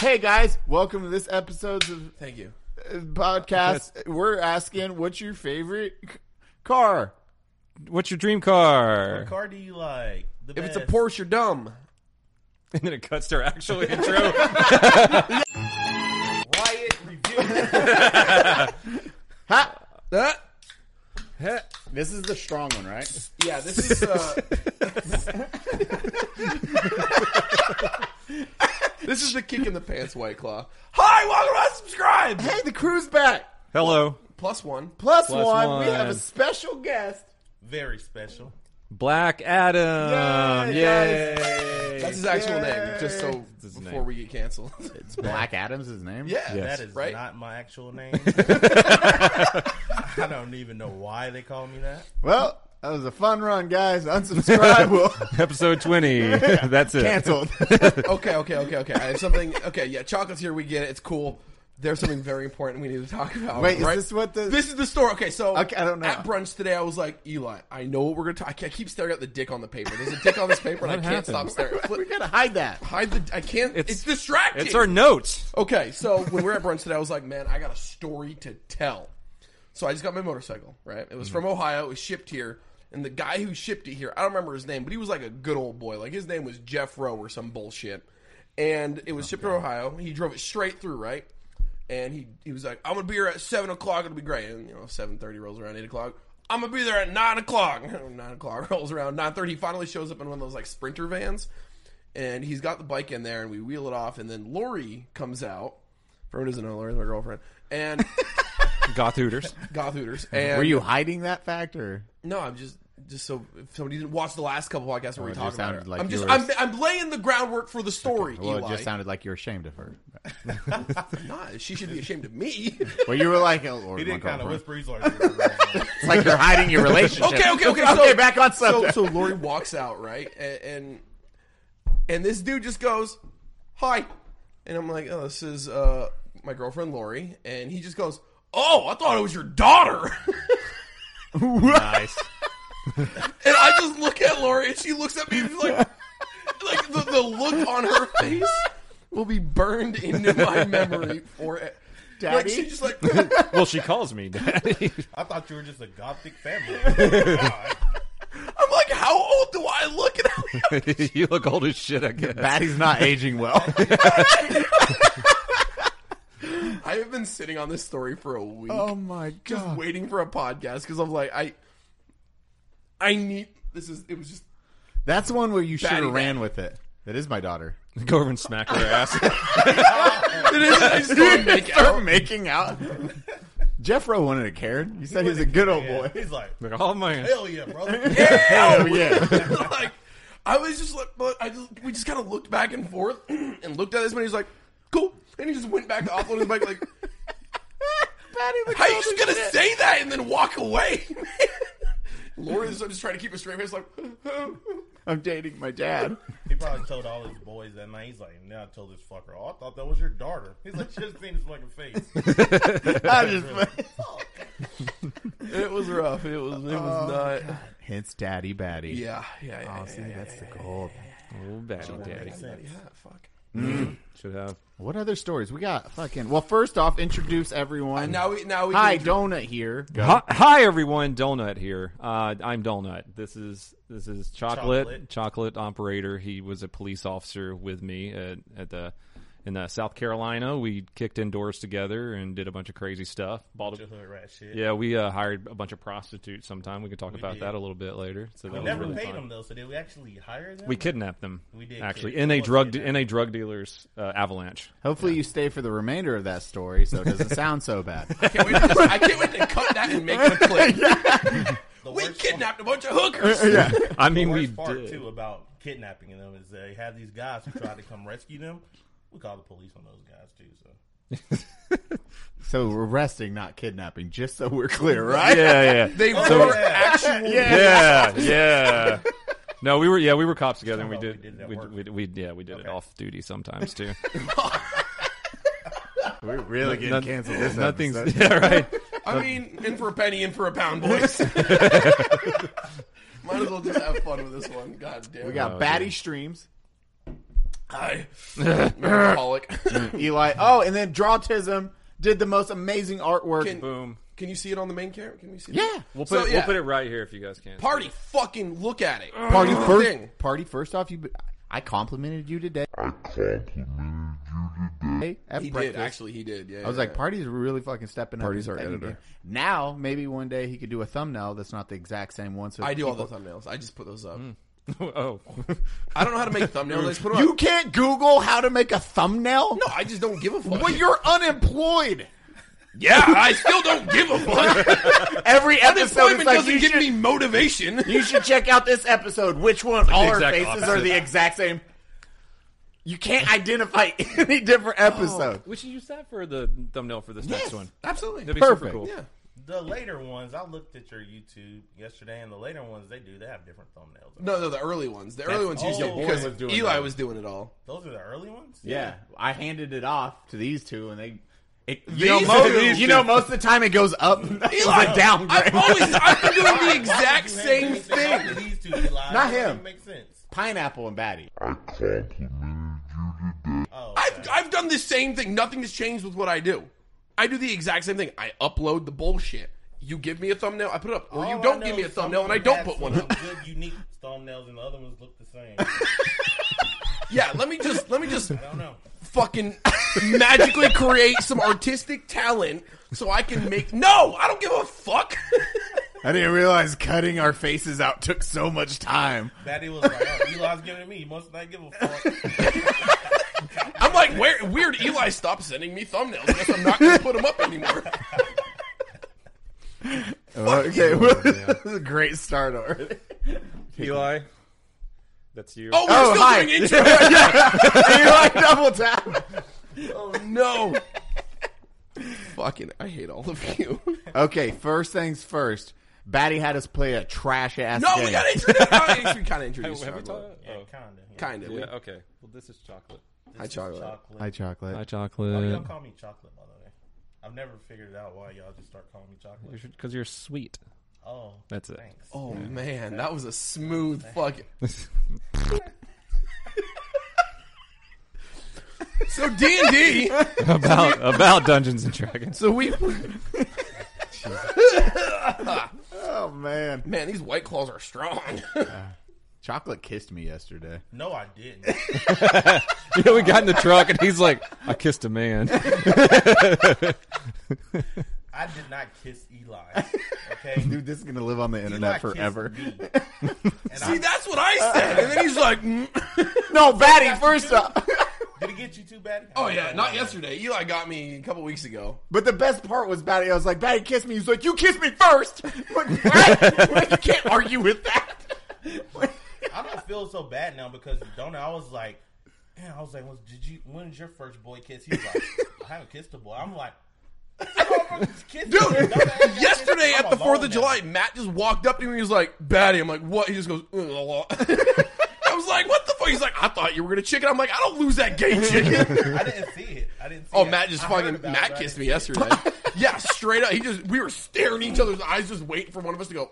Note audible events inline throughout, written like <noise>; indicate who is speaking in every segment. Speaker 1: Hey guys, welcome to this episode of
Speaker 2: Thank you.
Speaker 1: uh, podcast. We're asking what's your favorite c- car?
Speaker 3: What's your dream car?
Speaker 4: <laughs> What car do you like? The
Speaker 2: If it's a
Speaker 4: best?
Speaker 2: Porsche, you're dumb.
Speaker 3: And then it cuts to our <laughs> actual intro.
Speaker 2: Riot review.
Speaker 1: Ha!
Speaker 3: Heh.
Speaker 1: This is the strong one, right?
Speaker 2: yeah, this is. Uh, this is the kick in the pants, White Claw. Hi, welcome to subscribe.
Speaker 1: <laughs> Hey, the crew's back.
Speaker 3: Hello.
Speaker 2: Plus one.
Speaker 1: Plus,
Speaker 3: Plus
Speaker 1: one, We
Speaker 3: one.
Speaker 1: have a special guest.
Speaker 4: Very special.
Speaker 3: Black Adam.
Speaker 1: Yay,
Speaker 3: Yay.
Speaker 2: That's his actual
Speaker 1: Yay.
Speaker 2: name. Just so
Speaker 3: his
Speaker 2: before
Speaker 3: name.
Speaker 2: we get canceled.
Speaker 1: It's Black Adam's his name.
Speaker 2: yeah,
Speaker 3: Yes.
Speaker 4: That is
Speaker 2: right.
Speaker 4: not my actual name. I don't even know why they call me that.
Speaker 1: Well, that was a fun run, guys. <laughs> Unsubscribe. will
Speaker 3: Episode <laughs> 20. That's it.
Speaker 1: canceled.
Speaker 2: okay, okay, okay, okay. I have something. Okay, yeah, chocolate's here. We get it. It's cool. There's something very important we need to talk
Speaker 1: <laughs>
Speaker 2: about.
Speaker 1: Wait,
Speaker 2: right?
Speaker 1: is this what the?
Speaker 2: This is the story. Okay, so
Speaker 1: Okay, I don't know.
Speaker 2: At brunch today, I was like, Eli, I know what we're gonna talk. I can't- I keep staring at the dick on the paper. There's a dick on this paper, and I
Speaker 3: What
Speaker 2: can't
Speaker 3: happened?
Speaker 2: stop staring.
Speaker 1: <laughs> we
Speaker 2: Flip-
Speaker 1: gotta hide that.
Speaker 2: Hide the. I can't. It's,
Speaker 3: It's-
Speaker 2: distracting.
Speaker 3: It's our notes.
Speaker 2: okay, so when we were at brunch today, I was like, man, I got a story to tell. So I just got my motorcycle. Right, it was
Speaker 1: Mm-hmm.
Speaker 2: from Ohio. It was shipped here, and the guy who shipped it here, I don't remember his name, but he was like a good old boy. Like his name was Jeff Rowe or some bullshit. And it was shipped to Ohio. He drove it straight through. Right and he he was like, "I'm gonna be here at seven o'clock. It'll be great." And you know, seven thirty rolls around, eight o'clock. I'm gonna be there at nine o'clock. <laughs> nine o'clock rolls around, nine thirty. Finally shows up in one of those like sprinter vans, and he's got the bike in there, and we wheel it off, and then Lori comes out. For who doesn't know, Lori's my girlfriend, and <laughs>
Speaker 3: Goth Hooters.
Speaker 2: Goth Hooters. And
Speaker 1: Were you hiding that fact, or
Speaker 2: No, I'm just just so if somebody didn't watch the last couple podcasts where we
Speaker 1: Oh, it
Speaker 2: talked
Speaker 1: just
Speaker 2: about
Speaker 1: sounded
Speaker 2: it.
Speaker 1: like
Speaker 2: I'm
Speaker 1: you
Speaker 2: just
Speaker 1: were-
Speaker 2: I'm, I'm laying the groundwork for the story.
Speaker 1: well,
Speaker 2: Eli,
Speaker 1: it just sounded like you were ashamed of her.
Speaker 2: Nah, she should be ashamed of me.
Speaker 1: <laughs>
Speaker 2: <laughs>
Speaker 1: Well, you were like, oh, Lord,
Speaker 4: He
Speaker 1: my
Speaker 4: didn't kind of
Speaker 1: girlfriend.
Speaker 4: whisper. He's like, "That's
Speaker 1: It's like you're hiding your relationship.
Speaker 2: okay, okay,
Speaker 1: <laughs>
Speaker 2: okay.
Speaker 1: okay.
Speaker 2: so,
Speaker 1: back on
Speaker 2: so
Speaker 1: subject.
Speaker 2: so Lori walks out, right? And, and and this dude just goes, "Hi," and I'm like, "Oh, this is uh, my girlfriend Lori," and he just goes, "Oh, I thought it was your daughter." <laughs>
Speaker 4: nice."
Speaker 2: and I just look at Lori, and she looks at me, and she's like, like the, the look on her face will be burned into my memory for it. Like
Speaker 1: Daddy?
Speaker 2: she just like
Speaker 3: Well, she calls me daddy.
Speaker 4: <laughs> I thought you were just a gothic family. Oh, God.
Speaker 2: I'm like, how old do I look? And how
Speaker 3: <laughs> you look old as shit, I guess.
Speaker 1: Batty's not aging
Speaker 2: <laughs>
Speaker 1: well. <laughs>
Speaker 2: I have been sitting on this story for a week.
Speaker 1: oh my
Speaker 2: just
Speaker 1: god.
Speaker 2: waiting for a podcast because I'm like, I, I need this is it was just
Speaker 1: That's one where you should
Speaker 2: Batty
Speaker 1: have
Speaker 2: that.
Speaker 1: ran with it. That is my
Speaker 2: <laughs>
Speaker 1: daughter.
Speaker 3: Go over and smack her <laughs> ass.
Speaker 2: it is I just
Speaker 1: <laughs>
Speaker 2: wanna make out.
Speaker 1: making out. <laughs> Jeff Rowe wouldn't have cared. You said he's a good old
Speaker 4: Yeah.
Speaker 1: Oh, boy. <laughs>
Speaker 4: He's like,
Speaker 3: Like, oh man.
Speaker 4: "Hell yeah, brother."
Speaker 1: Hell yeah.
Speaker 2: <laughs> like I was just like but I just we just kind of looked back and forth <clears throat> and looked at this man. He's like, cool, and he just went back to offload his bike. Like, how you just gonna say that and then walk <laughs> away? man? Laura's I'm just trying to keep a straight face. Like, <laughs>
Speaker 1: I'm dating my dad. <laughs>
Speaker 4: He probably told all his boys that night. He's like, "Now I told this fucker. Oh, I thought that was your daughter." He's like, "Should have seen his fucking face."
Speaker 1: I just
Speaker 2: it was rough. It was it was not.
Speaker 1: Hence "Oh." Daddy Batty.
Speaker 2: Yeah, yeah, yeah. yeah, Oh, yeah,
Speaker 1: that's the gold.
Speaker 3: Old batty daddy.
Speaker 2: yeah, yeah, fuck.
Speaker 3: Should have.
Speaker 1: What other stories? We got fucking Well, first off, introduce everyone.
Speaker 2: Now we now we
Speaker 1: Hi,
Speaker 2: <laughs> can-
Speaker 1: Donut here.
Speaker 3: Hi, hi, everyone, Donut here. Uh, I'm Donut. This is this is Chocolate,
Speaker 4: Chocolate.
Speaker 3: Chocolate operator. He was a police officer with me at, at the in uh, South Carolina. We kicked indoors together and did a bunch of crazy stuff. Bought
Speaker 4: Your
Speaker 3: a,
Speaker 4: hood rat shit.
Speaker 3: yeah, we uh, hired a bunch of prostitutes. Sometime we can talk about
Speaker 4: did.
Speaker 3: that a little bit later. So that
Speaker 4: We
Speaker 3: was
Speaker 4: never
Speaker 3: really
Speaker 4: paid
Speaker 3: fun.
Speaker 4: them though, so did we actually hire them?
Speaker 3: We kidnapped them.
Speaker 4: We did
Speaker 3: actually
Speaker 4: kid-
Speaker 3: in a
Speaker 4: almost
Speaker 3: drug de-
Speaker 4: kidnapped
Speaker 3: in a drug dealer's uh,
Speaker 4: <laughs>
Speaker 3: avalanche.
Speaker 1: Hopefully you stay for the remainder of that story so it
Speaker 2: <laughs>
Speaker 1: doesn't sound so bad.
Speaker 2: Can't wait to- I can't wait to cut that and make it a
Speaker 1: <laughs>
Speaker 2: clip.
Speaker 4: The
Speaker 2: We
Speaker 4: worst
Speaker 2: kidnapped a bunch of hookers.
Speaker 3: I
Speaker 4: The
Speaker 3: mean, we
Speaker 4: worst part
Speaker 3: did.
Speaker 4: too about kidnapping them is they have these guys who try to come rescue them. We call the police on those guys too. So
Speaker 1: So we're arresting, not kidnapping, just so we're clear, right?
Speaker 3: Yeah,
Speaker 4: <laughs>
Speaker 3: yeah.
Speaker 2: They
Speaker 1: <laughs> Oh,
Speaker 4: So-
Speaker 2: were actual.
Speaker 3: yeah, yeah. <laughs> No, we were yeah we were cops together and we
Speaker 4: Oh,
Speaker 3: did
Speaker 4: we did
Speaker 3: we
Speaker 4: it at
Speaker 3: we,
Speaker 4: work.
Speaker 3: we, yeah we did it
Speaker 4: Okay.
Speaker 3: off duty sometimes too.
Speaker 1: We're really getting
Speaker 3: Noth-
Speaker 1: canceled this
Speaker 3: Nothing's
Speaker 1: episode.
Speaker 3: yeah right.
Speaker 2: I mean, in for a penny, in for a
Speaker 1: <laughs>
Speaker 2: pound, boys.
Speaker 1: <laughs>
Speaker 2: Might as well just have fun with this one. God damn.
Speaker 1: We got
Speaker 3: Oh,
Speaker 1: Batty Streams.
Speaker 2: I
Speaker 1: <laughs>
Speaker 2: alcoholic.
Speaker 1: Eli. Oh, and then Drawtism did the most amazing artwork.
Speaker 2: Can-
Speaker 3: Boom.
Speaker 2: Can you see it on the main camera? Can we see?
Speaker 1: yeah.
Speaker 3: <laughs> We'll put
Speaker 2: So,
Speaker 3: it,
Speaker 2: yeah.
Speaker 3: we'll put it right here if you guys can. <laughs>
Speaker 2: Party, fucking look at it.
Speaker 1: Party
Speaker 2: Do the
Speaker 1: first.
Speaker 2: thing.
Speaker 1: Party first off, you. I complimented you today. I complimented you today. At
Speaker 2: He
Speaker 1: breakfast.
Speaker 2: did actually. He did. Yeah.
Speaker 1: I was like, Party's really fucking stepping up.
Speaker 2: Party's
Speaker 1: his
Speaker 2: our
Speaker 1: editing
Speaker 2: editor.
Speaker 1: game. Now, maybe one day he could do a thumbnail that's not the exact same one. So
Speaker 2: I do all the thumbnails. I just put those up.
Speaker 3: oh.
Speaker 2: I don't know how to make thumbnails. I just put them
Speaker 1: Hmm. You
Speaker 2: up.
Speaker 1: can't Google how to make a thumbnail?
Speaker 2: No, I just don't give a fuck.
Speaker 1: Well, you're unemployed. <laughs>
Speaker 2: yeah, I still don't give a fuck.
Speaker 1: Every episode
Speaker 2: Employment
Speaker 1: is like,
Speaker 2: doesn't
Speaker 1: you
Speaker 2: give
Speaker 1: should,
Speaker 2: me motivation. <laughs>
Speaker 1: you should check out this episode. Which one? All our
Speaker 3: exact
Speaker 1: faces are
Speaker 3: opposite.
Speaker 1: the exact same. You can't identify <laughs> any different episode.
Speaker 3: <laughs> We should use that for the thumbnail for this next one.
Speaker 2: Absolutely.
Speaker 3: That'd be
Speaker 1: Perfect.
Speaker 3: super cool.
Speaker 2: Yeah.
Speaker 4: The later ones, I looked at your YouTube yesterday, and the later ones they do they have different thumbnails.
Speaker 2: No, no, the early ones. The early ones
Speaker 4: oh,
Speaker 2: usually
Speaker 4: your boy
Speaker 2: because
Speaker 3: was doing
Speaker 2: Eli
Speaker 3: that.
Speaker 2: was doing it
Speaker 1: <laughs>
Speaker 2: all.
Speaker 4: Those are the early ones.
Speaker 1: Yeah, I handed it off to these two, and they. It, you
Speaker 2: These
Speaker 1: know, most,
Speaker 2: two.
Speaker 1: you know, most of the time it goes <laughs> up. It's a downgrade.
Speaker 2: I've always I've been doing the
Speaker 1: <laughs>
Speaker 2: exact
Speaker 4: Exact
Speaker 2: same thing.
Speaker 4: These two, Eli.
Speaker 1: Not
Speaker 4: That doesn't
Speaker 1: him.
Speaker 4: Make sense.
Speaker 1: <laughs> Pineapple and Batty.
Speaker 4: Oh, okay.
Speaker 2: I've I've done the same thing. Nothing has changed with what I do. I do the exact same thing. I upload the bullshit. You give me a thumbnail, I put it up. Or
Speaker 4: All
Speaker 2: you
Speaker 4: Oh, I
Speaker 2: don't
Speaker 4: know
Speaker 2: give me a
Speaker 4: is
Speaker 2: thumbnail, and
Speaker 4: some
Speaker 2: I
Speaker 4: of
Speaker 2: don't
Speaker 4: them
Speaker 2: put
Speaker 4: have
Speaker 2: one
Speaker 4: some <laughs>
Speaker 2: up.
Speaker 4: Good, unique thumbnails, and the other ones look the same.
Speaker 2: Yeah, let me just let me just
Speaker 4: I don't know.
Speaker 2: fucking magically create some artistic talent so I can make. No, I don't give a fuck. <laughs>
Speaker 1: I didn't realize cutting our faces out took so much time.
Speaker 4: Batty was like, oh, Eli's giving it me. He must not give a
Speaker 2: <laughs>
Speaker 4: fuck.
Speaker 2: I'm like, where, weird. Eli stopped sending me thumbnails. I guess I'm not gonna put them up anymore.
Speaker 1: Oh, okay, well, <laughs> this is a great start <laughs> already.
Speaker 3: Eli, that's you.
Speaker 2: Oh, we're
Speaker 1: Oh,
Speaker 2: still
Speaker 1: hi.
Speaker 2: doing intro.
Speaker 1: Eli double tap.
Speaker 2: Oh no. Fucking, I hate all of you.
Speaker 1: Okay, first things first. Batty had us play a trash ass
Speaker 2: No,
Speaker 1: game.
Speaker 2: we got introduced. I guess we kind of
Speaker 3: Have
Speaker 2: introduced.
Speaker 3: we talked?
Speaker 2: chocolate.
Speaker 4: yeah,
Speaker 3: Oh.
Speaker 4: kinda. Yeah.
Speaker 2: Kind of.
Speaker 3: Yeah, okay. Well, this is chocolate.
Speaker 2: Hi, chocolate.
Speaker 4: Chocolate.
Speaker 1: Hi, chocolate.
Speaker 3: Hi,
Speaker 4: Oh, y'all
Speaker 3: chocolate.
Speaker 4: call me chocolate, by the way. I've never figured out why y'all just start calling me chocolate.
Speaker 3: Because you're sweet.
Speaker 4: Oh,
Speaker 3: That's it.
Speaker 4: thanks.
Speaker 2: Oh man, that was a smooth fucking. <laughs> so D and D.
Speaker 3: about about Dungeons and Dragons. <laughs>
Speaker 2: So we.
Speaker 1: oh man,
Speaker 2: Man, these white claws are strong. <laughs>
Speaker 1: chocolate kissed me yesterday. <laughs>
Speaker 4: No, I didn't.
Speaker 3: You know, we got in the truck and he's like, "I kissed a <laughs> man."
Speaker 4: I did not kiss Eli. Okay.
Speaker 1: Dude, this is gonna live on the
Speaker 4: Eli
Speaker 1: internet
Speaker 4: kissed
Speaker 1: forever.
Speaker 4: me. And
Speaker 2: See,
Speaker 4: I,
Speaker 2: that's what I said, and then he's like, mm. <laughs>
Speaker 1: No, Batty. First up,
Speaker 4: did it get you too bad?
Speaker 2: "Oh yeah, not yesterday." Eli got me a couple weeks ago.
Speaker 1: <laughs> but the best part was Batty. I was like, Batty kissed me. He was like, you kissed me first. <laughs> I'm Like, what? Like, you can't argue with that.
Speaker 4: I don't feel so bad now because don't I was like, man, I was like, well, did you? When was your first boy kiss? He was like, I haven't kissed a boy. I'm like, dude,
Speaker 2: Dude, yesterday at the Fourth of July, Matt just walked up to me and he was like, Batty. I'm like, what? He just goes, "Ugh, <laughs> la, la." I was like, what the fuck? He's like, I thought you were gonna chicken. I'm like, I don't lose that gay
Speaker 4: <laughs>
Speaker 2: chicken.
Speaker 4: I didn't see it. I didn't. see
Speaker 2: oh,
Speaker 4: it.
Speaker 2: Matt just
Speaker 4: I heard
Speaker 2: fucking
Speaker 4: about it,
Speaker 2: Matt
Speaker 4: but I
Speaker 2: kissed
Speaker 4: didn't
Speaker 2: me
Speaker 4: <laughs>
Speaker 2: yesterday. yeah, straight up. He just we were staring at each other's eyes, just waiting for one of us to go.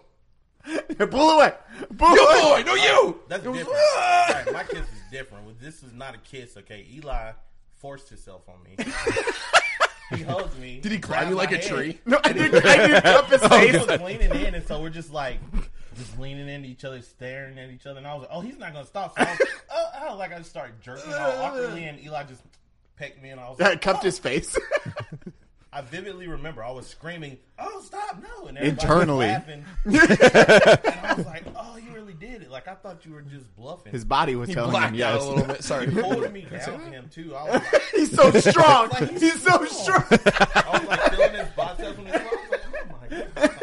Speaker 1: Pull away. Pull
Speaker 2: Yo,
Speaker 1: away.
Speaker 2: boy, no you.
Speaker 4: That's
Speaker 2: It was, <laughs>
Speaker 4: different.
Speaker 2: "Ah."
Speaker 4: Right, my kiss is different. Well, This is not a kiss, okay? Eli forced himself on me. he hugged me.
Speaker 2: Did he climb you like a tree?
Speaker 1: <laughs> No, I didn't. I didn't cup <laughs> his face.
Speaker 4: He was leaning in, and so we're just like, just leaning into each other, staring at each other. And I was like, oh, he's not going to stop. So I
Speaker 2: <laughs>
Speaker 4: was, oh, oh, like I just started jerking all awkwardly, and Eli just pecked me, and I was
Speaker 1: I
Speaker 4: like, "Oh."
Speaker 1: cupped his face. <laughs>
Speaker 4: I vividly remember I was screaming, oh, stop, no. And everybody
Speaker 1: Internally.
Speaker 4: Was laughing. and I was like, oh, you really did it. Like, I thought you were just bluffing.
Speaker 1: His body was telling him
Speaker 2: Blacked out a
Speaker 1: yes.
Speaker 2: little bit. Sorry.
Speaker 4: he pulled me down to him, too. I was like,
Speaker 1: He's <laughs> so strong.
Speaker 4: Like,
Speaker 1: he's,
Speaker 4: he's
Speaker 1: so
Speaker 4: strong.
Speaker 1: strong.
Speaker 4: I was like feeling his biceps when he swung. I was like, oh my god.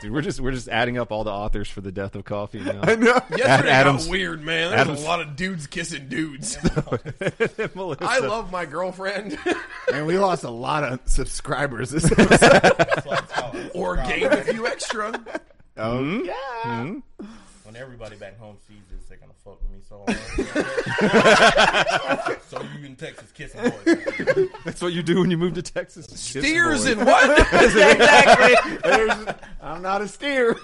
Speaker 3: Dude, we're just we're just adding up all the authors for the death of coffee. You know?
Speaker 1: I know. <laughs>
Speaker 2: Yesterday
Speaker 3: Adams-
Speaker 2: got weird, man. There was
Speaker 3: Adams-
Speaker 2: a lot of dudes kissing dudes.
Speaker 3: Melissa.
Speaker 2: I love my girlfriend. <laughs>
Speaker 1: And we lost a lot of subscribers <laughs> this episode.
Speaker 4: So I tell-
Speaker 2: or
Speaker 4: Rob,
Speaker 2: gained a few extra.
Speaker 1: oh, yeah.
Speaker 4: When everybody back home sees this, they're gonna fuck with me so hard. <laughs> so you in Texas kissing boys?
Speaker 3: That's what you do when you move to Texas.
Speaker 2: Steers and <laughs> what?
Speaker 1: exactly. There's- I'm not a steer.
Speaker 4: Uh,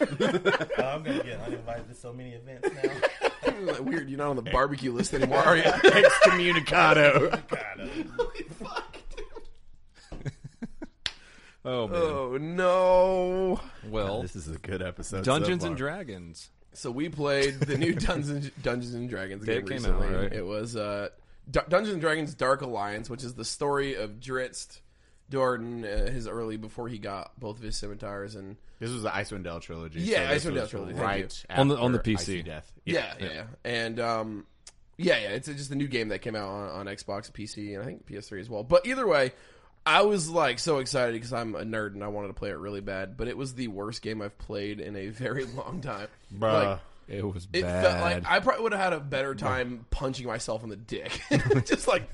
Speaker 4: I'm gonna get uninvited to so many events now.
Speaker 2: Weird, you're not on the barbecue list anymore, are you?
Speaker 1: Excommunicado.
Speaker 2: Holy fuck, dude.
Speaker 3: Oh man.
Speaker 2: Oh no.
Speaker 3: well,
Speaker 1: this is a good episode.
Speaker 3: Dungeons and
Speaker 1: Dragons.
Speaker 3: Dragons.
Speaker 2: So we played the new <laughs> Dungeons Dungeons and Dragons
Speaker 3: They
Speaker 2: game
Speaker 3: came out,
Speaker 2: recently.
Speaker 3: right?
Speaker 2: It was uh, D- Dungeons and Dragons Dark Alliance, which is the story of Dritz Jordan, uh, his early before he got both of his scimitars, and
Speaker 1: This was the Icewind Dale trilogy.
Speaker 2: Yeah,
Speaker 1: so this
Speaker 2: Icewind Dale
Speaker 1: was
Speaker 2: trilogy, thank
Speaker 1: Right
Speaker 3: On the- on the
Speaker 1: after
Speaker 3: PC.
Speaker 1: Icy Death.
Speaker 2: yeah, yeah, yeah. and um, yeah, yeah. It's just a new game that came out on, on Xbox, PC, and I think PS3 as well. But either way, I was like so excited because I'm a nerd and I wanted to play it really bad. But it was the worst game I've played in a <laughs> very long time.
Speaker 1: Bruh.
Speaker 2: Like,
Speaker 3: It was bad.
Speaker 2: Uh, It felt like I probably would have had a better time punching myself in the dick, <laughs> just like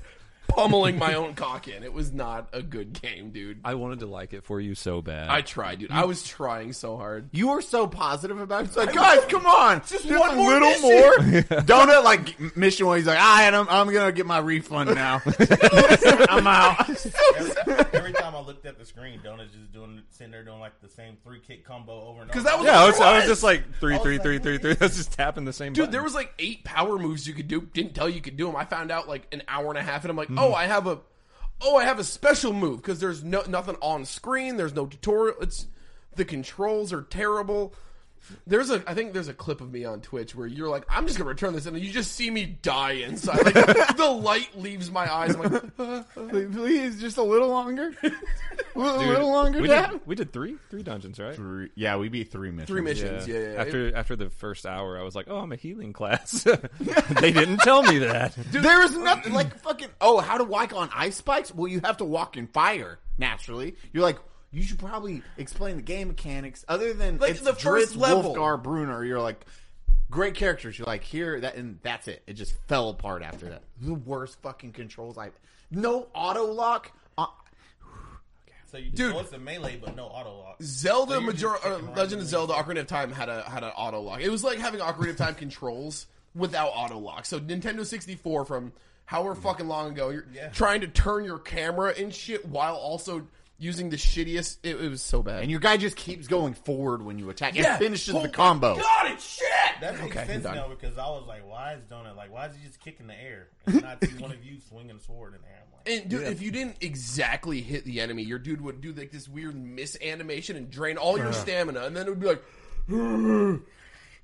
Speaker 2: pummeling my own cock in. It was not a good game, dude.
Speaker 3: I wanted to like it for you so bad.
Speaker 2: I tried, dude. I was trying so hard.
Speaker 1: You were so positive about it. It's like, guys, come on, just,
Speaker 2: one
Speaker 1: a
Speaker 2: more
Speaker 1: little
Speaker 2: mission."
Speaker 1: <laughs> more. Donut like mission where he's like, I am, I'm gonna get my refund now. I'm out.
Speaker 4: Every, every time I looked at the screen, Donut's just doing sitting there doing like the same three kick combo over and over.
Speaker 2: 'Cause that was-
Speaker 3: yeah, I was, I was just like three,
Speaker 4: I was
Speaker 3: three,
Speaker 4: like,
Speaker 3: three, three, three. <laughs> That's just tapping the same.
Speaker 2: Dude,
Speaker 3: button.
Speaker 2: there was like eight power moves you could do. Didn't tell you could do them. I found out like an hour and a half, and I'm
Speaker 1: Hmm.
Speaker 2: like, oh, I have a, oh, I have a special move because there's no nothing on screen. There's no tutorial. It's the controls are terrible. There's a, I think there's a clip of me on Twitch where you're like, I'm just gonna return this, and you just see me die inside.
Speaker 1: <laughs>
Speaker 2: Like, the light leaves my eyes. I'm like,
Speaker 1: <laughs> Please, just a little <laughs> longer. A little,
Speaker 3: Dude,
Speaker 1: little longer,
Speaker 3: We
Speaker 1: Dad.
Speaker 3: did, we did three, three dungeons, right?
Speaker 1: Three- Yeah, we beat three missions.
Speaker 2: three missions. Yeah, yeah. yeah.
Speaker 3: After after the first hour, I was like, "Oh, I'm a healing
Speaker 2: <laughs>
Speaker 3: class." <laughs> they didn't tell me that.
Speaker 1: There is
Speaker 2: <clears throat>
Speaker 1: nothing like fucking. Oh, how to walk on ice spikes? Well, you have to walk in fire naturally. You're like. You should probably explain the game mechanics. Other than
Speaker 2: Like,
Speaker 1: it's
Speaker 2: the first
Speaker 1: Dritz,
Speaker 2: level.
Speaker 1: Wolfgar Bruner, you're like great characters. You're like here that and that's it. It just fell apart after that. The worst fucking controls. I no auto lock. Uh,
Speaker 4: so you,
Speaker 2: Dude.
Speaker 4: so it's a melee but no auto lock.
Speaker 2: Zelda
Speaker 4: So you're just
Speaker 2: Major
Speaker 4: kicking
Speaker 2: uh,
Speaker 4: around
Speaker 2: Legend
Speaker 4: and
Speaker 2: of Zelda Ocarina of Time had a had an auto lock. It was like having Ocarina of Time <laughs> controls without auto lock. So Nintendo 64 from however fucking long ago, you're
Speaker 4: Yeah.
Speaker 2: trying to turn your camera and shit while also using the shittiest. It, it was so bad.
Speaker 1: and your guy just keeps going forward when you attack.
Speaker 2: Yeah.
Speaker 1: It finishes
Speaker 2: Oh my
Speaker 1: the combo.
Speaker 2: God, it's shit.
Speaker 4: That makes
Speaker 2: Okay,
Speaker 4: sense
Speaker 2: done.
Speaker 4: now because I was like, why is Donut like why is he just kicking the air and
Speaker 2: <laughs>
Speaker 4: not see one of you swinging a sword in the air? I'm like,
Speaker 2: And dude, if you didn't exactly hit the enemy, your dude would do like this weird miss animation and drain all your stamina, and then it would be like, I'm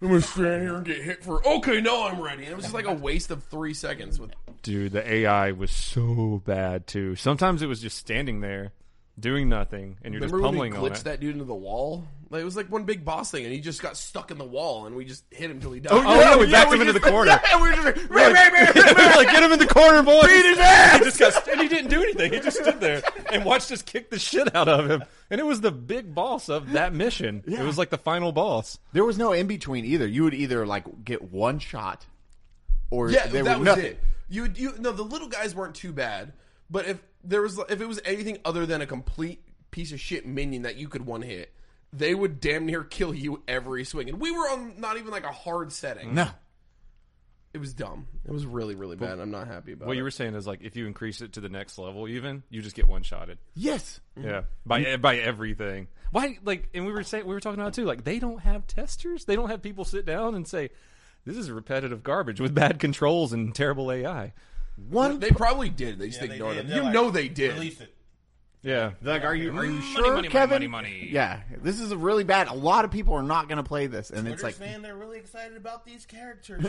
Speaker 2: gonna stand here and get hit for okay, now I'm ready. And it was just like a waste of three seconds with
Speaker 3: Dude, the AI was so bad too. Sometimes it was just standing there, doing nothing, and you're just
Speaker 2: Remember when
Speaker 3: pummeling
Speaker 2: we
Speaker 3: on
Speaker 2: glitched
Speaker 3: it.
Speaker 2: that dude into the wall? Like, it was like one big boss thing, and he just got stuck in the wall, and we just hit him till he died. <laughs>
Speaker 3: Oh, yeah, we backed him into the corner.
Speaker 1: Yeah, we were just like, "Rah, rah, rah, rah."
Speaker 3: It was like, get him in the corner, boy. Beat his ass. He just got, and he didn't do anything. He just stood there and watched us kick the shit out of him. And it was the big boss of that mission. It was like the final boss.
Speaker 1: There was no in between either. You would either like get one shot, or
Speaker 2: yeah,
Speaker 1: there
Speaker 2: that
Speaker 1: was
Speaker 2: was
Speaker 1: nothing.
Speaker 2: it. You would- you no, the little guys weren't too bad, but if there was if it was anything other than a complete piece of shit minion that you could one hit, they would damn near kill you every swing. And we were on not even like a hard setting.
Speaker 1: No,
Speaker 2: It was dumb. It was really really bad. I'm not happy about
Speaker 3: What
Speaker 2: it.
Speaker 3: you were saying is like, if you increase it to the next level, even you just get one shotted.
Speaker 1: yes,
Speaker 3: Yeah, by by everything. Why? Like, and we were saying we were talking about it too. Like, they don't have testers. They don't have people sit down and say, "This is repetitive garbage with bad controls and terrible AI."
Speaker 1: one.
Speaker 2: they probably did. They just
Speaker 4: they
Speaker 2: ignored
Speaker 4: did.
Speaker 2: them.
Speaker 4: They're
Speaker 2: You
Speaker 4: like,
Speaker 2: know they did.
Speaker 4: Release it.
Speaker 3: Yeah,
Speaker 1: Like, are you are you sure,
Speaker 3: money, money,
Speaker 1: Kevin?
Speaker 3: money, money.
Speaker 1: Yeah, this is really bad. A lot of people are not going to play this, and
Speaker 4: Twitter's
Speaker 1: it's like
Speaker 4: saying they're really excited about these
Speaker 2: <laughs>
Speaker 4: characters.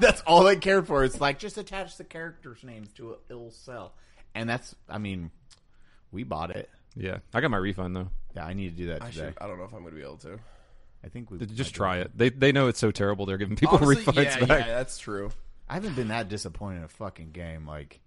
Speaker 1: that's all they care for. It's like just attach the characters' names to it; it'll sell. And that's, I mean, we bought it.
Speaker 3: yeah. I got my refund though.
Speaker 1: Yeah, I need to do that
Speaker 2: I,
Speaker 1: today.
Speaker 2: should, I don't know if I'm going to be able to.
Speaker 1: I think we
Speaker 3: Just try it. They they know it's so terrible. They're giving <laughs> people
Speaker 2: Honestly,
Speaker 3: refunds
Speaker 2: yeah,
Speaker 3: back.
Speaker 2: yeah, that's true.
Speaker 1: I haven't been that disappointed in a fucking game. Like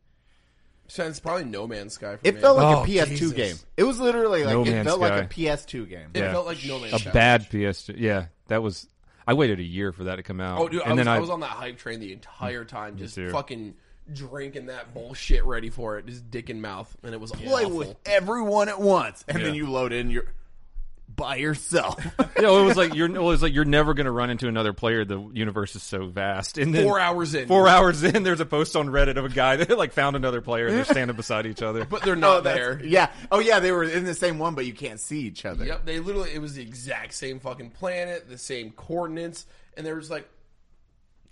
Speaker 2: Since probably No Man's Sky. For
Speaker 1: it
Speaker 2: me.
Speaker 1: felt like
Speaker 3: Oh,
Speaker 1: a PS2
Speaker 2: Jesus.
Speaker 1: game. It was literally like
Speaker 3: No
Speaker 1: it
Speaker 3: Man's
Speaker 1: felt like a
Speaker 3: Sky.
Speaker 1: PS2 game.
Speaker 2: It
Speaker 3: Oh, Yeah.
Speaker 2: felt like No Man's
Speaker 3: A
Speaker 2: Sky.
Speaker 3: bad PS2. Yeah, that was. I waited a year for that to come out.
Speaker 2: Oh, dude,
Speaker 3: and
Speaker 2: I, was,
Speaker 3: then <laughs>
Speaker 2: I, was on that hype train the entire time, just
Speaker 3: too.
Speaker 2: fucking drinking that bullshit ready for it, just dick in mouth, and it was
Speaker 1: play
Speaker 2: awful.
Speaker 1: with everyone at once, and then
Speaker 3: Yeah.
Speaker 1: you load in your by
Speaker 2: <laughs>
Speaker 1: yourself.
Speaker 3: you know, it was like you're it was like you're never going to run into another player. The universe is so vast. And then
Speaker 2: Four hours in,
Speaker 3: four hours in, there's a post on Reddit of a guy that like found another player and they're standing beside each other.
Speaker 2: <laughs> but they're
Speaker 1: oh,
Speaker 2: not
Speaker 1: that's-
Speaker 2: there.
Speaker 1: Yeah. Oh, yeah. They were in the same one, but you can't see each other.
Speaker 2: Yep, they literally it was the exact same fucking planet, the same coordinates, and they were just like,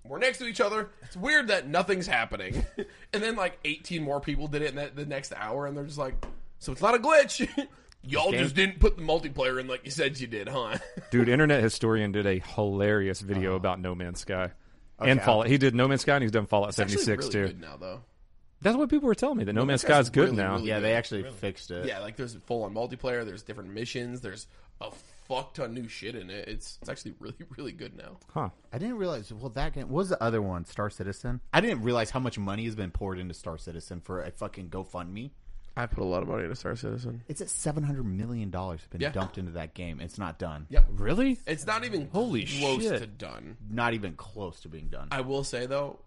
Speaker 2: We're next to each other. It's weird that nothing's happening. <laughs> and then like 18 more people did it in that, the next hour, and they're just like, so it's not a glitch. <laughs> Y'all just didn't put the multiplayer in like you said you did, huh? <laughs>
Speaker 3: Dude, Internet Historian did a hilarious
Speaker 2: Uh-huh.
Speaker 3: video about No Man's Sky. And
Speaker 1: Okay.
Speaker 3: Fallout. He did No Man's Sky and he's done Fallout 76
Speaker 2: Oh, Actually really
Speaker 3: too.
Speaker 2: Good now though.
Speaker 3: That's what people were telling me that No Man's
Speaker 2: Man's Sky's
Speaker 3: Sky is good
Speaker 2: really,
Speaker 3: now.
Speaker 2: really-
Speaker 1: Yeah, they actually fixed it.
Speaker 2: Yeah, like there's full on multiplayer. There's different missions. There's a fuck ton new shit in it. It's it's actually really <laughs> really good now.
Speaker 3: Huh.
Speaker 1: I didn't realize. Well, that game what was the other one, Star Citizen. I didn't realize how much money has been poured into Star Citizen for a fucking GoFundMe.
Speaker 2: I put a lot of money into Star Citizen.
Speaker 1: It's at seven hundred million dollars been
Speaker 2: Yeah.
Speaker 1: dumped into that game. It's not done.
Speaker 2: Yep.
Speaker 3: Really?
Speaker 2: It's not even
Speaker 3: Holy
Speaker 2: close
Speaker 3: shit.
Speaker 2: to done.
Speaker 1: Not even close to being done.
Speaker 2: I will say though,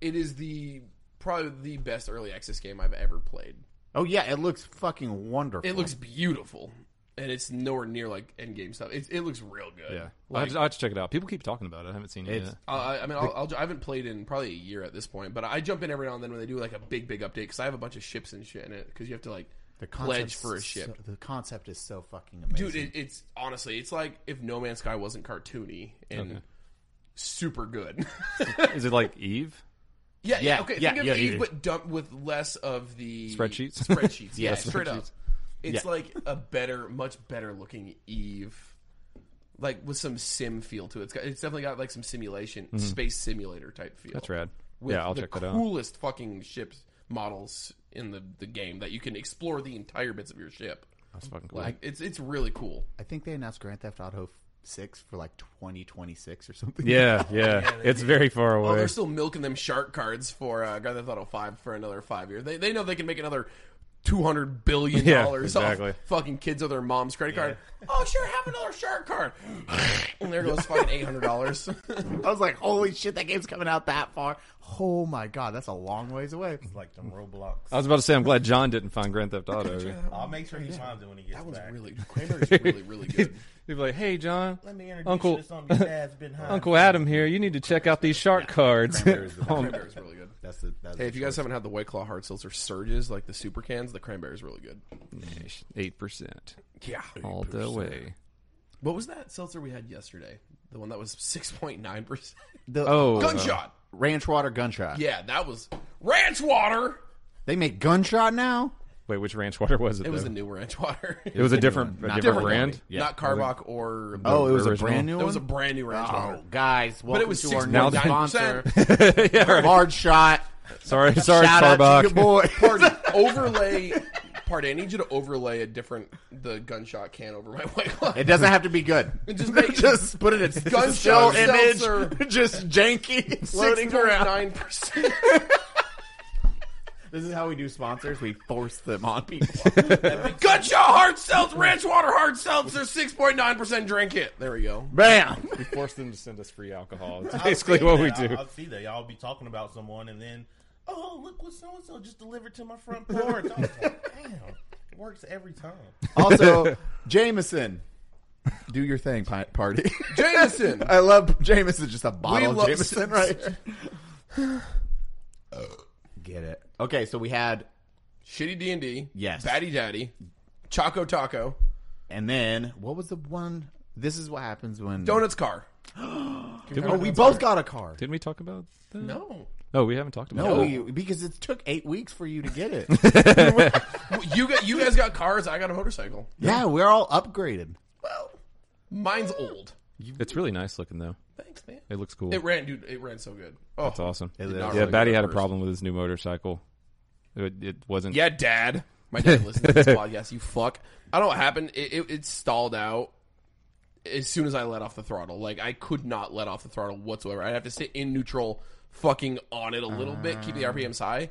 Speaker 2: it is the probably the best early access game I've ever played.
Speaker 1: oh yeah, it looks fucking wonderful.
Speaker 2: It looks beautiful, and it's nowhere near like end game stuff. It's, it looks real good. Uh,
Speaker 3: Yeah. I'll, have to, I'll have to check it out. People keep talking about it. I haven't seen it
Speaker 1: It's-
Speaker 3: yet.
Speaker 2: I I mean, I'll, I'll, I haven't played in probably a year at this point, but I jump in every now and then when they do like a big, big update because I have a bunch of ships and shit in it because you have to like pledge
Speaker 1: concept's
Speaker 2: for a ship.
Speaker 1: so- the concept is so fucking amazing.
Speaker 2: Dude, it, it's honestly, it's like if No Man's Sky wasn't cartoony and super good.
Speaker 3: Is it like Eve?
Speaker 2: yeah, yeah,
Speaker 1: Yeah,
Speaker 2: okay.
Speaker 1: yeah,
Speaker 2: think of
Speaker 1: yeah,
Speaker 2: Eve,
Speaker 1: yeah.
Speaker 2: but dump with less of the
Speaker 3: Spreadsheets?
Speaker 2: <laughs> Spreadsheets, yeah,
Speaker 1: Yeah,
Speaker 2: straight up.
Speaker 1: spreadsheets.
Speaker 2: It's
Speaker 1: Yeah.
Speaker 2: like a better, much better looking Eve, like with some sim feel to it. It's, got, it's definitely got like some simulation, space simulator type feel.
Speaker 3: That's rad.
Speaker 2: with
Speaker 3: yeah, I'll
Speaker 2: the
Speaker 3: check that out.
Speaker 2: coolest fucking ships models in the, the game that you can explore the entire bits of your ship.
Speaker 3: That's fucking cool.
Speaker 2: Like it's it's really cool.
Speaker 1: I think they announced Grand Theft Auto Six for like twenty twenty six or something.
Speaker 3: yeah, yeah. It's very far
Speaker 2: Oh,
Speaker 3: away.
Speaker 2: they're still milking them shark cards for uh, Grand Theft Auto Five for another five year. They they know they can make another two hundred
Speaker 3: <laughs>
Speaker 2: billion
Speaker 3: Yeah,
Speaker 2: dollars
Speaker 3: exactly.
Speaker 2: off fucking kids with their mom's credit card. Oh sure, have another shark card. <laughs> and there goes fucking eight hundred dollars.
Speaker 1: <laughs>
Speaker 2: <laughs>
Speaker 1: I was like, holy shit, that game's coming out that far. Oh my god, that's a long ways away.
Speaker 4: like them Roblox.
Speaker 3: I
Speaker 2: Oh,
Speaker 3: was about to say, I'm glad John didn't find Grand Theft Auto.
Speaker 4: I'll make sure he finds it when he gets
Speaker 2: that was
Speaker 4: back.
Speaker 2: really Kramer's
Speaker 3: <laughs>
Speaker 2: really really good.
Speaker 3: He'd be like, "Hey, John,
Speaker 4: Let me introduce
Speaker 3: Uncle
Speaker 4: you to something your dad's
Speaker 2: <laughs>
Speaker 4: been hiding.
Speaker 3: Uncle Adam here. You need to check out these shark cards." <laughs> Um,
Speaker 2: Cranberry's really good.
Speaker 1: That's the. That's
Speaker 2: Hey,
Speaker 1: the
Speaker 2: if you guys haven't had the White Claw hard seltzer surges like the super cans, the cranberry's really good.
Speaker 3: Eight percent
Speaker 2: Yeah.
Speaker 3: all the way.
Speaker 2: What was that seltzer we had yesterday? The one that was six point nine percent.
Speaker 1: the
Speaker 3: Oh, uh,
Speaker 2: Gunshot.
Speaker 1: ranch water gunshot.
Speaker 2: Yeah, that was ranch water.
Speaker 1: They make gunshot now.
Speaker 3: wait, which ranch water was it?
Speaker 2: It was
Speaker 3: though?
Speaker 2: the new ranch water. <laughs>
Speaker 3: It was a different, a
Speaker 1: Not
Speaker 3: different
Speaker 1: different
Speaker 3: brand.
Speaker 1: company. Yeah.
Speaker 2: Not Carbach or.
Speaker 1: Oh, it was
Speaker 3: original.
Speaker 1: a brand new
Speaker 2: That
Speaker 1: one.
Speaker 2: was a brand new ranch water.
Speaker 1: oh, guys, welcome
Speaker 2: But it was
Speaker 1: to our
Speaker 2: six
Speaker 1: new
Speaker 2: point
Speaker 3: Now
Speaker 2: nine
Speaker 1: <laughs> sponsor,
Speaker 2: percent.
Speaker 3: yeah, right.
Speaker 1: Hard Shot.
Speaker 3: Sorry, sorry,
Speaker 1: Shout out to
Speaker 3: Starbuck.
Speaker 1: your boy.
Speaker 2: Pardon. Overlay. Pardon. I need you to overlay a different the gunshot can over my
Speaker 1: <laughs>
Speaker 2: white claw.
Speaker 1: <laughs> It doesn't have to be good.
Speaker 2: just
Speaker 1: <laughs>
Speaker 2: make-
Speaker 1: Just put it in
Speaker 2: Gunshot
Speaker 1: still image,
Speaker 2: seltzer.
Speaker 1: <laughs> just janky, floating around.
Speaker 2: nine
Speaker 1: <laughs>
Speaker 2: percent.
Speaker 1: This is how we do sponsors. We force them on people.
Speaker 2: Gunshot hard seltzer, ranch water hard seltzer, six point nine percent. Drink it. There
Speaker 1: <laughs>
Speaker 2: we go.
Speaker 1: <laughs> Bam.
Speaker 3: We <laughs> forced them to send us free alcohol. It's
Speaker 4: I'll
Speaker 3: basically
Speaker 4: see
Speaker 3: what
Speaker 4: that.
Speaker 3: we
Speaker 4: I'll-
Speaker 3: do.
Speaker 4: I'll see that y'all be talking about someone, and then oh look what so and so just delivered to my front porch. I was
Speaker 2: <laughs>
Speaker 4: like, damn, it works every time.
Speaker 1: <laughs> Also, Jameson, do your thing, pi- party.
Speaker 2: Jameson.
Speaker 1: <laughs> I love Jameson. Just a bottle of
Speaker 2: love-
Speaker 1: Jameson, right? <laughs> here. Get it? Okay, so we had,
Speaker 2: Shitty D and D.
Speaker 1: Yes.
Speaker 2: Batty Daddy. Choco Taco.
Speaker 1: and then what was the one? This is what happens when
Speaker 2: Donuts Car.
Speaker 1: Oh, we both got a car.
Speaker 3: Didn't we talk about that?
Speaker 2: No.
Speaker 3: No, we haven't talked about
Speaker 1: No,
Speaker 3: that.
Speaker 1: we- because it took eight weeks for you to get <laughs> it.
Speaker 2: You got you guys got cars, I got a motorcycle.
Speaker 1: yeah, we're all upgraded.
Speaker 2: Well mine's old.
Speaker 3: It's really nice looking though.
Speaker 2: Thanks, man.
Speaker 3: It looks cool.
Speaker 2: It ran dude, it ran so good. Oh
Speaker 3: It's awesome.
Speaker 1: It is.
Speaker 2: not
Speaker 3: yeah,
Speaker 2: really
Speaker 3: Batty
Speaker 2: good at
Speaker 3: had a
Speaker 2: first.
Speaker 3: problem with his new motorcycle. It, it wasn't.
Speaker 2: Yeah, Dad. My dad
Speaker 3: <laughs>
Speaker 2: listens to this podcast. You fuck. I don't know what happened. It, it, it stalled out as soon as I let off the throttle. Like I could not let off the throttle whatsoever. I'd have to sit in neutral, fucking on it a little bit, keep the RPMs
Speaker 3: Ah.
Speaker 2: high.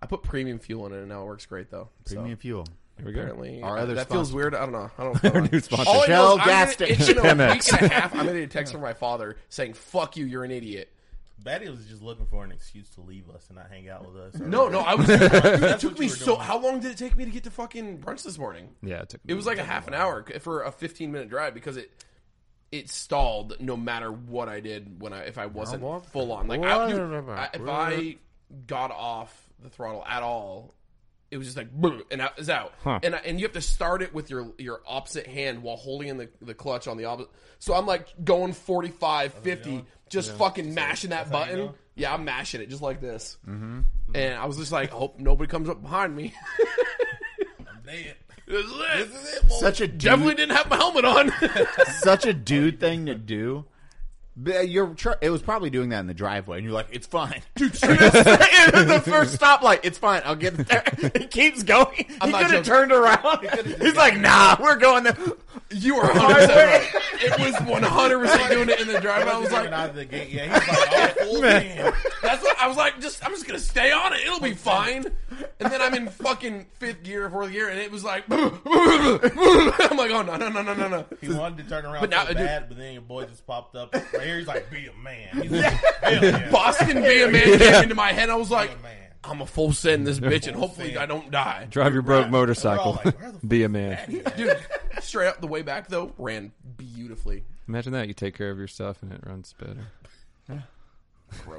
Speaker 2: I put premium fuel in it, and now it works great though.
Speaker 1: Premium
Speaker 2: so,
Speaker 1: fuel.
Speaker 3: Here we go.
Speaker 2: apparently,
Speaker 1: Our other
Speaker 2: that feels
Speaker 1: sponsor.
Speaker 2: weird. I don't know.
Speaker 3: <laughs>
Speaker 2: I don't. Know.
Speaker 3: New sponsor.
Speaker 2: All I know is
Speaker 1: Shell
Speaker 2: I'm
Speaker 1: gas
Speaker 2: gonna-
Speaker 1: station.
Speaker 3: <laughs>
Speaker 2: it's been a week
Speaker 3: MX.
Speaker 2: and a half. I'm gonna get a text from my father saying, "Fuck you, you're an idiot."
Speaker 4: Batty was just looking for an excuse to leave us and not hang out with us.
Speaker 2: No, no,
Speaker 4: <laughs>
Speaker 2: I was. it
Speaker 4: what
Speaker 2: took
Speaker 4: you
Speaker 2: me
Speaker 4: were
Speaker 2: so.
Speaker 4: doing.
Speaker 2: How long did it take me to get to fucking brunch this morning?
Speaker 3: Yeah, it took.
Speaker 2: It was like a half an hour c- for a 15 minute drive because it it stalled no matter what I did when I if I wasn't full on like I, dude, I, if I got off the throttle at all it was just like "Brr," and out, it's out.
Speaker 3: Huh.
Speaker 2: And I, and you have to start it with your your opposite hand while holding in the, the clutch on the opposite. So I'm like going 45,
Speaker 4: Oh,
Speaker 2: 50, just fucking mashing that
Speaker 4: how you
Speaker 2: button.
Speaker 4: know?
Speaker 2: Yeah, I'm mashing it just like this. And I was just like, hope nobody comes up behind me. <laughs>
Speaker 4: <laughs> They-
Speaker 2: this is it.
Speaker 4: This is it, boy.
Speaker 1: Such a dude,
Speaker 2: Definitely didn't have my helmet on. <laughs>
Speaker 1: such a dude thing to do. But you're tr- it was probably doing that in the driveway, and you're like, "It's fine, <laughs> dude."
Speaker 2: <laughs>
Speaker 1: the first stoplight, it's fine. I'll get there. He keeps going. he
Speaker 2: not
Speaker 1: could have
Speaker 2: joking.
Speaker 1: turned <laughs> around. He's like, "Nah, we're going there."
Speaker 2: <laughs> you are 100% right. <laughs> It was 100% doing it in the driveway. I was like,
Speaker 4: out of the gate. Yeah, he's like, <laughs> oh, full man.
Speaker 2: That's what I was like. Just I'm just gonna stay on it. It'll be fine. And then I'm in fucking fifth gear, fourth gear, and it was like <laughs> I'm like, oh no, no, no, no, no, no.
Speaker 4: He wanted to turn around
Speaker 2: But now-
Speaker 4: so
Speaker 2: dude-
Speaker 4: bad, but then your boy just popped up right here. He's like, be a man. He's like, hell yeah.
Speaker 2: Boston be a man came into my head. I was
Speaker 4: Be
Speaker 2: like,
Speaker 4: a man.
Speaker 2: I'm a full send this bitch, and hopefully I don't die.
Speaker 3: Drive your broke
Speaker 4: We're all
Speaker 3: motorcycle. <laughs>
Speaker 4: like, where the
Speaker 3: Be a man.
Speaker 4: fuck-
Speaker 2: Dude, straight up the way back though ran beautifully.
Speaker 3: Imagine that. You take care of your stuff and it runs better.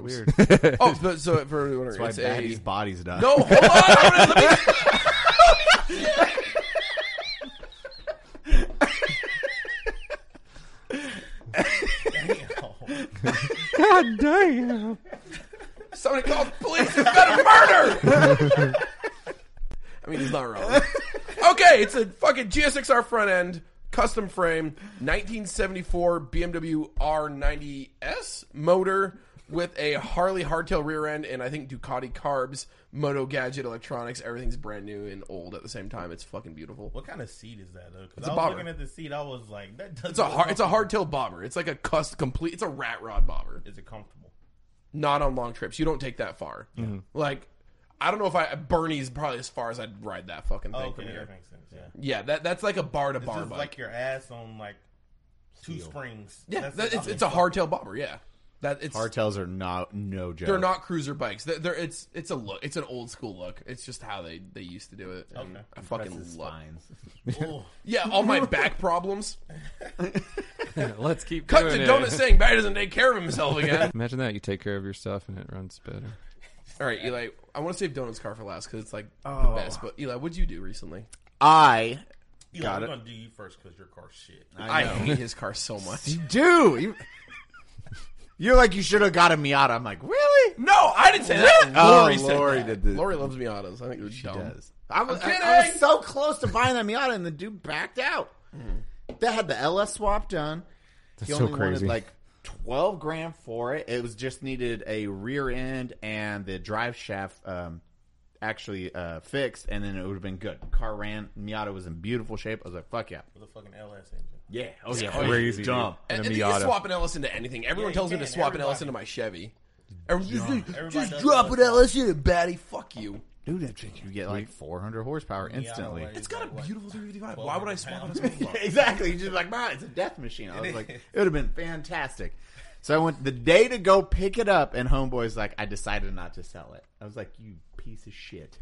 Speaker 1: Weird.
Speaker 2: Oh, but so for everyone,
Speaker 1: That's why
Speaker 2: it's
Speaker 1: Batty's
Speaker 2: a
Speaker 1: body's done.
Speaker 2: no. Hold on, I'm gonna- let me-
Speaker 4: Damn.
Speaker 3: God damn.
Speaker 2: somebody called the police. It's not a murder. <laughs> I mean, he's not wrong. Okay, it's a fucking GSXR front end, custom frame, 1974 BMW R90S motor with a Harley hardtail rear end, and I think Ducati carbs, Moto Gadget electronics. Everything's brand new and old at the same time. It's fucking beautiful.
Speaker 4: What kind of seat is that though? Because
Speaker 2: It's a
Speaker 4: I was
Speaker 2: bobber.
Speaker 4: looking at the seat, I was like, that doesn't.
Speaker 2: It's a hard, it's a hardtail bobber. It's like a cust complete. It's a rat rod bobber.
Speaker 4: Is it comfortable?
Speaker 2: not on long trips. You don't take that far.
Speaker 1: Mm-hmm.
Speaker 2: Like, I don't know if I Bernie's probably as far as I'd ride that fucking thing
Speaker 4: Oh, okay,
Speaker 2: from
Speaker 4: that
Speaker 2: here.
Speaker 4: makes sense. Yeah,
Speaker 2: Yeah, that that's like a bar to
Speaker 4: it's
Speaker 2: bar
Speaker 4: just
Speaker 2: bike.
Speaker 4: like your ass on like two springs.
Speaker 2: yeah, that,
Speaker 4: it.
Speaker 2: it's, it's a hardtail bobber. Yeah, that it's
Speaker 1: Cartels are not no joke.
Speaker 2: they're not cruiser bikes. They're, they're it's it's a look. It's an old school look. It's just how they they used to do it. And
Speaker 4: Okay.
Speaker 2: I
Speaker 1: That's
Speaker 2: fucking love.
Speaker 1: his spines.
Speaker 4: Ooh,
Speaker 2: Yeah,
Speaker 1: <laughs>
Speaker 2: all my back problems.
Speaker 3: Let's keep
Speaker 2: Cut
Speaker 3: doing
Speaker 2: to
Speaker 3: it.
Speaker 2: Donut <laughs> saying Barry doesn't take care of himself again. <laughs>
Speaker 3: Imagine that. You take care of your stuff and it runs better.
Speaker 2: all right, Eli. I want to save Donut's car for last because it's like the
Speaker 1: Oh.
Speaker 2: best. But Eli, what'd you do recently?
Speaker 1: I
Speaker 4: Eli,
Speaker 1: Got
Speaker 4: I'm
Speaker 1: it.
Speaker 4: gonna do you first because your car's shit.
Speaker 2: I,
Speaker 1: I know.
Speaker 2: hate his
Speaker 1: <laughs>
Speaker 2: car so much.
Speaker 1: you do. You- You're like you should have got a Miata. I'm like, really?
Speaker 2: No, I didn't say that.
Speaker 1: Oh,
Speaker 2: Lori said
Speaker 1: Lori
Speaker 2: that.
Speaker 1: did this.
Speaker 2: Lori loves Miatas. I think it was dumb.
Speaker 1: does. I was, I-
Speaker 2: I'm
Speaker 1: I was
Speaker 2: kidding! Hmm.
Speaker 1: so close to buying that Miata, and the dude backed out. That had the LS swap done. he
Speaker 3: so
Speaker 1: only
Speaker 3: crazy.
Speaker 1: wanted like twelve grand for it. It was just needed a rear end and the drive shaft um, actually uh, fixed, and then it would have been good. Car ran. Miata was in beautiful shape. I was like, fuck yeah,
Speaker 4: With a fucking LS engine.
Speaker 1: yeah, oh yeah,
Speaker 3: Crazy.
Speaker 1: dumb.
Speaker 3: dude.
Speaker 2: And,
Speaker 3: And a
Speaker 2: and you can
Speaker 3: Miata.
Speaker 2: swap an LS into anything. Everyone
Speaker 4: Yeah, you
Speaker 2: tells me
Speaker 4: can.
Speaker 2: to swap an LS
Speaker 4: Everybody.
Speaker 2: into my Chevy. Everyone just-
Speaker 4: Everybody
Speaker 2: just
Speaker 4: does
Speaker 2: drop
Speaker 4: LS.
Speaker 2: an LS in it, baddie. Fuck you.
Speaker 1: Dude, that thing, you get like four hundred horsepower instantly.
Speaker 4: like-
Speaker 2: It's got a
Speaker 4: like what?
Speaker 2: beautiful 355. Why would I swap it?
Speaker 4: pounds.
Speaker 2: as well?
Speaker 1: <laughs> exactly. You're just like, man, it's a death machine. I was like, it would have been fantastic. So I went the day to go pick it up, and Homeboy's like, I decided not to sell it. I was like, you piece of shit,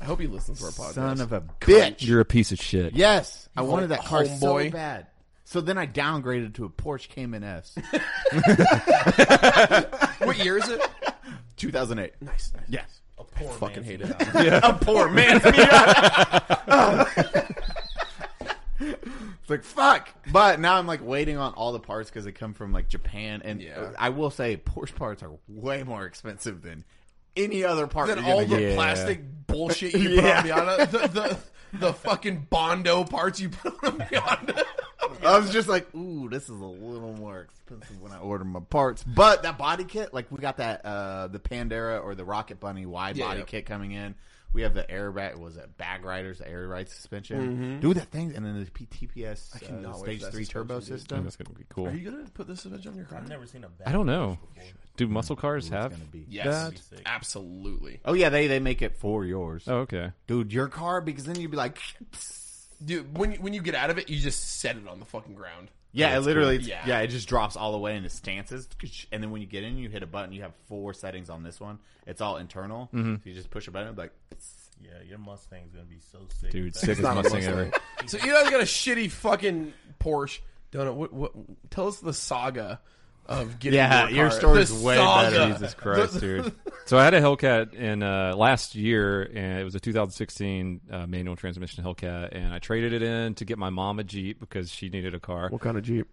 Speaker 2: I hope he listens to our podcast.
Speaker 1: son of a bitch.
Speaker 3: You're a piece of shit.
Speaker 1: yes, I wanted
Speaker 2: like,
Speaker 1: that car so
Speaker 2: homeboy.
Speaker 1: bad. So then I downgraded to a Porsche Cayman S,
Speaker 2: what year is it?
Speaker 1: 2008.
Speaker 2: <laughs> Nice. nice.
Speaker 1: Yes,
Speaker 4: A poor
Speaker 2: Fucking hate it. <laughs>
Speaker 1: a poor man's Miata. <laughs> It's like fuck, but now I'm like waiting on all the parts because they come from like Japan, and
Speaker 2: Yeah.
Speaker 1: I will say Porsche parts are way more expensive than any other part.
Speaker 2: Then
Speaker 1: you're
Speaker 2: all
Speaker 1: gonna
Speaker 2: the
Speaker 1: get.
Speaker 2: plastic bullshit you put
Speaker 1: Yeah.
Speaker 2: on Miata, the, the, the fucking Bondo parts you put on a Miata.
Speaker 1: I was just like, ooh, this is a little more expensive when I order my parts. But that body kit, like we got that uh the Pandera or the Rocket Bunny wide
Speaker 2: Yeah,
Speaker 1: body
Speaker 2: yeah.
Speaker 1: kit coming in. We have the air bag, was it bag riders, the air ride suspension,
Speaker 2: Mm-hmm.
Speaker 1: dude. That thing, and then the P- TPS uh,
Speaker 2: cannot wait
Speaker 1: stage
Speaker 2: for that
Speaker 1: three turbo
Speaker 2: suspension, dude.
Speaker 1: system.
Speaker 3: That's gonna be cool.
Speaker 2: Are you going to put this image on your car?
Speaker 4: I've never seen a bad
Speaker 3: I don't know.
Speaker 4: Porsche before.
Speaker 3: Do muscle cars have
Speaker 1: gonna be-
Speaker 2: Yes.
Speaker 3: that?
Speaker 4: Sick.
Speaker 2: Absolutely.
Speaker 1: Oh yeah, they they make it for yours,
Speaker 3: Oh, okay.
Speaker 1: dude. Your car, because then you'd be like, <sniffs>
Speaker 2: Dude, when you, when you get out of it, you just set it on the fucking ground.
Speaker 1: yeah, it literally, it's-
Speaker 2: Yeah.
Speaker 1: yeah. it just drops all the way into stances, and then when you get in, you hit a button. You have four settings on this one. It's all internal. So you just push a button, it'll be like.
Speaker 4: Yeah, your Mustang's gonna be so sick. <laughs>
Speaker 3: Dude,
Speaker 4: That-
Speaker 3: sickest
Speaker 2: not a
Speaker 3: Mustang
Speaker 2: Mustang.
Speaker 3: ever.
Speaker 2: So Eli's got a shitty fucking Porsche. Donut, what, what, tell us the saga of getting
Speaker 1: Yeah,
Speaker 2: your,
Speaker 1: your
Speaker 2: car.
Speaker 1: story's
Speaker 2: The
Speaker 1: way
Speaker 2: saga.
Speaker 1: better.
Speaker 3: Jesus Christ, dude. So I had a Hellcat in uh, last year, and it was a 2016 uh, manual transmission Hellcat, and I traded it in to get my mom a Jeep because she needed a car.
Speaker 2: kind of Jeep?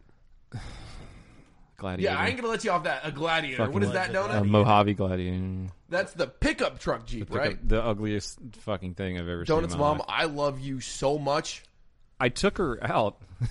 Speaker 3: Gladiator,
Speaker 2: Yeah, I ain't gonna let you off that. A gladiator. what is that
Speaker 4: Fucking
Speaker 3: a
Speaker 2: donut?
Speaker 4: legend.
Speaker 3: Mojave Gladiator,
Speaker 2: That's the pickup truck Jeep,
Speaker 3: Like a-
Speaker 2: right?
Speaker 3: the ugliest fucking thing I've ever seen.
Speaker 2: Donut's
Speaker 3: in my
Speaker 2: mom,
Speaker 3: life.
Speaker 2: I love you so much.
Speaker 3: I took her out.
Speaker 1: <laughs>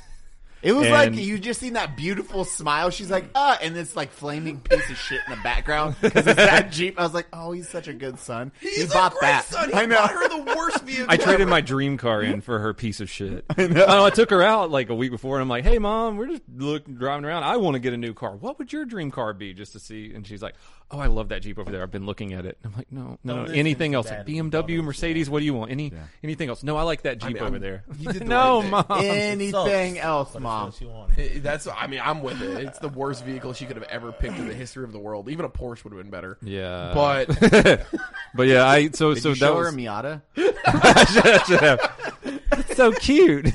Speaker 1: It was
Speaker 3: And-
Speaker 1: like you just seen that beautiful smile. She's like, ah, and this like flaming piece of shit in the background because it's
Speaker 3: <laughs>
Speaker 1: that Jeep. I was like, oh, he's such a good son. he
Speaker 2: He's
Speaker 1: bought
Speaker 2: a great
Speaker 1: that.
Speaker 2: son. He
Speaker 1: I know.
Speaker 2: bought her the worst vehicle.
Speaker 3: I
Speaker 2: ever.
Speaker 3: traded my dream car in for her piece of shit. I know. I, took her out like a week before, and I'm like, "Hey, mom, we're just look, driving around. I want to get a new car. What would your dream car be?" Just to see. And she's like, "Oh, I love that Jeep over there. I've been looking at it." And I'm like, "No, no,
Speaker 4: No,
Speaker 3: no.
Speaker 4: this
Speaker 3: anything
Speaker 4: is
Speaker 3: else?
Speaker 4: bad.
Speaker 3: Like BMW,
Speaker 4: Donald's,
Speaker 3: Mercedes. What do you want? Any anything else? No, I like that Jeep
Speaker 2: mean,
Speaker 3: over
Speaker 2: I'm-
Speaker 3: there.
Speaker 2: you did the
Speaker 3: no,
Speaker 2: right
Speaker 3: mom.
Speaker 1: <laughs>
Speaker 2: thing.
Speaker 1: Anything
Speaker 4: Sucks.
Speaker 1: else,
Speaker 4: But it's
Speaker 1: mom?
Speaker 4: what you wanted.
Speaker 2: It- That's. I mean, I'm with it. It's the worst vehicle she could have ever picked in the history of the world. Even a Porsche would have been better.
Speaker 3: Yeah,
Speaker 2: But
Speaker 3: but yeah, I so
Speaker 1: Did
Speaker 3: so
Speaker 1: you
Speaker 3: that
Speaker 1: show
Speaker 3: was
Speaker 1: her a Miata?
Speaker 3: so cute.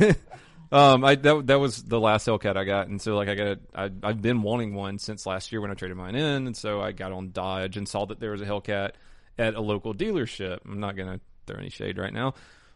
Speaker 3: um, I that that was the last Hellcat I got, and so like I got a, I I've been wanting one since last year when I traded mine in, and so I got on Dodge and saw that there was a Hellcat at a local dealership. I'm not gonna throw any shade right now,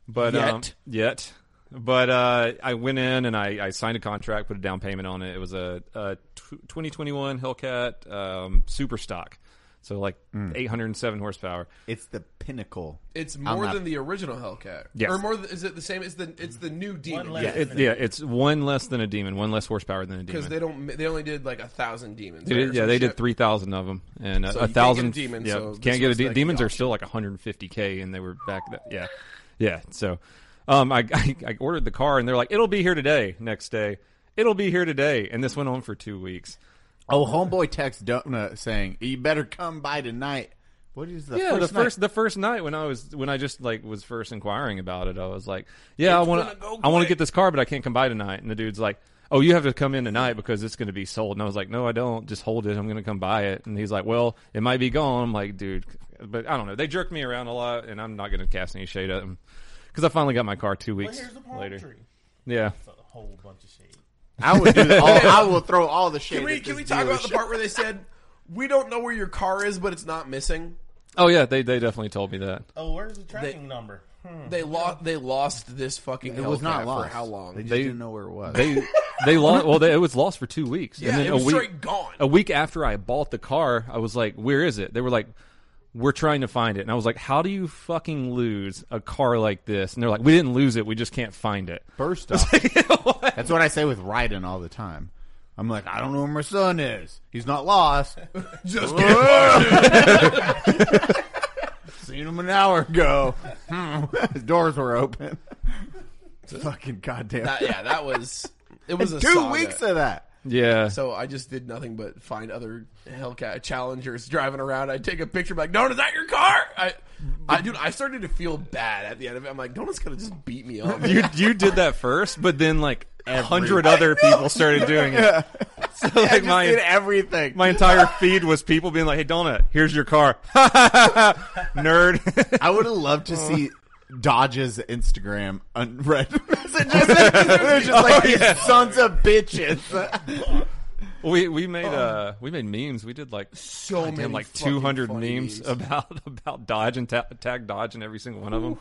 Speaker 3: but um,
Speaker 2: Yet.
Speaker 3: yet. But uh, I went in and I, I signed a contract, put a down payment on it. It was a, a tw 2021 Hellcat um, Super Stock, so like
Speaker 2: Mm.
Speaker 3: 807 horsepower.
Speaker 1: It's the pinnacle.
Speaker 2: it's more
Speaker 1: not-
Speaker 2: than the original Hellcat.
Speaker 3: Yes.
Speaker 2: Or more. Than, is it the same? It's the. It's the new demon.
Speaker 4: less.
Speaker 3: It, yeah, it's one less than a demon, one less horsepower than a demon.
Speaker 2: Because they don't. They only did like a thousand demons.
Speaker 3: They
Speaker 2: right,
Speaker 3: did-
Speaker 2: or
Speaker 3: yeah,
Speaker 2: some
Speaker 3: they
Speaker 2: shit.
Speaker 3: did three thousand of them, and uh,
Speaker 2: So
Speaker 3: a
Speaker 2: you can't get a
Speaker 3: thousand.
Speaker 2: demon,
Speaker 3: yeah,
Speaker 2: so this
Speaker 3: can't get a
Speaker 2: was
Speaker 3: de-
Speaker 2: like the
Speaker 3: demons are
Speaker 2: option.
Speaker 3: still like 150k, and they were back. That, yeah, yeah. So, um, I, <laughs> I I ordered the car, and they're like, it'll be here today. Next day, it'll be here today, and this went on for two weeks.
Speaker 1: Oh, homeboy text Donut saying, "You better come by tonight." What is the
Speaker 3: Yeah,
Speaker 1: first
Speaker 3: the
Speaker 1: night?
Speaker 3: first the first night when I was when I just like was first inquiring about it, I was like, yeah, I want
Speaker 2: gonna
Speaker 3: to
Speaker 2: go
Speaker 3: I want to
Speaker 2: quick.
Speaker 3: get this car, but I can't come by tonight. And the dude's like, oh, you have to come in tonight because it's going to be sold. And I was like, no, I don't. Just hold it. I'm going to come buy it. And he's like, well, it might be gone. I'm like, dude, but I don't know. They jerked me around a lot, and I'm not going to cast any shade at them because I finally got my car two
Speaker 4: But
Speaker 3: weeks
Speaker 4: here's the palm
Speaker 3: later.
Speaker 4: tree.
Speaker 3: Yeah,
Speaker 4: It's a whole bunch of shade.
Speaker 1: I would
Speaker 3: <laughs>
Speaker 1: do all, I will throw all the shade.
Speaker 2: Can we
Speaker 1: at
Speaker 2: can we
Speaker 1: this
Speaker 2: talk about the
Speaker 1: dealership.
Speaker 2: part where they said we don't know where your car is, but it's not missing?
Speaker 3: oh yeah, they they definitely told me
Speaker 2: <laughs>
Speaker 3: that.
Speaker 4: Oh, where's the tracking number? Hmm.
Speaker 2: They lost. They lost this fucking.
Speaker 1: It was not
Speaker 2: long.
Speaker 1: lost.
Speaker 2: For how long?
Speaker 1: They just
Speaker 3: They-
Speaker 1: didn't know where it was.
Speaker 3: They they lost. Well, they, it was lost for two weeks.
Speaker 2: yeah,
Speaker 3: and then
Speaker 2: it
Speaker 3: a
Speaker 2: was
Speaker 3: week,
Speaker 2: straight gone.
Speaker 3: a week after I bought the car, I was like, "Where is it?" They were like, "We're trying to find it." And I was like, "How do you fucking lose a car like this?" And they're like, "We didn't lose it. We just can't find it."
Speaker 1: <laughs> First off, that's what I say with Ryden all the time. I'm like, I don't know where my son is. He's not lost. <laughs>
Speaker 2: Just
Speaker 1: Seen him an hour ago. Hmm. His doors were open. Fucking goddamn.
Speaker 2: that, yeah,
Speaker 3: <laughs>
Speaker 2: that was. It was
Speaker 1: two
Speaker 2: a saga.
Speaker 1: weeks of <laughs> that.
Speaker 3: Yeah.
Speaker 2: So I just did nothing but find other Hellcat Challengers driving around. I take a picture, like, "Donut, is that your car?" I, I, dude, I started to feel bad at the end of it. I'm like, "Donut's gonna just beat me
Speaker 3: <laughs>
Speaker 2: up."
Speaker 3: <laughs> you you did that first, but then like a hundred other
Speaker 1: <laughs>
Speaker 3: people started doing it. <laughs> So
Speaker 1: I
Speaker 3: like
Speaker 1: just did
Speaker 3: my
Speaker 1: everything.
Speaker 3: my entire feed was people being like, "Hey, Donut, here's your car, <laughs> nerd." <laughs>
Speaker 1: I would have loved <laughs> to see Dodge's Instagram unread <laughs> messages. They're just like, these sons of bitches.
Speaker 3: we we made
Speaker 1: Oh.
Speaker 3: uh we made memes. We did like
Speaker 2: so
Speaker 3: Damn,
Speaker 2: many
Speaker 3: like
Speaker 2: fucking
Speaker 3: 200
Speaker 2: funny
Speaker 3: memes, about <laughs> about Dodge and ta- tag Dodge and every single one of them.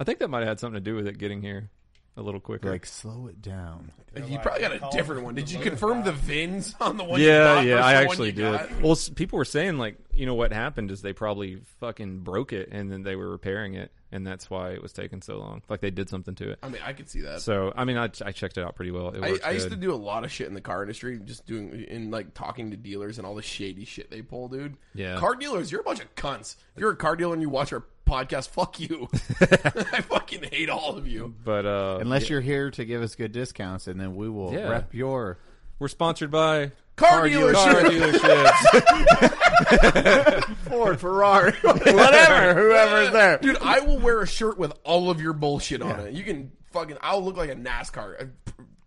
Speaker 3: I think that might have had something to do with it getting here a little quicker.
Speaker 1: Like, slow it down.
Speaker 2: You probably got a different one. Did you confirm the VINs on the one? you
Speaker 3: yeah,
Speaker 2: bought
Speaker 3: yeah,
Speaker 2: versus
Speaker 3: I
Speaker 2: the one
Speaker 3: actually
Speaker 2: you
Speaker 3: did.
Speaker 2: got?
Speaker 3: Well, s- people were saying like, you know what happened is they probably fucking broke it and then they were repairing it and that's why it was taking so long. Like they did something to it.
Speaker 2: I mean, I could see that.
Speaker 3: So, I mean, I, I checked it out pretty well. It
Speaker 2: I,
Speaker 3: worked
Speaker 2: I used to
Speaker 3: good.
Speaker 2: do a lot of shit in the car industry, just doing in like talking to dealers and all the shady shit they pull, dude.
Speaker 3: Yeah.
Speaker 2: car dealers, you're a bunch of cunts. If you're a car dealer and you watch our podcast,
Speaker 3: <laughs>
Speaker 2: fuck you. I fucking hate all of you.
Speaker 3: but uh
Speaker 1: Unless you're here to give us good discounts, and then we will
Speaker 3: Yeah.
Speaker 1: rep your.
Speaker 2: <laughs>
Speaker 3: we're sponsored by
Speaker 2: Car, dealers,
Speaker 3: car
Speaker 2: <laughs>
Speaker 3: dealerships.
Speaker 1: Ford, Ferrari, whatever, <laughs> whoever's there.
Speaker 2: dude. I will wear a shirt with all of your bullshit on it. You can fucking. I'll look like a NASCAR. uh,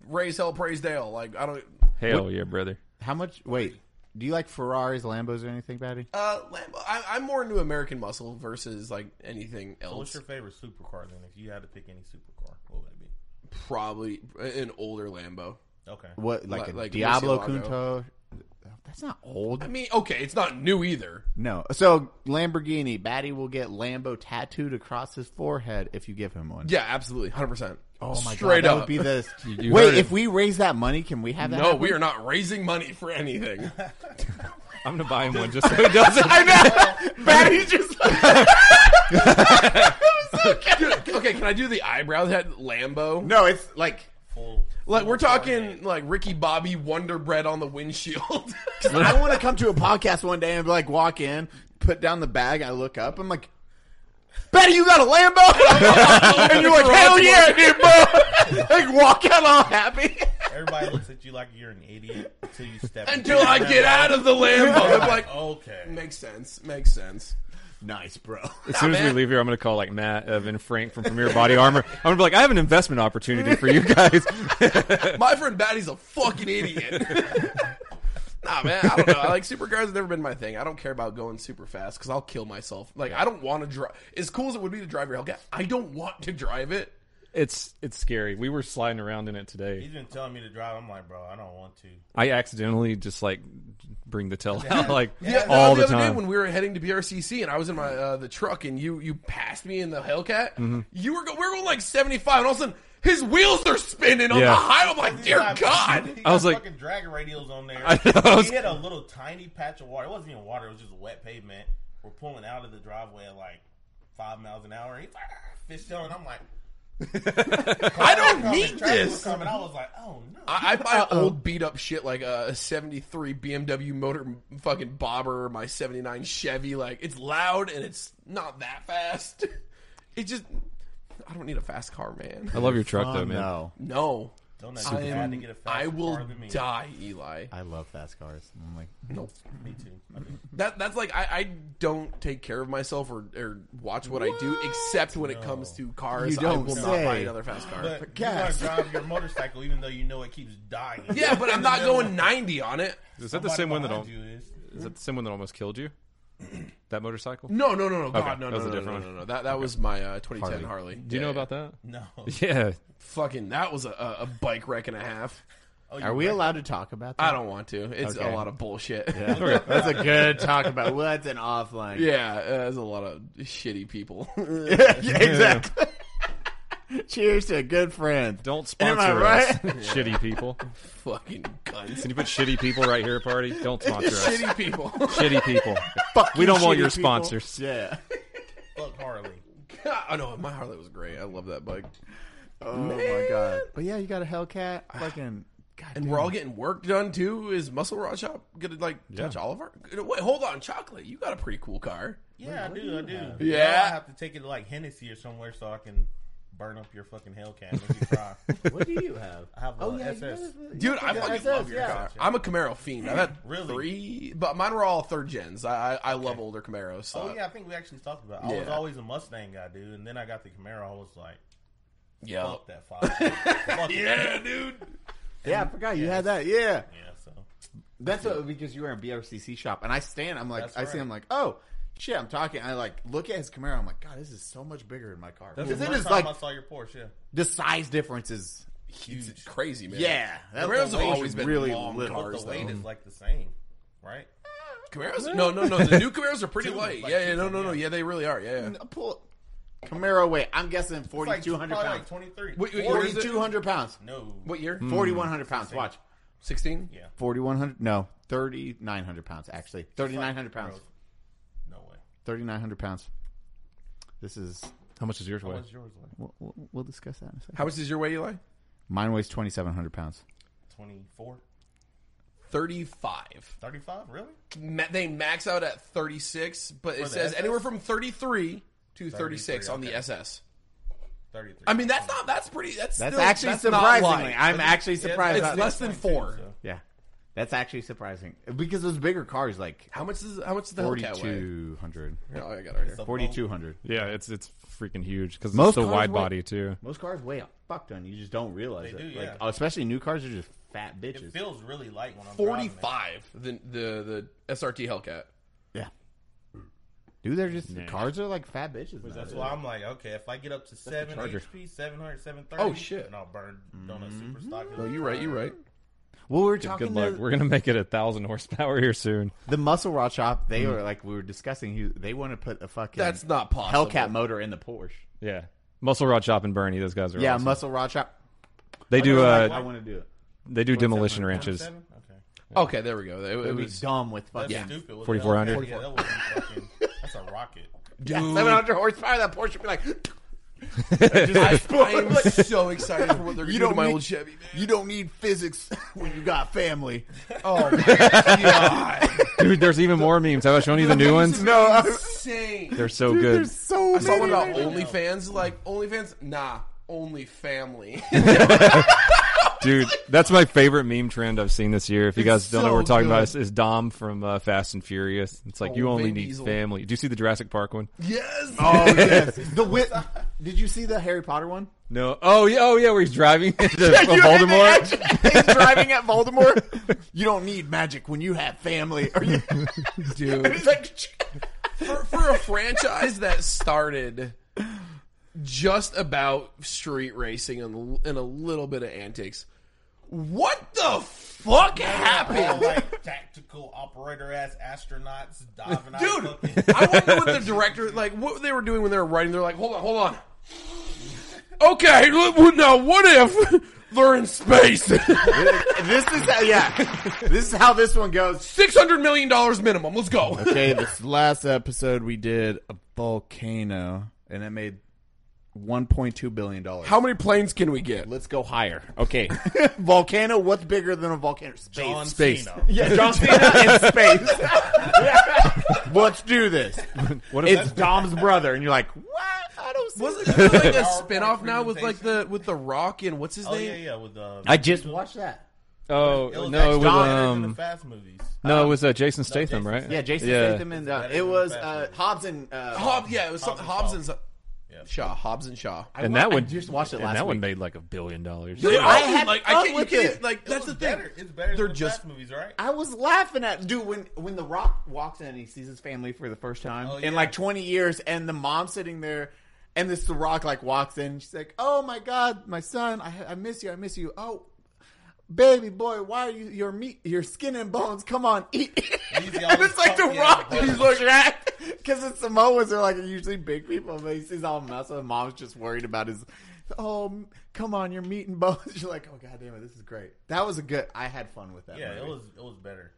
Speaker 2: Raise hell, praise Dale. Like I don't.
Speaker 3: Hell yeah, brother.
Speaker 1: How much? Wait, do you like Ferraris, Lambos, or anything, Batty?
Speaker 2: Uh, Lambo, I, I'm more into American muscle versus like anything
Speaker 4: What's
Speaker 2: else.
Speaker 4: your favorite supercar then? If you had to pick any supercar, what would it be?
Speaker 2: Probably an older Lambo.
Speaker 4: Okay.
Speaker 1: What like,
Speaker 2: Like-
Speaker 1: a
Speaker 2: like
Speaker 1: Diablo
Speaker 2: Murcielago.
Speaker 1: Kunto? That's not old.
Speaker 2: I mean, okay, it's not new either.
Speaker 1: No. So Lamborghini, Batty will get Lambo tattooed across his forehead if you give him one.
Speaker 2: Yeah, absolutely, hundred percent. Oh
Speaker 1: Oh my
Speaker 2: straight
Speaker 1: God, That would
Speaker 2: up.
Speaker 1: be the.
Speaker 3: you heard
Speaker 1: Wait,
Speaker 3: him.
Speaker 1: if we raise that money, can we have that?
Speaker 2: <laughs> no, we are not raising money for
Speaker 1: <laughs>
Speaker 2: anything.
Speaker 3: I'm gonna buy him one just so he does
Speaker 2: <laughs>
Speaker 3: it. I
Speaker 1: know. Batty's <laughs> just.
Speaker 2: Dude, okay, can I do the eyebrow that Lambo?
Speaker 1: no, it's like.
Speaker 4: Full,
Speaker 2: Like we're
Speaker 4: full
Speaker 2: talking like Ricky Bobby Wonder Bread on
Speaker 1: <laughs>
Speaker 2: the windshield. <laughs>
Speaker 1: I want to come to a podcast one day and like walk in, put down the bag, I look up, I'm like, Betty, you got a Lambo? <laughs> and you're like, hell yeah, dude, bro. <laughs> like walk out all happy.
Speaker 4: Everybody looks at you like you're an idiot until you step
Speaker 2: Until
Speaker 1: <laughs>
Speaker 2: I get out of the Lambo, I'm like,
Speaker 4: Okay.
Speaker 2: makes sense, makes sense.
Speaker 1: Oh. nice, bro.
Speaker 3: As soon as we leave here, I'm gonna call like Matt, Evan, Frank from Premier Body Armor. I'm gonna be like, I have an investment opportunity for you guys. <laughs>
Speaker 2: My friend Batty's a fucking idiot. nah, man, I don't know. I like supercars has never been my thing. I don't care about going super fast because I'll kill myself. Like I don't want to drive. As cool as it would be to drive your Hellcat, I don't want to drive it.
Speaker 3: it's it's scary. We were sliding around in it today.
Speaker 4: He's been telling me to drive. I'm like, bro, I don't want to.
Speaker 3: I accidentally just like bring the tail out <laughs> like
Speaker 2: Yeah, no,
Speaker 3: all
Speaker 2: the,
Speaker 3: the,
Speaker 2: other
Speaker 3: time.
Speaker 2: day when we were heading to BRCC and I was in my uh, the truck and you you passed me in the Hellcat,
Speaker 3: Mm-hmm.
Speaker 2: you were go- we were going like seventy five and all of a sudden his wheels are spinning on the
Speaker 3: Yeah.
Speaker 2: highway. I'm like, dear
Speaker 4: He got-
Speaker 2: God,
Speaker 4: he
Speaker 3: I was
Speaker 4: got
Speaker 3: like-
Speaker 4: fucking dragon radios on there.
Speaker 3: I know, I was-
Speaker 4: he had a little tiny patch of water. It wasn't even water. It was just wet pavement. We're pulling out of the driveway at like five miles an hour. He's like, "Ah," fish tail, and I'm like, <laughs>
Speaker 2: I don't
Speaker 4: coming,
Speaker 2: need
Speaker 4: traffic was
Speaker 2: this.
Speaker 4: Coming. I was like, oh no.
Speaker 2: I, I buy old beat up shit like uh, a '73 BMW motor fucking bobber, or my '79 Chevy. Like it's loud and it's not that fast. <laughs> It just I don't need a fast car, man.
Speaker 3: I love your truck though, man.
Speaker 1: Oh, no.
Speaker 2: No,
Speaker 4: don't
Speaker 2: I,
Speaker 4: know.
Speaker 2: am-
Speaker 4: had to get a faster
Speaker 2: I will
Speaker 4: car than me.
Speaker 2: die, Eli.
Speaker 1: I love fast cars. I'm like,
Speaker 2: No,
Speaker 4: Me too. I do.
Speaker 2: that that's like I, I don't take care of myself or, or watch what, I do except when it comes to cars.
Speaker 1: You don't
Speaker 2: I will not
Speaker 1: say.
Speaker 2: buy another fast car.
Speaker 4: But you want
Speaker 1: gas.
Speaker 4: to drive your motorcycle even though you know it keeps dying.
Speaker 2: yeah, but I'm
Speaker 4: <laughs>
Speaker 2: not going 90 on it.
Speaker 3: Is that the same one that al-
Speaker 4: Behind you is.
Speaker 3: is that the same one that almost killed you? That motorcycle?
Speaker 2: No, no, no, no, God, no,
Speaker 3: that
Speaker 2: no,
Speaker 3: was
Speaker 2: no,
Speaker 3: a
Speaker 2: no, no,
Speaker 3: different
Speaker 2: no,
Speaker 3: one.
Speaker 2: no. That that was my uh, 2010 Harley.
Speaker 3: Do you know about that?
Speaker 4: No.
Speaker 3: <laughs> Yeah.
Speaker 2: fucking that was a, a a bike wreck and a half.
Speaker 4: Oh,
Speaker 1: are
Speaker 4: you're
Speaker 1: we
Speaker 4: right.
Speaker 1: allowed to talk about that?
Speaker 2: I don't want to. It's
Speaker 1: Okay.
Speaker 2: a lot of bullshit. Yeah,
Speaker 1: Yeah. That's a good talk
Speaker 2: <laughs>
Speaker 1: about. Well, that's an offline.
Speaker 2: yeah uh, there's a lot of shitty people. <laughs>
Speaker 1: Yeah, exactly. Cheers to a good friend.
Speaker 3: Don't
Speaker 1: Am
Speaker 3: sponsor
Speaker 1: I
Speaker 3: us. <laughs> shitty people.
Speaker 2: fucking guns.
Speaker 3: Can you put shitty people right here, party? Don't sponsor us.
Speaker 2: <laughs> Shitty people.
Speaker 3: Shitty people.
Speaker 1: Fuck
Speaker 3: We
Speaker 1: you,
Speaker 3: don't want
Speaker 1: shitty
Speaker 3: your
Speaker 1: people.
Speaker 3: sponsors.
Speaker 1: Yeah.
Speaker 4: Fuck Harley.
Speaker 2: oh no, my Harley was great. I love that bike.
Speaker 1: <laughs> <laughs> Oh my god. But yeah, you got a Hellcat. Fucking. God
Speaker 2: And we're all getting work done too. Is Muscle Rod Shop gonna like touch all of our? Wait, hold on, Chocolate. You got a pretty cool car.
Speaker 4: Yeah, I do. I do. Now
Speaker 2: Yeah.
Speaker 4: I have to take it to like Hennessy or somewhere so I can burn up your fucking Hellcat when you
Speaker 2: <laughs>
Speaker 4: cry.
Speaker 1: What do Oh, you have? Uh,
Speaker 4: I have a
Speaker 2: Oh,
Speaker 4: SS.
Speaker 2: Dude, I fucking
Speaker 1: SS,
Speaker 2: love your
Speaker 1: yeah.
Speaker 2: car. I'm a Camaro fiend. I've had
Speaker 4: Really?
Speaker 2: three, but mine were all third gens. I I, I love older Camaros. So.
Speaker 4: Oh yeah, I think we actually talked about. It. I was
Speaker 2: Yeah.
Speaker 4: always a Mustang guy, dude, and then I got the Camaro. I was like,
Speaker 2: yeah,
Speaker 4: fuck
Speaker 2: <laughs>
Speaker 4: that five. Fuck It.
Speaker 2: Oh. yeah, dude.
Speaker 1: Yeah, I forgot you had that. Yeah.
Speaker 4: Yeah, so
Speaker 1: That's what, because you were in BRCC shop, and I stand. I'm like,
Speaker 4: That's
Speaker 1: I see.
Speaker 4: right.
Speaker 1: I'm like, oh shit, I'm talking. I like look at his Camaro. I'm like, God, this is so much bigger than my car.
Speaker 4: that's
Speaker 1: Because
Speaker 4: the
Speaker 1: it
Speaker 4: first
Speaker 1: is
Speaker 4: time
Speaker 1: like
Speaker 4: I saw your Porsche. Yeah,
Speaker 1: the size difference is.
Speaker 2: Huge, it's crazy man.
Speaker 1: Yeah, that
Speaker 2: Camaros
Speaker 1: thing
Speaker 2: have always been
Speaker 1: really
Speaker 2: long
Speaker 1: little.
Speaker 2: cars,
Speaker 4: the
Speaker 2: though.
Speaker 4: weight is like the same, right?
Speaker 2: Camaros? No, no, no. The new Camaros are pretty
Speaker 4: Two,
Speaker 2: light.
Speaker 4: like
Speaker 2: yeah, yeah, no,
Speaker 4: two,
Speaker 2: no, no.
Speaker 4: yeah.
Speaker 2: Yeah, they really are. Yeah. yeah.
Speaker 1: I'll pull it. Camaro weight. I'm guessing
Speaker 4: It's like
Speaker 1: 4,200
Speaker 4: probably
Speaker 1: pounds.
Speaker 4: like twenty three.
Speaker 2: Wait, wait, what is it?
Speaker 1: 4,200 pounds.
Speaker 4: No,
Speaker 2: What year?
Speaker 1: 4,100 pounds. Watch.
Speaker 2: Sixteen.
Speaker 4: Yeah.
Speaker 1: 4,100. No, 3,900 pounds, actually. 3,900 pounds.
Speaker 4: no way.
Speaker 1: 3,900 pounds. This is.
Speaker 3: How much is yours weigh?
Speaker 4: What's yours like?
Speaker 1: We'll, we'll, we'll discuss that in a second.
Speaker 2: How much is your weight, Eli?
Speaker 1: Mine weighs 2,700 pounds.
Speaker 4: Twenty four.
Speaker 2: Thirty-five.
Speaker 4: 35? Really?
Speaker 2: Ma- They max out at thirty-six, but it
Speaker 4: the
Speaker 2: says
Speaker 4: SS?
Speaker 2: anywhere from thirty-three to thirty-six on the
Speaker 4: okay.
Speaker 2: SS.
Speaker 4: 33.
Speaker 2: I mean, that's not. That's pretty. That's
Speaker 1: That's
Speaker 2: still-
Speaker 1: actually
Speaker 2: that's not
Speaker 1: surprisingly.
Speaker 2: light.
Speaker 1: I'm actually
Speaker 4: Yeah,
Speaker 1: surprised.
Speaker 2: it's
Speaker 1: that-
Speaker 2: less than
Speaker 4: 22,
Speaker 2: four.
Speaker 4: so.
Speaker 1: yeah. That's actually surprising. Because those bigger cars, like
Speaker 2: How much is how much is the Hellcat weigh?
Speaker 1: 4,200.
Speaker 2: Oh, I got it right here.
Speaker 4: So
Speaker 1: 4,200.
Speaker 3: Yeah, it's it's freaking huge because
Speaker 1: Most
Speaker 3: it's so
Speaker 1: cars
Speaker 3: wide
Speaker 1: weigh-
Speaker 3: body too.
Speaker 1: Most cars weigh a fuck ton. You just don't realize
Speaker 4: They
Speaker 1: it.
Speaker 4: do,
Speaker 1: Like,
Speaker 4: yeah.
Speaker 1: especially new cars are just fat
Speaker 4: It
Speaker 1: bitches.
Speaker 4: feels really light when I'm driving it.
Speaker 2: Forty-five. The the the SRT Hellcat.
Speaker 1: yeah. Dude, they're just cars are like fat bitches. now,
Speaker 4: That's
Speaker 1: dude.
Speaker 4: why I'm like, okay, if I get up to seven
Speaker 3: Charger.
Speaker 4: HP, 700, 730,
Speaker 2: Oh, shit.
Speaker 4: Mm-hmm. and I'll burn donut super stock.
Speaker 2: No, you're right. You're right.
Speaker 1: Well, we were
Speaker 3: Good
Speaker 1: talking
Speaker 3: luck.
Speaker 1: to
Speaker 3: We're gonna make it a thousand horsepower here soon.
Speaker 1: the Muscle Raw shop.
Speaker 3: Mm.
Speaker 1: They were like we were discussing. He, they want to put a fucking
Speaker 2: That's not possible.
Speaker 1: Hellcat motor in the Porsche.
Speaker 3: Yeah, Muscle Rod Shop and Bernie. Those guys are
Speaker 1: Yeah,
Speaker 3: awesome.
Speaker 1: Muscle Raw shop.
Speaker 3: They do
Speaker 1: I,
Speaker 3: uh,
Speaker 1: want to do it.
Speaker 3: they do demolition
Speaker 4: Seven?
Speaker 3: ranches.
Speaker 4: Okay.
Speaker 2: Okay, there we go. It, it
Speaker 1: It would be
Speaker 2: was
Speaker 1: dumb with
Speaker 4: That's
Speaker 1: fucking
Speaker 4: stupid. With
Speaker 3: 4400.
Speaker 4: the- Yeah, that would be fucking- That's a
Speaker 2: <laughs>
Speaker 4: rocket.
Speaker 2: dude.
Speaker 1: 700 horsepower. That Porsche would be
Speaker 2: <laughs>
Speaker 1: like.
Speaker 2: I,
Speaker 1: <laughs>
Speaker 2: I am so excited for what they're going to do to
Speaker 1: don't
Speaker 2: my
Speaker 1: need-
Speaker 2: old Chevy, man.
Speaker 1: You don't need physics <laughs> when you got
Speaker 4: <laughs>
Speaker 1: family.
Speaker 2: <laughs> Oh my
Speaker 1: <laughs>
Speaker 2: god,
Speaker 3: Dude, there's even more memes. Have I shown you the <laughs> new ones?
Speaker 1: No, uh, I-
Speaker 2: insane.
Speaker 3: They're so
Speaker 1: Dude,
Speaker 3: good.
Speaker 1: There's so
Speaker 2: I saw
Speaker 1: many.
Speaker 2: one
Speaker 1: right
Speaker 2: about <laughs>
Speaker 1: now.
Speaker 2: OnlyFans. Like OnlyFans, nah, only <laughs> family.
Speaker 3: Dude, that's my favorite meme trend I've seen this year. If you guys don't know what we're
Speaker 2: so
Speaker 3: talking about,
Speaker 2: good.
Speaker 3: is, is Dom from uh, Fast and Furious. It's like
Speaker 2: Oh,
Speaker 3: you only
Speaker 2: Vin
Speaker 3: need
Speaker 2: Diesel.
Speaker 3: family. Do you see the Jurassic Park one?
Speaker 2: yes.
Speaker 1: Oh <laughs> yes, the wit. Did you see the Harry Potter one?
Speaker 3: No. Oh yeah. Oh yeah. Where he's driving <laughs> into Voldemort.
Speaker 1: He's driving at Voldemort. <laughs> You don't need magic when you have <laughs> family. Are you?
Speaker 2: dude.
Speaker 1: He's like,
Speaker 2: for, for a franchise that started just about street racing and, and a little bit of antics, what the fuck
Speaker 4: All,
Speaker 2: happened?
Speaker 4: like tactical operator ass astronauts diving
Speaker 2: Dude,
Speaker 4: out.
Speaker 2: <laughs>
Speaker 4: of fucking-
Speaker 2: I wonder what the director, like, what they were doing when they were writing. They're like, hold on, hold on. Okay, l- now what if they're in space?
Speaker 1: this is how, yeah. This is how this one goes.
Speaker 2: $600 million minimum. Let's go.
Speaker 1: Okay, this last episode we did a volcano, and it made one point two billion dollars.
Speaker 2: How many planes can we get?
Speaker 1: Let's go higher. Okay, volcano. What's bigger than a volcano? Space.
Speaker 4: John
Speaker 3: Space.
Speaker 2: <laughs>
Speaker 4: Cena.
Speaker 1: Yeah, John Cena in space. Let's do this.
Speaker 3: <laughs> What if
Speaker 1: It's Dom's brother, and you're like, what? <laughs> I don't see.
Speaker 2: Wasn't there like a
Speaker 4: PowerPoint
Speaker 2: spin-off now with like the with the Rock and what's his
Speaker 4: Oh
Speaker 2: name?
Speaker 4: yeah, yeah. With the
Speaker 1: I just watched that.
Speaker 3: Oh
Speaker 4: it was
Speaker 3: no. It was,
Speaker 4: actually better than the
Speaker 3: um,
Speaker 4: Fast movies.
Speaker 3: no, it was uh, Jason Statham,
Speaker 4: Jason
Speaker 3: right?
Speaker 4: Statham.
Speaker 1: Yeah, Jason Statham and uh,
Speaker 4: Better
Speaker 1: it
Speaker 4: than
Speaker 1: was
Speaker 4: Fast
Speaker 1: uh,
Speaker 4: Food.
Speaker 1: Hobbs and uh,
Speaker 2: Hobbs, yeah, it was something
Speaker 4: Hobbs
Speaker 2: Hobbs
Speaker 4: and
Speaker 2: and Shaw.
Speaker 4: Yeah.
Speaker 2: Shaw, Hobbs and Shaw.
Speaker 1: I
Speaker 3: And
Speaker 1: wa-
Speaker 3: that
Speaker 1: I
Speaker 3: one
Speaker 1: just watched it
Speaker 3: And
Speaker 1: last
Speaker 3: that
Speaker 1: week.
Speaker 3: one made like a billion dollars.
Speaker 1: I had
Speaker 2: like
Speaker 1: fun
Speaker 2: I can't, you
Speaker 1: with
Speaker 2: can't
Speaker 1: it.
Speaker 2: like that's the
Speaker 4: It's
Speaker 2: thing.
Speaker 4: better. It's better
Speaker 2: They're
Speaker 4: than the
Speaker 2: just-
Speaker 4: Fast movies, right?
Speaker 1: I was laughing at dude when when the Rock walks in and he sees his family for the first time
Speaker 4: Oh,
Speaker 1: in
Speaker 4: yeah.
Speaker 1: like 20 years, and the mom sitting there, and this the Rock like walks in, she's like, "Oh my God, my son, I, I miss you, I miss you." Oh, baby boy, why are you your meat, your skin and bones? Come on, eat. <laughs>
Speaker 4: And he's got
Speaker 1: And
Speaker 4: all
Speaker 1: it's like the
Speaker 4: this
Speaker 1: Rock,
Speaker 4: funky ass
Speaker 1: he's like that because the Samoans are like usually big people, but he sees all messed up. and Mom's just worried about his. Oh, m- come on, your meat and bones. <laughs> You're like, oh god damn it, this is great. That was a good. I had fun with that.
Speaker 4: Yeah, it
Speaker 1: movie.
Speaker 4: was it was better.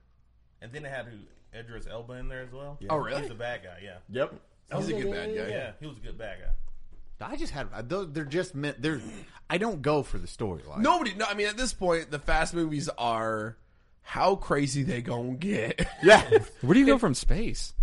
Speaker 4: And then it had who Edris Elba in there as well.
Speaker 2: Oh, really?
Speaker 4: He's a bad guy. Yeah.
Speaker 1: Yep.
Speaker 2: He's a good bad guy.
Speaker 4: Yeah, he was a good bad guy.
Speaker 1: I just had I- those. They're just meant. They're. I don't go for the storyline.
Speaker 2: Nobody. No, I mean at this point, the Fast movies are how crazy they gonna get.
Speaker 1: <laughs> Yeah.
Speaker 3: Where do you go from space?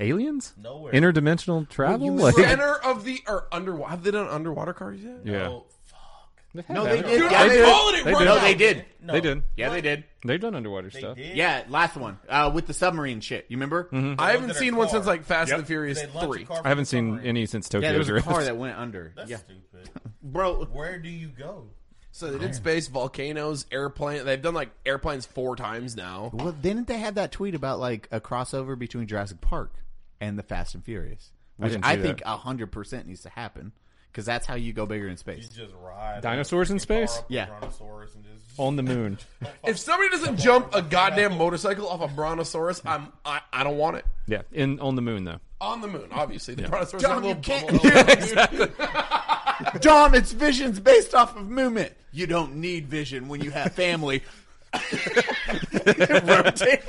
Speaker 3: Aliens?
Speaker 4: Nowhere.
Speaker 3: Interdimensional
Speaker 2: <laughs>
Speaker 3: travel? Like-
Speaker 2: Center of the or underwater. Have they done underwater cars yet?
Speaker 3: <laughs> yeah.
Speaker 4: Oh, fuck.
Speaker 1: No, they did.
Speaker 2: Dude,
Speaker 1: Yeah,
Speaker 2: I'm
Speaker 1: they did.
Speaker 2: calling it
Speaker 3: They
Speaker 2: right
Speaker 3: did.
Speaker 1: No,
Speaker 2: now.
Speaker 1: they did.
Speaker 4: No.
Speaker 3: They did.
Speaker 1: Yeah, they did.
Speaker 3: They've done underwater
Speaker 4: They
Speaker 3: stuff.
Speaker 4: did.
Speaker 1: Yeah, last one uh, with the submarine shit. You remember? Mm-hmm.
Speaker 2: I haven't
Speaker 4: Looked at
Speaker 2: seen
Speaker 4: her
Speaker 2: one
Speaker 4: car.
Speaker 2: since like Fast
Speaker 1: Yep.
Speaker 2: and the Furious
Speaker 4: They launched
Speaker 2: three.
Speaker 4: a car
Speaker 3: I haven't
Speaker 4: from the
Speaker 3: seen
Speaker 4: submarine.
Speaker 3: any since Tokyo
Speaker 1: Yeah, there was a
Speaker 3: Drift. <laughs>
Speaker 1: car that went under.
Speaker 4: That's
Speaker 1: yeah,
Speaker 4: stupid.
Speaker 1: bro.
Speaker 4: Where do you go?
Speaker 2: So they did space, volcanoes, airplane. They've done like airplanes four times now.
Speaker 1: Well, didn't they have that tweet about like a crossover between Jurassic Park and the Fast and Furious, which
Speaker 3: didn't
Speaker 1: I,
Speaker 3: see
Speaker 1: think
Speaker 3: that.
Speaker 1: hundred percent needs to happen because that's how you go bigger in
Speaker 4: You
Speaker 1: space.
Speaker 4: just ride
Speaker 3: Dinosaurs
Speaker 4: a
Speaker 3: in
Speaker 4: fucking car
Speaker 3: space? Oh,
Speaker 4: up a
Speaker 1: Yeah.
Speaker 4: Brontosaurus and just
Speaker 3: On the moon.
Speaker 2: If somebody doesn't jump a goddamn motorcycle off a brontosaurus, I'm I, I don't want it.
Speaker 3: yeah, in on the moon
Speaker 1: <laughs>
Speaker 3: though.
Speaker 2: On the moon, obviously. The brontosaurus
Speaker 1: Dom,
Speaker 2: had a little
Speaker 1: you can't-
Speaker 2: <laughs> bubble on it.
Speaker 1: Dom, it's visions based off of movement. You don't need vision when you have family. <laughs> Rotate.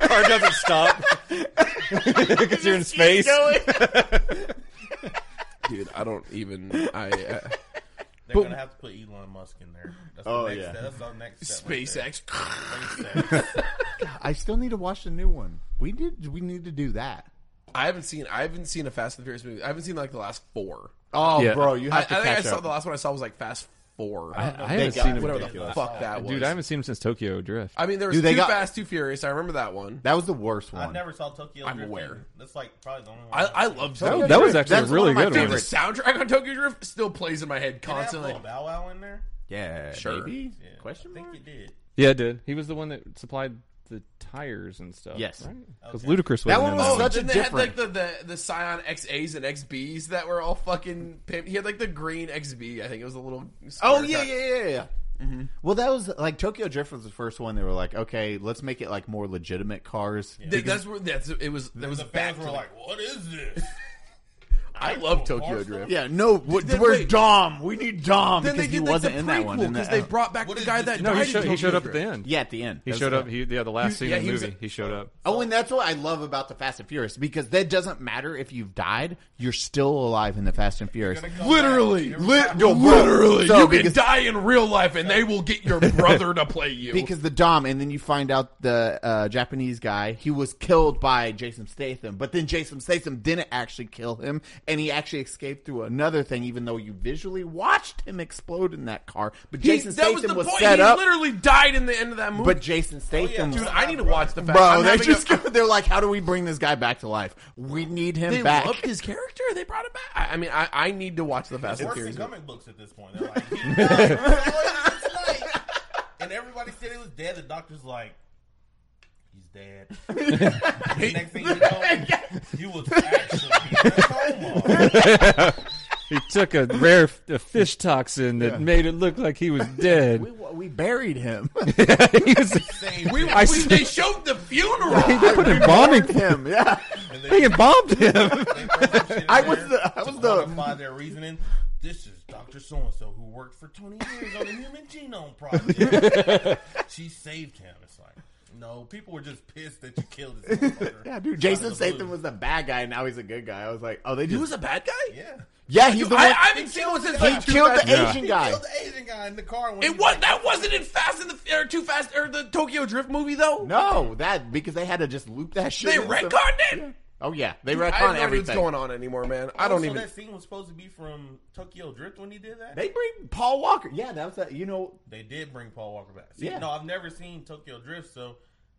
Speaker 3: Car doesn't <laughs> stop.
Speaker 1: <laughs>
Speaker 3: Because you're in space.
Speaker 2: Dude, I don't
Speaker 1: <laughs>
Speaker 2: even. I uh,
Speaker 4: They're
Speaker 2: But-
Speaker 4: gonna have to put Elon Musk in there. That's
Speaker 1: Oh,
Speaker 4: the next
Speaker 1: yeah.
Speaker 4: step. That's our next step right there.
Speaker 2: SpaceX.
Speaker 4: SpaceX.
Speaker 1: I still need to watch the new one. We did. We need to do that.
Speaker 2: I haven't seen. I haven't seen a Fast and Furious movie. I haven't seen like the last four.
Speaker 1: Oh,
Speaker 3: Yeah.
Speaker 1: bro, you
Speaker 2: I, I
Speaker 1: have to
Speaker 2: think I
Speaker 1: catch
Speaker 2: saw
Speaker 1: up.
Speaker 2: the last one I saw was like Fast Four.
Speaker 3: I, I haven't
Speaker 1: got
Speaker 3: seen him.
Speaker 2: Whatever the
Speaker 1: ridiculous.
Speaker 2: fuck that was,
Speaker 3: Dude, I haven't seen him since Tokyo Drift.
Speaker 2: I mean, there was
Speaker 1: Dude, they
Speaker 2: two
Speaker 1: got-
Speaker 2: Fast, two Furious. I remember that one.
Speaker 1: that was the worst one.
Speaker 4: I never saw Tokyo.
Speaker 2: I'm
Speaker 4: Drift
Speaker 2: aware.
Speaker 4: either. That's like probably the only one.
Speaker 2: I, I
Speaker 4: I've seen.
Speaker 2: love
Speaker 3: that,
Speaker 2: Tokyo.
Speaker 3: Oh, that was
Speaker 1: Drift,
Speaker 3: actually a
Speaker 1: that's one
Speaker 3: really
Speaker 1: of my
Speaker 3: good
Speaker 2: Dude, the
Speaker 3: one.
Speaker 1: favorites.
Speaker 2: soundtrack on Tokyo Drift still plays Oh, in my head
Speaker 4: Did it have
Speaker 2: constantly.
Speaker 4: Lil Bow Wow in there.
Speaker 1: Yeah,
Speaker 2: Sure.
Speaker 1: maybe?
Speaker 4: Yeah,
Speaker 1: Question
Speaker 4: I think
Speaker 1: mark?
Speaker 4: it did.
Speaker 3: Yeah, it did. He was the one that supplied the tires and stuff.
Speaker 1: Yes.
Speaker 3: Right? 'Cause
Speaker 4: Okay.
Speaker 3: Ludacris
Speaker 1: That
Speaker 3: wasn't
Speaker 1: one
Speaker 3: in
Speaker 1: was
Speaker 3: that
Speaker 2: Oh,
Speaker 1: such-
Speaker 2: then
Speaker 1: a
Speaker 2: they had like the,
Speaker 1: different-
Speaker 2: the the Scion XAs and XBs that were all fucking. Pimped. He had like the green XB. I think it was a little. square
Speaker 1: Oh yeah,
Speaker 2: cut.
Speaker 1: yeah, yeah, yeah. Well, that was like Tokyo Drift was the first one. They were like, okay, let's make it like more legitimate cars.
Speaker 2: Th- that's where that's it was. That was
Speaker 4: the
Speaker 2: back
Speaker 4: fans
Speaker 2: to
Speaker 4: were
Speaker 2: the-
Speaker 4: like, "What is this?"
Speaker 2: I love
Speaker 4: actual
Speaker 2: Tokyo
Speaker 4: Barstool?
Speaker 1: <laughs>
Speaker 2: Drift.
Speaker 1: Yeah, no, what,
Speaker 2: Then
Speaker 1: where's
Speaker 2: wait.
Speaker 1: Dom? We need Dom
Speaker 2: Then
Speaker 1: because
Speaker 2: they
Speaker 1: he
Speaker 2: did like the
Speaker 1: wasn't in that one.
Speaker 2: prequel
Speaker 1: in
Speaker 2: because
Speaker 1: that-
Speaker 2: they brought back
Speaker 4: What
Speaker 2: the
Speaker 4: is
Speaker 2: guy
Speaker 4: this?
Speaker 2: that
Speaker 3: No, he
Speaker 2: died
Speaker 3: showed,
Speaker 2: in
Speaker 3: he showed
Speaker 2: Tokyo
Speaker 3: up at the
Speaker 2: Drift.
Speaker 3: end.
Speaker 1: yeah, at the end.
Speaker 3: He
Speaker 1: That's
Speaker 3: showed
Speaker 1: the-
Speaker 3: up. He, yeah, the last scene
Speaker 2: yeah,
Speaker 3: of the
Speaker 2: he was
Speaker 3: movie,
Speaker 2: a-
Speaker 3: he showed <laughs> up.
Speaker 1: Oh, and that's what I love about the Fast and Furious because that doesn't matter if you've died, you're still alive in the Fast and Furious.
Speaker 4: gonna come
Speaker 2: Literally,
Speaker 4: back.
Speaker 2: lit-
Speaker 1: Yo, bro.
Speaker 2: literally,
Speaker 1: So,
Speaker 2: you
Speaker 1: because-
Speaker 2: can die in real life, and they will get your brother to play you.
Speaker 1: because the Dom, and then you find out the uh, Japanese guy, he was killed by Jason Statham, but then Jason Statham didn't actually kill him, and he actually escaped through another thing, even though you visually watched him explode in that car. But
Speaker 2: He-
Speaker 1: Jason Statham was, set
Speaker 2: he
Speaker 1: up,
Speaker 2: literally died in the end of that movie.
Speaker 1: but Jason Statham
Speaker 2: dude,
Speaker 1: was.
Speaker 2: I need to watch the
Speaker 1: <laughs>
Speaker 2: fact.
Speaker 1: Bro,
Speaker 2: I'm
Speaker 1: they
Speaker 2: having
Speaker 1: just
Speaker 2: a,
Speaker 1: they're like, how do we bring this guy back to life? We need him
Speaker 2: they
Speaker 1: <laughs> back.
Speaker 2: loved his character. They brought him back. I, I mean, I, I need to watch the Fast and
Speaker 4: Worse than
Speaker 2: Furious.
Speaker 4: comic books at this point. They're
Speaker 2: <laughs>
Speaker 4: like, "He died. He died this night." and everybody said he was dead. The doctor's like, "He's
Speaker 2: <laughs>
Speaker 4: dead." The next thing you know, you was actually in a coma.
Speaker 3: He took a rare f- a fish toxin that made it look like he <laughs> was dead.
Speaker 1: We, we buried him. <laughs>
Speaker 3: <laughs> He was-
Speaker 4: Saved
Speaker 2: <laughs> We,
Speaker 4: him.
Speaker 2: we-
Speaker 3: see-
Speaker 2: they showed the
Speaker 3: he
Speaker 2: funeral.
Speaker 3: put embalming.
Speaker 1: him, yeah.
Speaker 4: And
Speaker 3: They
Speaker 4: they-
Speaker 3: embalmed him.
Speaker 4: they throw that shit in
Speaker 1: I was
Speaker 4: there
Speaker 1: the- I
Speaker 4: to
Speaker 1: was the-
Speaker 4: quantify their reasoning. This is Doctor So and So who worked for twenty years on the Human Genome Project. she saved him. It's like. No, people were just pissed that you killed this motherfucker.
Speaker 1: Yeah, dude.
Speaker 4: Out
Speaker 1: Jason
Speaker 4: of the blue.
Speaker 1: Statham was the bad guy, and now he's a good guy. I was like, oh, they just
Speaker 2: He was a bad guy.
Speaker 4: Yeah.
Speaker 1: yeah, he's the
Speaker 2: I,
Speaker 1: one.
Speaker 2: I haven't seen one since
Speaker 4: He
Speaker 2: like
Speaker 1: he killed the
Speaker 2: 2000.
Speaker 1: Asian
Speaker 4: He
Speaker 1: guy.
Speaker 4: killed the Asian guy in the car. When he
Speaker 2: It was that wasn't in Fast and the or Too Fast or the Tokyo Drift movie though.
Speaker 1: No, that because they had to just loop that shit.
Speaker 2: they
Speaker 1: in some-
Speaker 2: retconned it.
Speaker 1: Oh yeah, they
Speaker 2: I
Speaker 1: retcon
Speaker 2: don't know what's
Speaker 1: everything.
Speaker 2: going on anymore, man. I don't
Speaker 4: Also,
Speaker 2: even.
Speaker 4: That scene was supposed to be from Tokyo Drift when he did that. They,
Speaker 1: They bring Paul Walker. Yeah, that was that. You know,
Speaker 4: did bring Paul Walker back. See,
Speaker 1: Yeah.
Speaker 4: No, I've never seen Tokyo Drift, so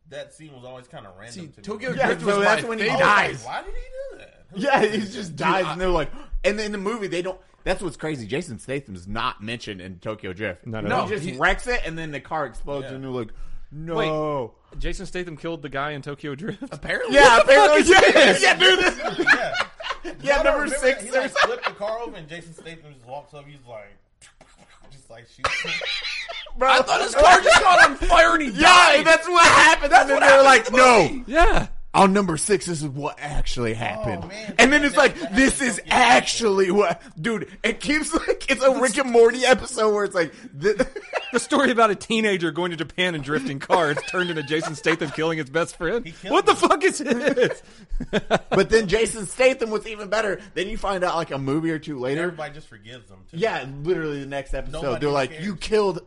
Speaker 4: that scene was always kind of random.
Speaker 2: See,
Speaker 4: to me.
Speaker 2: Tokyo
Speaker 1: Yeah,
Speaker 2: Drift
Speaker 1: so
Speaker 2: was
Speaker 1: that's
Speaker 2: my Oh,
Speaker 1: when he
Speaker 4: I
Speaker 2: favorite.
Speaker 4: was like,
Speaker 1: dies.
Speaker 4: Why did he do that? Who-
Speaker 1: yeah, he just dies,
Speaker 2: I-
Speaker 1: and they're like, <gasps> and in the movie they don't. That's what's crazy. Jason Statham's not mentioned in Tokyo Drift.
Speaker 3: Not at
Speaker 1: no,
Speaker 3: all.
Speaker 1: he just
Speaker 2: He-
Speaker 1: wrecks it, and then the car explodes,
Speaker 4: Yeah.
Speaker 1: and they're like, no.
Speaker 3: <laughs> Jason Statham killed the guy in Tokyo Drift.
Speaker 2: Apparently,
Speaker 1: Yeah, apparently, yeah, <laughs> yeah, dude, this,
Speaker 4: Yeah.
Speaker 1: yeah,
Speaker 4: I don't
Speaker 1: number
Speaker 4: remember
Speaker 1: six.
Speaker 4: that. He
Speaker 1: There's
Speaker 4: like, flipped the car over, and Jason Statham just walks up. He's like, just like shoots. him.
Speaker 1: bro.
Speaker 2: I thought his car just got on fire and he
Speaker 1: Yeah,
Speaker 2: died.
Speaker 1: and that's what happened. and then
Speaker 2: what
Speaker 1: they're like,
Speaker 2: happened in the
Speaker 1: no.
Speaker 2: movie.
Speaker 3: Yeah.
Speaker 1: On number six, this is what actually happened.
Speaker 4: Oh, man.
Speaker 1: and then it's
Speaker 4: That-
Speaker 1: like,
Speaker 4: that
Speaker 1: this <laughs>
Speaker 4: happened
Speaker 1: is
Speaker 4: in Tokyo.
Speaker 1: actually what. Dude, it keeps like, it's a Rick and Morty episode where it's like, thi-
Speaker 3: The story about a teenager going to Japan and drifting cars turned into Jason Statham killing his best friend.
Speaker 4: killed
Speaker 3: What the
Speaker 4: him.
Speaker 3: fuck is this?
Speaker 1: <laughs> but then Jason Statham was even better. Then you find out like a movie or two later.
Speaker 4: Everybody just forgives him. Too.
Speaker 1: yeah, literally the next episode.
Speaker 4: Nobody
Speaker 1: they're like,
Speaker 4: cares.
Speaker 1: you killed.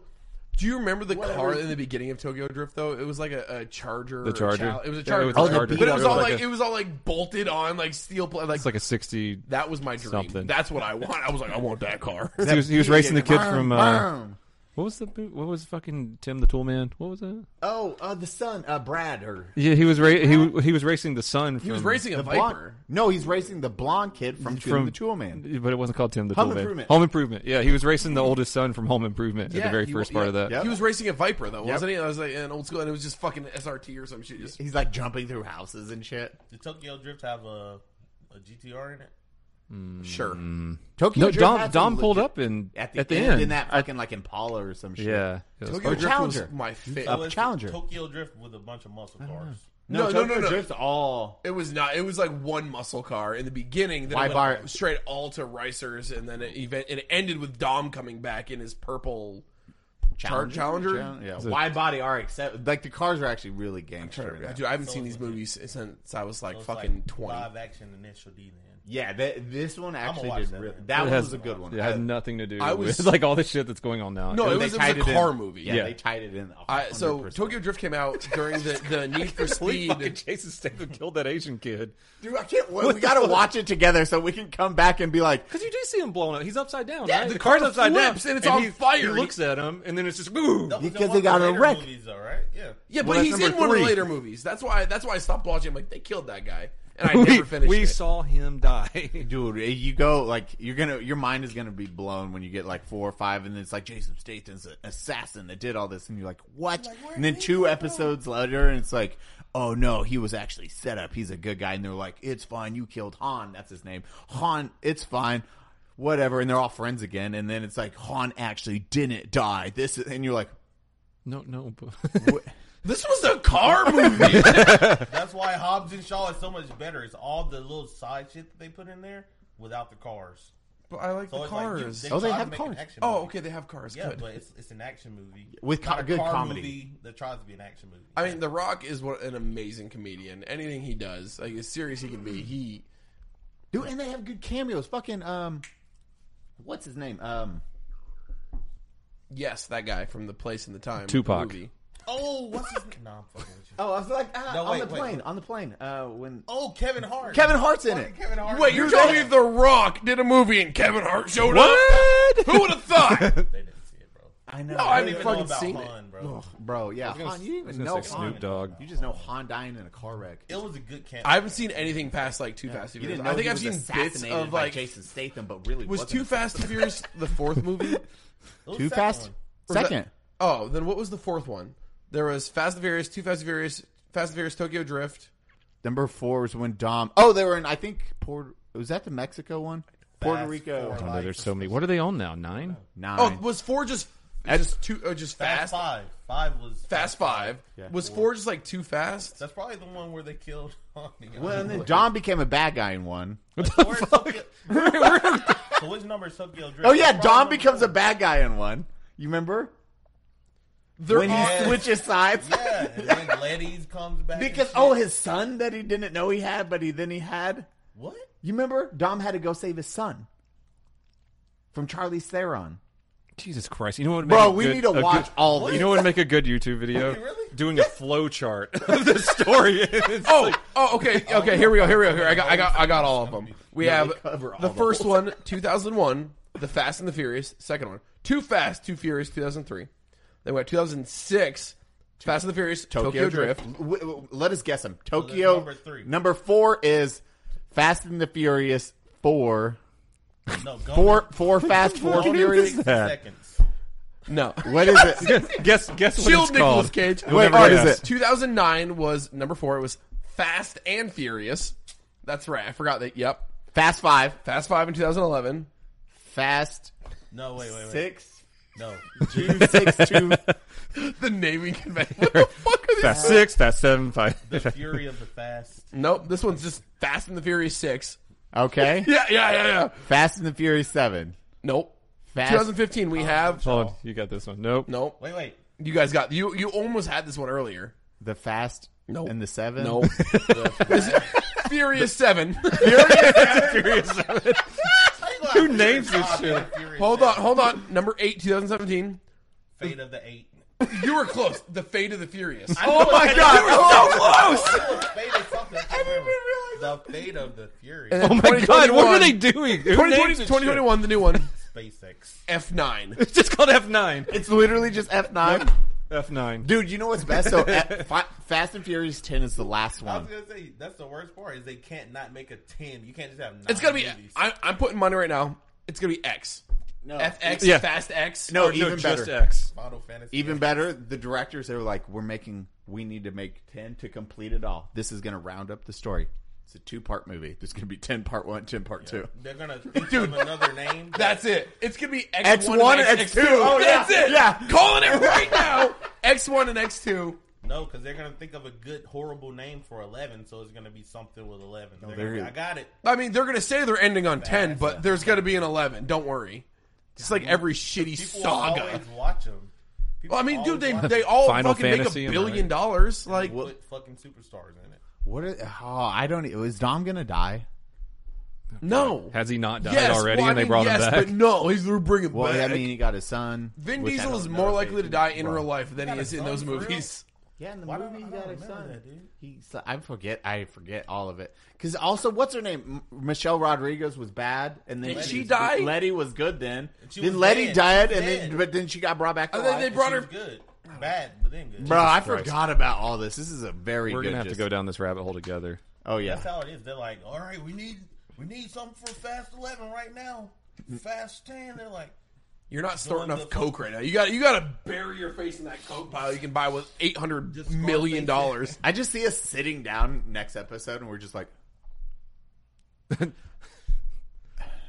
Speaker 2: Do you remember the car
Speaker 1: Whatever.
Speaker 2: in the beginning of Tokyo Drift though? It was like a, a Charger.
Speaker 3: The
Speaker 2: or a
Speaker 3: Charger.
Speaker 2: Chal- it was
Speaker 3: Yeah,
Speaker 2: a
Speaker 3: it
Speaker 2: Charger.
Speaker 3: was a Oh, the Charger.
Speaker 2: But it
Speaker 1: beat-up.
Speaker 2: was all
Speaker 1: It was
Speaker 2: like
Speaker 3: like a-
Speaker 2: it was all like bolted on like steel plate. Like,
Speaker 3: It's like a 60.
Speaker 2: that was my dream.
Speaker 3: something.
Speaker 2: That's what I want. I was like, I want that car. <laughs>
Speaker 3: He was, he was racing the kid
Speaker 1: Vroom,
Speaker 3: from. Uh,
Speaker 1: vroom.
Speaker 3: what was the. What was fucking Tim the Tool Man? What was that?
Speaker 1: oh, uh, the son, uh, Brad, or.
Speaker 3: Yeah, he was ra- he he was racing the son. From,
Speaker 2: He was racing a
Speaker 1: The blonde,
Speaker 2: Viper.
Speaker 1: no, he's racing the blonde kid from, Tim
Speaker 3: from
Speaker 1: the Tool Man.
Speaker 3: but it wasn't called Tim the
Speaker 1: Home
Speaker 3: Tool Man.
Speaker 1: Improvement.
Speaker 3: Home Improvement. Yeah, he was racing the oldest son from Home Improvement at the very
Speaker 2: he
Speaker 3: first
Speaker 2: wa-
Speaker 3: part
Speaker 2: yeah.
Speaker 3: of that.
Speaker 1: Yep.
Speaker 2: He was racing a Viper though,
Speaker 1: Yep.
Speaker 2: wasn't he? I was like an old school, and it was just fucking SRT or some shit. Just
Speaker 1: He's like jumping through houses and shit.
Speaker 4: Did Tokyo Drift have a a GTR in it?
Speaker 3: Mm.
Speaker 2: sure.
Speaker 1: Tokyo
Speaker 3: No,
Speaker 1: Drift
Speaker 3: Dom
Speaker 1: had
Speaker 3: Dom
Speaker 1: some
Speaker 3: pulled
Speaker 1: legit-
Speaker 3: up and
Speaker 1: at the, end, in that fucking like Impala or some shit.
Speaker 3: yeah. It was-
Speaker 2: Tokyo
Speaker 1: Or
Speaker 2: Drift
Speaker 1: Challenger.
Speaker 2: was my favorite.
Speaker 1: Uh, Challenger.
Speaker 4: Tokyo Drift with a bunch of muscle cars.
Speaker 1: No,
Speaker 2: No,
Speaker 1: Tokyo
Speaker 2: no, no, no.
Speaker 1: Drift's all.
Speaker 2: It was not. It was like one muscle car in the beginning. Then
Speaker 1: Why
Speaker 2: it went
Speaker 1: bar-
Speaker 2: straight all to ricers, and then it event it ended with Dom coming back in his purple. Char- Challenger?
Speaker 1: Yeah, wide body RX. Like the cars are actually really gangster.
Speaker 2: Dude, I haven't seen these movies since I was like
Speaker 4: It's
Speaker 2: fucking
Speaker 4: like
Speaker 2: twenty.
Speaker 4: Live action Initial D then.
Speaker 1: Yeah, that, this one actually
Speaker 4: watch
Speaker 1: did. That,
Speaker 4: that then.
Speaker 1: that
Speaker 3: It
Speaker 1: one
Speaker 3: has-
Speaker 1: was a good one.
Speaker 3: It had Oh, nothing to do
Speaker 2: I
Speaker 3: with <laughs>
Speaker 2: was-
Speaker 3: like all the shit that's going on now. <laughs>
Speaker 2: No, it
Speaker 1: They
Speaker 2: was, it was
Speaker 1: tied
Speaker 2: a
Speaker 1: in.
Speaker 2: car movie.
Speaker 1: Yeah,
Speaker 3: Yeah.
Speaker 1: they tied it in.
Speaker 2: I, so
Speaker 1: 100%.
Speaker 2: Tokyo Drift came out during the, the Need for
Speaker 3: Lee fucking
Speaker 2: Speed.
Speaker 3: Jason Statham killed that Asian kid.
Speaker 1: dude, I can't. wait. <laughs> We gotta watch it together so we can come back and be like,
Speaker 3: Because you do see him blown up. He's upside down.
Speaker 2: Yeah,
Speaker 3: right?
Speaker 2: the car flips and it's on
Speaker 3: he-
Speaker 2: fire.
Speaker 3: He looks at him and then it's just woo.
Speaker 4: That was
Speaker 1: Because
Speaker 4: in
Speaker 1: they got
Speaker 4: one of the
Speaker 1: a
Speaker 4: later
Speaker 1: wreck.
Speaker 4: Movies though, right? Yeah.
Speaker 2: Yeah, but
Speaker 1: Well, that's
Speaker 2: he's in
Speaker 1: number
Speaker 2: one of the
Speaker 1: three.
Speaker 2: later movies. That's why. That's why I stopped watching. I'm like, they killed that guy,
Speaker 1: <laughs>
Speaker 2: and I
Speaker 3: we
Speaker 2: never finished.
Speaker 3: we
Speaker 2: it.
Speaker 3: saw him die.
Speaker 1: dude, eh, you go like you're gonna. Your mind is gonna be blown when you get like four or five, and then it's like Jason Statham's an assassin that did all this, and you're like, what?
Speaker 4: where
Speaker 1: and then
Speaker 4: did
Speaker 1: two
Speaker 4: he go?
Speaker 1: episodes later, and it's like. Oh no, he was actually set up. He's a good guy, and they're like, "It's fine. You killed Han. That's his name. Han. It's fine. whatever, and they're all friends again. And then it's like Han actually didn't die. This is, and you're like,
Speaker 3: <laughs> No, no. but-
Speaker 2: This was a car
Speaker 1: <laughs>
Speaker 2: movie.
Speaker 4: That's why Hobbs and Shaw is so much better. It's all the little side shit that they put in there without the cars.
Speaker 2: but I like
Speaker 4: So
Speaker 2: the
Speaker 4: it's like you-
Speaker 2: cars.
Speaker 1: Oh, they
Speaker 4: try to
Speaker 1: have
Speaker 4: make an
Speaker 1: cars.
Speaker 4: action
Speaker 2: oh,
Speaker 4: movie.
Speaker 2: okay, they have cars.
Speaker 4: Yeah,
Speaker 2: Good.
Speaker 4: but it's it's an action movie
Speaker 1: With co-
Speaker 4: Not a
Speaker 1: good
Speaker 4: car
Speaker 1: comedy.
Speaker 4: movie that tries to be an action movie.
Speaker 2: I mean, The Rock is what an amazing comedian. Anything he does, like as serious he can be, he
Speaker 1: <laughs> dude, and they have good cameos. Fucking um, what's his name? Um,
Speaker 2: yes, that guy from the place and the time.
Speaker 3: Tupac.
Speaker 2: movie.
Speaker 4: oh, what's his? no, I'm fucking with you.
Speaker 1: oh, I was like ah,
Speaker 4: No,
Speaker 1: on
Speaker 4: wait,
Speaker 1: the
Speaker 4: wait.
Speaker 1: plane, on the plane. Uh, when
Speaker 4: Oh, Kevin Hart.
Speaker 1: Kevin Hart's in it.
Speaker 4: Fucking Kevin Hart.
Speaker 2: Wait, you're telling me The Rock did a movie and Kevin Hart showed up? Who would have thought?
Speaker 4: They didn't see it, bro.
Speaker 1: I know.
Speaker 2: I haven't
Speaker 4: They don't
Speaker 2: fucking
Speaker 4: know about
Speaker 2: seen it.
Speaker 4: Han, bro.
Speaker 1: Bro, yeah, Han, you didn't
Speaker 3: I was
Speaker 1: even
Speaker 3: gonna
Speaker 1: know
Speaker 3: say
Speaker 1: Han.
Speaker 3: Snoop Dogg.
Speaker 1: You just know Han dying in a car wreck.
Speaker 4: It was a good camp.
Speaker 2: I haven't seen anything past like Too Fast. and
Speaker 1: You
Speaker 2: Furious.
Speaker 1: didn't know
Speaker 2: I think
Speaker 1: he
Speaker 2: I've
Speaker 1: was
Speaker 2: seen bits
Speaker 1: assassinated
Speaker 2: of
Speaker 1: by
Speaker 2: like
Speaker 1: Jason Statham, but really
Speaker 2: was
Speaker 1: wasn't.
Speaker 2: Too Fast and
Speaker 1: <laughs>
Speaker 2: Furious the fourth movie?
Speaker 4: It was
Speaker 1: Too
Speaker 4: the second
Speaker 1: fast.
Speaker 4: one.
Speaker 2: Was that-
Speaker 1: Second,
Speaker 2: oh, then what was the fourth one? There was Fast and Furious, Too Fast and Furious, Fast and Furious Tokyo Drift.
Speaker 1: number four was when Dom. Oh, they were in. I think Puerto. Was that the Mexico one? Puerto
Speaker 4: Fast
Speaker 1: Rico.
Speaker 4: Four.
Speaker 3: I know there's so many. What are they on now? Nine?
Speaker 1: Nine.
Speaker 2: Oh, was four just just two? Uh, just
Speaker 4: Fast
Speaker 2: fast. Fast,
Speaker 4: Five. Five was
Speaker 2: Five
Speaker 1: Yeah.
Speaker 2: was four just like too fast?
Speaker 4: That's probably the one where they killed. Han.
Speaker 1: well, and then Dom became a bad guy in one. <laughs>
Speaker 4: Where's Tokyo- so which number is Tokyo Drift?
Speaker 1: Oh yeah,
Speaker 4: That's
Speaker 1: Dom
Speaker 4: probably
Speaker 1: becomes a
Speaker 4: number
Speaker 1: bad guy in one. You remember
Speaker 2: They're
Speaker 1: when he
Speaker 2: all-
Speaker 4: Yes.
Speaker 1: switches sides?
Speaker 4: one. Yeah, and then Letty's comes back. and
Speaker 1: Because
Speaker 4: shit.
Speaker 1: oh, his son that he didn't know he had, but he then he had.
Speaker 4: what?
Speaker 1: You remember Dom had to go save his son from Charlie Theron.
Speaker 3: Jesus Christ! You know what? would
Speaker 1: Bro,
Speaker 3: make a
Speaker 1: we
Speaker 3: good-
Speaker 1: need to
Speaker 3: a
Speaker 1: watch
Speaker 3: good-
Speaker 1: all these.
Speaker 3: You know what? would Make a good YouTube video.
Speaker 4: really?
Speaker 3: Doing a flow chart <laughs> of the story. It's
Speaker 2: Oh, oh, okay, okay. Here we go. Here we go. Here I got, I got, I got all of them. We have
Speaker 1: cover all
Speaker 2: the
Speaker 1: the
Speaker 2: first one, 2001, The Fast and the Furious. Second one, Too Fast, Too Furious, 2003. Then we got 2006, Fast and the Furious, Tokyo, Drift.
Speaker 1: W- w- let us guess them.
Speaker 4: there's
Speaker 1: Tokyo
Speaker 4: number three.
Speaker 1: number four is Fast and the Furious four.
Speaker 4: No, Gomez.
Speaker 1: Four <laughs> four Fast Four
Speaker 3: fucking
Speaker 1: Furious.
Speaker 3: is that?
Speaker 4: seconds.
Speaker 2: No,
Speaker 1: What is it? <laughs>
Speaker 3: guess guess what
Speaker 2: <laughs>
Speaker 3: it's
Speaker 2: Shield
Speaker 3: called.
Speaker 2: Nicolas Cage.
Speaker 3: You'll
Speaker 1: Wait,
Speaker 3: never
Speaker 1: what is
Speaker 3: guess.
Speaker 1: it?
Speaker 2: 2009 was number four. It was Fast and Furious. That's right. I forgot that. Yep.
Speaker 1: Fast Five.
Speaker 2: Fast Five in 2011.
Speaker 1: Fast
Speaker 4: No, wait, wait, wait.
Speaker 1: Six.
Speaker 4: No,
Speaker 1: Two six <laughs> two.
Speaker 2: <laughs> The naming convention. What the fuck are these?
Speaker 3: Fast six, fast seven, five.
Speaker 4: the Fury of the Fast.
Speaker 2: Nope. This one's just Fast and the Furious Six.
Speaker 1: Okay.
Speaker 2: Yeah, yeah, yeah, yeah.
Speaker 1: Fast and the Furious seven.
Speaker 2: Nope.
Speaker 1: Fast.
Speaker 2: 2015
Speaker 3: Oh.
Speaker 2: we have
Speaker 3: Hold on, you got this one. Nope.
Speaker 2: nope.
Speaker 4: Wait, wait.
Speaker 2: You guys got you you almost had this one earlier. <laughs>
Speaker 1: the Fast.
Speaker 2: Nope.
Speaker 1: And the seven.
Speaker 2: No. Furious 7.
Speaker 3: <laughs>
Speaker 4: Who
Speaker 3: names this shit?
Speaker 2: <laughs> hold on, hold on. Number 8 2017.
Speaker 4: Fate of the Eight.
Speaker 2: You were close. The Fate of the Furious.
Speaker 4: Oh my
Speaker 1: God.
Speaker 4: It was Fate of something. I didn't realize the Fate of the Fury.
Speaker 2: And
Speaker 3: Oh
Speaker 2: then
Speaker 3: my god, what were they
Speaker 2: 2021
Speaker 3: doing? Who
Speaker 2: 2020
Speaker 3: names this shit?
Speaker 2: 2021 the new one.
Speaker 4: SpaceX.
Speaker 2: F9.
Speaker 3: It's just called F nine.
Speaker 1: <laughs> It's literally just F nine.
Speaker 3: F nine.
Speaker 1: Dude, you know what's best? So F- fi- Fast and Furious ten is the last
Speaker 4: I was
Speaker 1: one.
Speaker 4: gonna say that's the worst part is they can't not make a ten. You can't just have. Nine
Speaker 2: It's going to be
Speaker 4: movies.
Speaker 2: I I'm putting money right now. It's going to be X.
Speaker 1: No.
Speaker 2: FX
Speaker 3: Yeah.
Speaker 2: Fast X.
Speaker 1: No,
Speaker 2: Or
Speaker 1: even
Speaker 3: no,
Speaker 1: better.
Speaker 3: just X.
Speaker 4: Final Fantasy.
Speaker 1: Even better, the directors they were like, "We're making, we need to make ten to complete it all. This is going to round up the story. It's a two part movie. There's going to be ten part one, ten part two.
Speaker 4: They're gonna think of another <laughs> name.
Speaker 2: That's it. It's gonna be X1
Speaker 1: X1
Speaker 2: and
Speaker 1: and
Speaker 2: X2.
Speaker 1: X2. Oh, yeah.
Speaker 2: That's it.
Speaker 1: Yeah.
Speaker 2: Calling it right now. X1 and X2.
Speaker 4: no, because they're gonna think of a good horrible name for eleven. So it's gonna be something with eleven. They're gonna
Speaker 1: they're-
Speaker 4: be, I got it.
Speaker 2: I mean, they're gonna say they're ending on ten, but there's gonna be an eleven. Don't worry. It's like every shitty
Speaker 4: People
Speaker 2: saga.
Speaker 4: always watch them. People
Speaker 2: well, I mean, dude, they
Speaker 4: always watch
Speaker 2: they all
Speaker 3: Final
Speaker 2: fucking make
Speaker 3: Fantasy,
Speaker 2: a
Speaker 3: am I
Speaker 2: billion
Speaker 3: right?
Speaker 2: dollars. Like,
Speaker 4: put fucking superstars in it.
Speaker 1: What? Are, oh, I don't. Is Dom going to die?
Speaker 2: no.
Speaker 3: Has he not died
Speaker 2: Yes,
Speaker 3: already?
Speaker 2: well, I
Speaker 3: and they
Speaker 2: mean,
Speaker 3: brought
Speaker 2: yes,
Speaker 3: him
Speaker 2: but
Speaker 3: back.
Speaker 2: no, he's they're bringing
Speaker 1: Well,
Speaker 2: back.
Speaker 1: I mean, he got his son.
Speaker 2: Vin
Speaker 1: which I
Speaker 2: Diesel
Speaker 1: don't
Speaker 2: is
Speaker 1: know
Speaker 2: more
Speaker 1: if they
Speaker 2: likely to
Speaker 1: can-
Speaker 2: die in
Speaker 1: Right.
Speaker 2: real life than he
Speaker 4: got
Speaker 2: is
Speaker 4: a
Speaker 2: in
Speaker 4: son
Speaker 2: those
Speaker 4: for real?
Speaker 2: movies. <laughs>
Speaker 1: Yeah, in the
Speaker 4: Why don't-
Speaker 1: movie,
Speaker 4: I
Speaker 1: he
Speaker 4: don't
Speaker 1: got his
Speaker 4: remember
Speaker 1: son.
Speaker 4: that, dude.
Speaker 1: He, so- I forget. I forget all of it. Because also, what's her name? M- Michelle Rodriguez was bad, and then
Speaker 2: Did
Speaker 1: she
Speaker 2: she
Speaker 1: was-
Speaker 2: die?
Speaker 1: Letty was good then.
Speaker 4: She
Speaker 1: then
Speaker 4: was
Speaker 1: Letty
Speaker 4: dead.
Speaker 1: died,
Speaker 4: She was
Speaker 1: and then
Speaker 4: dead. Oh,
Speaker 1: but then she got brought back. To
Speaker 2: And then
Speaker 1: life.
Speaker 2: they brought
Speaker 4: She
Speaker 2: her.
Speaker 4: was good, bad, but then good.
Speaker 1: Bro, I
Speaker 3: Christ.
Speaker 1: forgot about all this. This is a very
Speaker 3: We're
Speaker 1: good.
Speaker 3: gonna have to
Speaker 1: gist.
Speaker 3: go down this rabbit hole together.
Speaker 1: Oh yeah,
Speaker 4: That's how it is. They're like, all right, we need we need something for Fast Eleven right now. Fast Ten. They're like,
Speaker 2: You're not storing
Speaker 4: one
Speaker 2: enough
Speaker 4: that-
Speaker 2: coke right now. You got you got to bury your face in that coke pile. You can buy with eight hundred
Speaker 4: Just scar face
Speaker 2: million
Speaker 4: it.
Speaker 2: dollars.
Speaker 1: I just see us sitting down next episode, and we're just like,
Speaker 4: <laughs> They're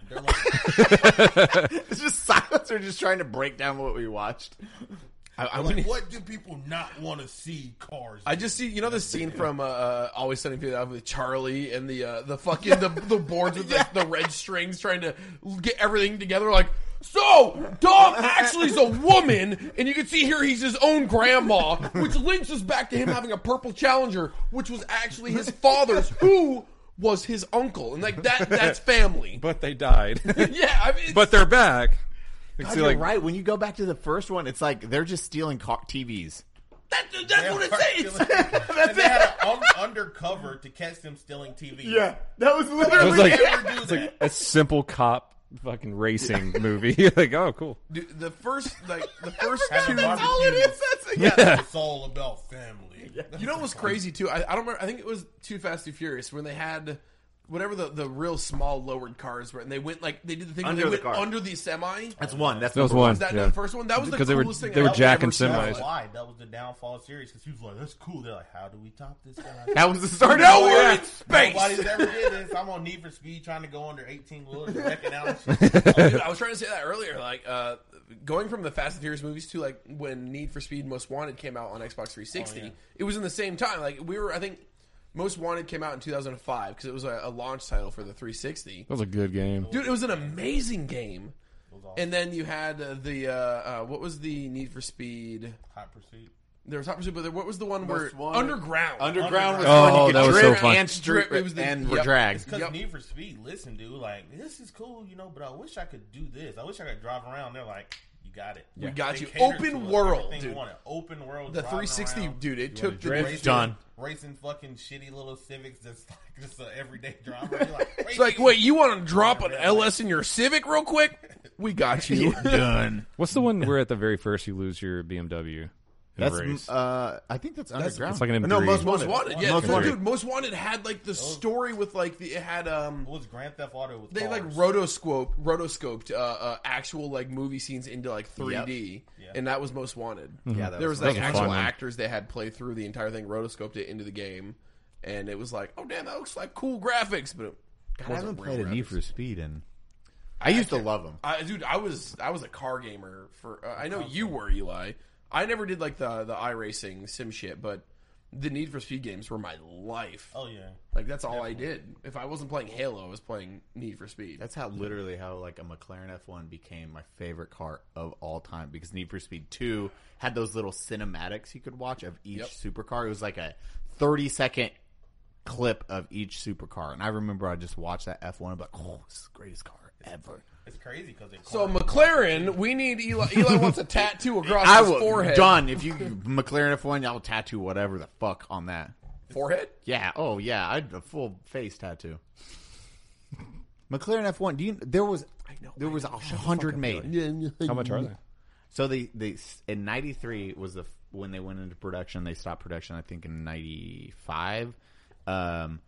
Speaker 4: like,
Speaker 1: <laughs> It's just silence. We're just trying to break down what we watched.
Speaker 2: I, I
Speaker 4: like,
Speaker 2: wouldn't-
Speaker 4: what do people not want to see cars?
Speaker 2: I just see you know the scene from uh, uh, Always Sunny in Philadelphia with Charlie and the uh, the fucking the, the boards with <laughs> the, the red strings trying to get everything together like so Tom actually is a woman and you can see here he's his own grandma which links us back to him having a purple challenger which was actually his father's who was his uncle and like that that's family
Speaker 3: but they died. <laughs>
Speaker 2: yeah I mean it's-
Speaker 3: but they're back. You
Speaker 1: God,
Speaker 3: see,
Speaker 1: you're
Speaker 3: like,
Speaker 1: right. When you go back to the first one, it's like they're just stealing car- TVs.
Speaker 2: that, <laughs> that's what it says
Speaker 4: and they had an un- undercover to catch them stealing TV.
Speaker 1: that was
Speaker 3: It
Speaker 1: literally.
Speaker 3: was like,
Speaker 4: Never do
Speaker 3: it's
Speaker 4: that.
Speaker 3: like a simple cop fucking racing movie. <laughs> You're like, oh, cool.
Speaker 2: Dude, the first like <laughs> the first two
Speaker 4: Having barbecue.
Speaker 1: all it is. That's, yeah.
Speaker 4: It's all about family.
Speaker 2: You know what was crazy too? I, I don't remember. I think it was Too Fast Too Furious when they had whatever the, the real small lowered cars were, and they went like they did the thing where
Speaker 1: Under
Speaker 2: they
Speaker 1: the car.
Speaker 2: went under the semi.
Speaker 1: That's one. That's
Speaker 3: That was
Speaker 1: number
Speaker 3: one.
Speaker 2: Is that
Speaker 3: yeah.
Speaker 2: the first one? That was the
Speaker 3: Because they were-
Speaker 2: coolest thing.
Speaker 3: they were
Speaker 2: I've
Speaker 3: jacking
Speaker 2: ever seen.
Speaker 3: semis.
Speaker 4: That's why that was the downfall series because he was like, "That's cool." They're like, "How do we top this?" Guy?
Speaker 1: That was the start.
Speaker 2: Now
Speaker 1: of
Speaker 2: we're
Speaker 1: it.
Speaker 2: in space.
Speaker 4: Nobody's ever did this. I'm on Need for Speed trying to go under 18 wheelers, checking out. and shit.
Speaker 2: <laughs> Dude, I was trying to say that earlier. Like uh, going from the Fast and Furious movies to like when Need for Speed Most Wanted came out on Xbox
Speaker 1: Oh,
Speaker 2: 360, it was in the same time. Like we were, I think. Most Wanted came out in 2005 because it was a, a launch title for the 360.
Speaker 3: That was a good game.
Speaker 2: Dude, it was an amazing game. And then you had uh, the uh, uh, what was the Need for Speed?
Speaker 4: Hot pursuit.
Speaker 2: There was Hot Pursuit, but there, what was the one where
Speaker 1: Most Wanted.
Speaker 2: Underground?
Speaker 1: Underground was
Speaker 3: Oh,
Speaker 1: when you could
Speaker 3: that was
Speaker 1: drip
Speaker 3: so fun.
Speaker 1: and strip
Speaker 2: It was the-
Speaker 1: and
Speaker 2: yep.
Speaker 1: drag.
Speaker 4: Because
Speaker 2: Yep.
Speaker 4: Need for Speed, listen, dude, like this is cool, you know, but I wish I could do this. I wish I could drive around. They're like, "You got it. We
Speaker 2: got you. Open world, dude.
Speaker 4: Open world.
Speaker 2: the
Speaker 4: driving
Speaker 2: 360,
Speaker 4: around.
Speaker 2: dude. It took the
Speaker 1: drift?
Speaker 2: it's
Speaker 1: Done.
Speaker 4: Racing fucking shitty little Civics that's like just <laughs> an everyday driver. You're
Speaker 2: <laughs>
Speaker 4: like, it's
Speaker 2: like, wait, you want to drop an LS in your Civic real quick? We got
Speaker 1: <laughs>
Speaker 2: you.
Speaker 1: Done.
Speaker 3: What's the one where at the very first you lose your BMW? in a race?
Speaker 1: That's uh, I think that's underground.
Speaker 3: it's like an
Speaker 1: no, most
Speaker 3: M3.
Speaker 2: Most
Speaker 1: wanted.
Speaker 2: Wanted, yeah,
Speaker 1: most
Speaker 2: dude,
Speaker 1: wanted.
Speaker 2: dude. Most Wanted had like the story with like the, it had um
Speaker 4: It was Grand Theft Auto. With
Speaker 2: they
Speaker 4: cars.
Speaker 2: like rotoscope rotoscoped uh, uh, actual like movie scenes into like 3D,
Speaker 4: Yeah.
Speaker 2: and that was Most Wanted.
Speaker 1: Yeah, that
Speaker 2: there
Speaker 1: was
Speaker 2: was
Speaker 1: that
Speaker 2: like
Speaker 1: was a
Speaker 2: actual
Speaker 3: fun one.
Speaker 2: actors they had play through the entire thing, rotoscoped it into the game, and it was like, oh damn, that looks like cool graphics, but it
Speaker 1: I haven't
Speaker 2: wasn't real
Speaker 1: played a Need
Speaker 2: graphics.
Speaker 1: for Speed and I used to love them.
Speaker 2: I, dude, I was I was a car gamer for. Uh, I know you were Eli. I never did like the the iRacing sim shit, but the Need for Speed games were my life.
Speaker 4: Oh yeah.
Speaker 2: Like that's all I did. If I wasn't playing Halo, I was playing Need for Speed.
Speaker 1: That's how literally how like a McLaren F1 became my favorite car of all time because Need for Speed 2 had those little cinematics you could watch of each
Speaker 2: Yep.
Speaker 1: supercar. It was like a 30 second clip of each supercar and I remember I just watched that F1 and be like, "Oh, this is the greatest car ever."
Speaker 4: It's crazy because they
Speaker 2: so McLaren, we need Eli. Eli wants a tattoo across
Speaker 1: I
Speaker 2: his
Speaker 1: will
Speaker 2: forehead.
Speaker 1: done if you McLaren F1, I'll tattoo whatever the fuck on that.
Speaker 2: Forehead.
Speaker 1: Yeah. Oh, yeah. I had a full face tattoo. <laughs> McLaren F1. Do you? There was. I know. There was a hundred made.
Speaker 3: How much are they?
Speaker 1: So they they in '93 was the f- when they went into production. They stopped production. I think in '95. Um,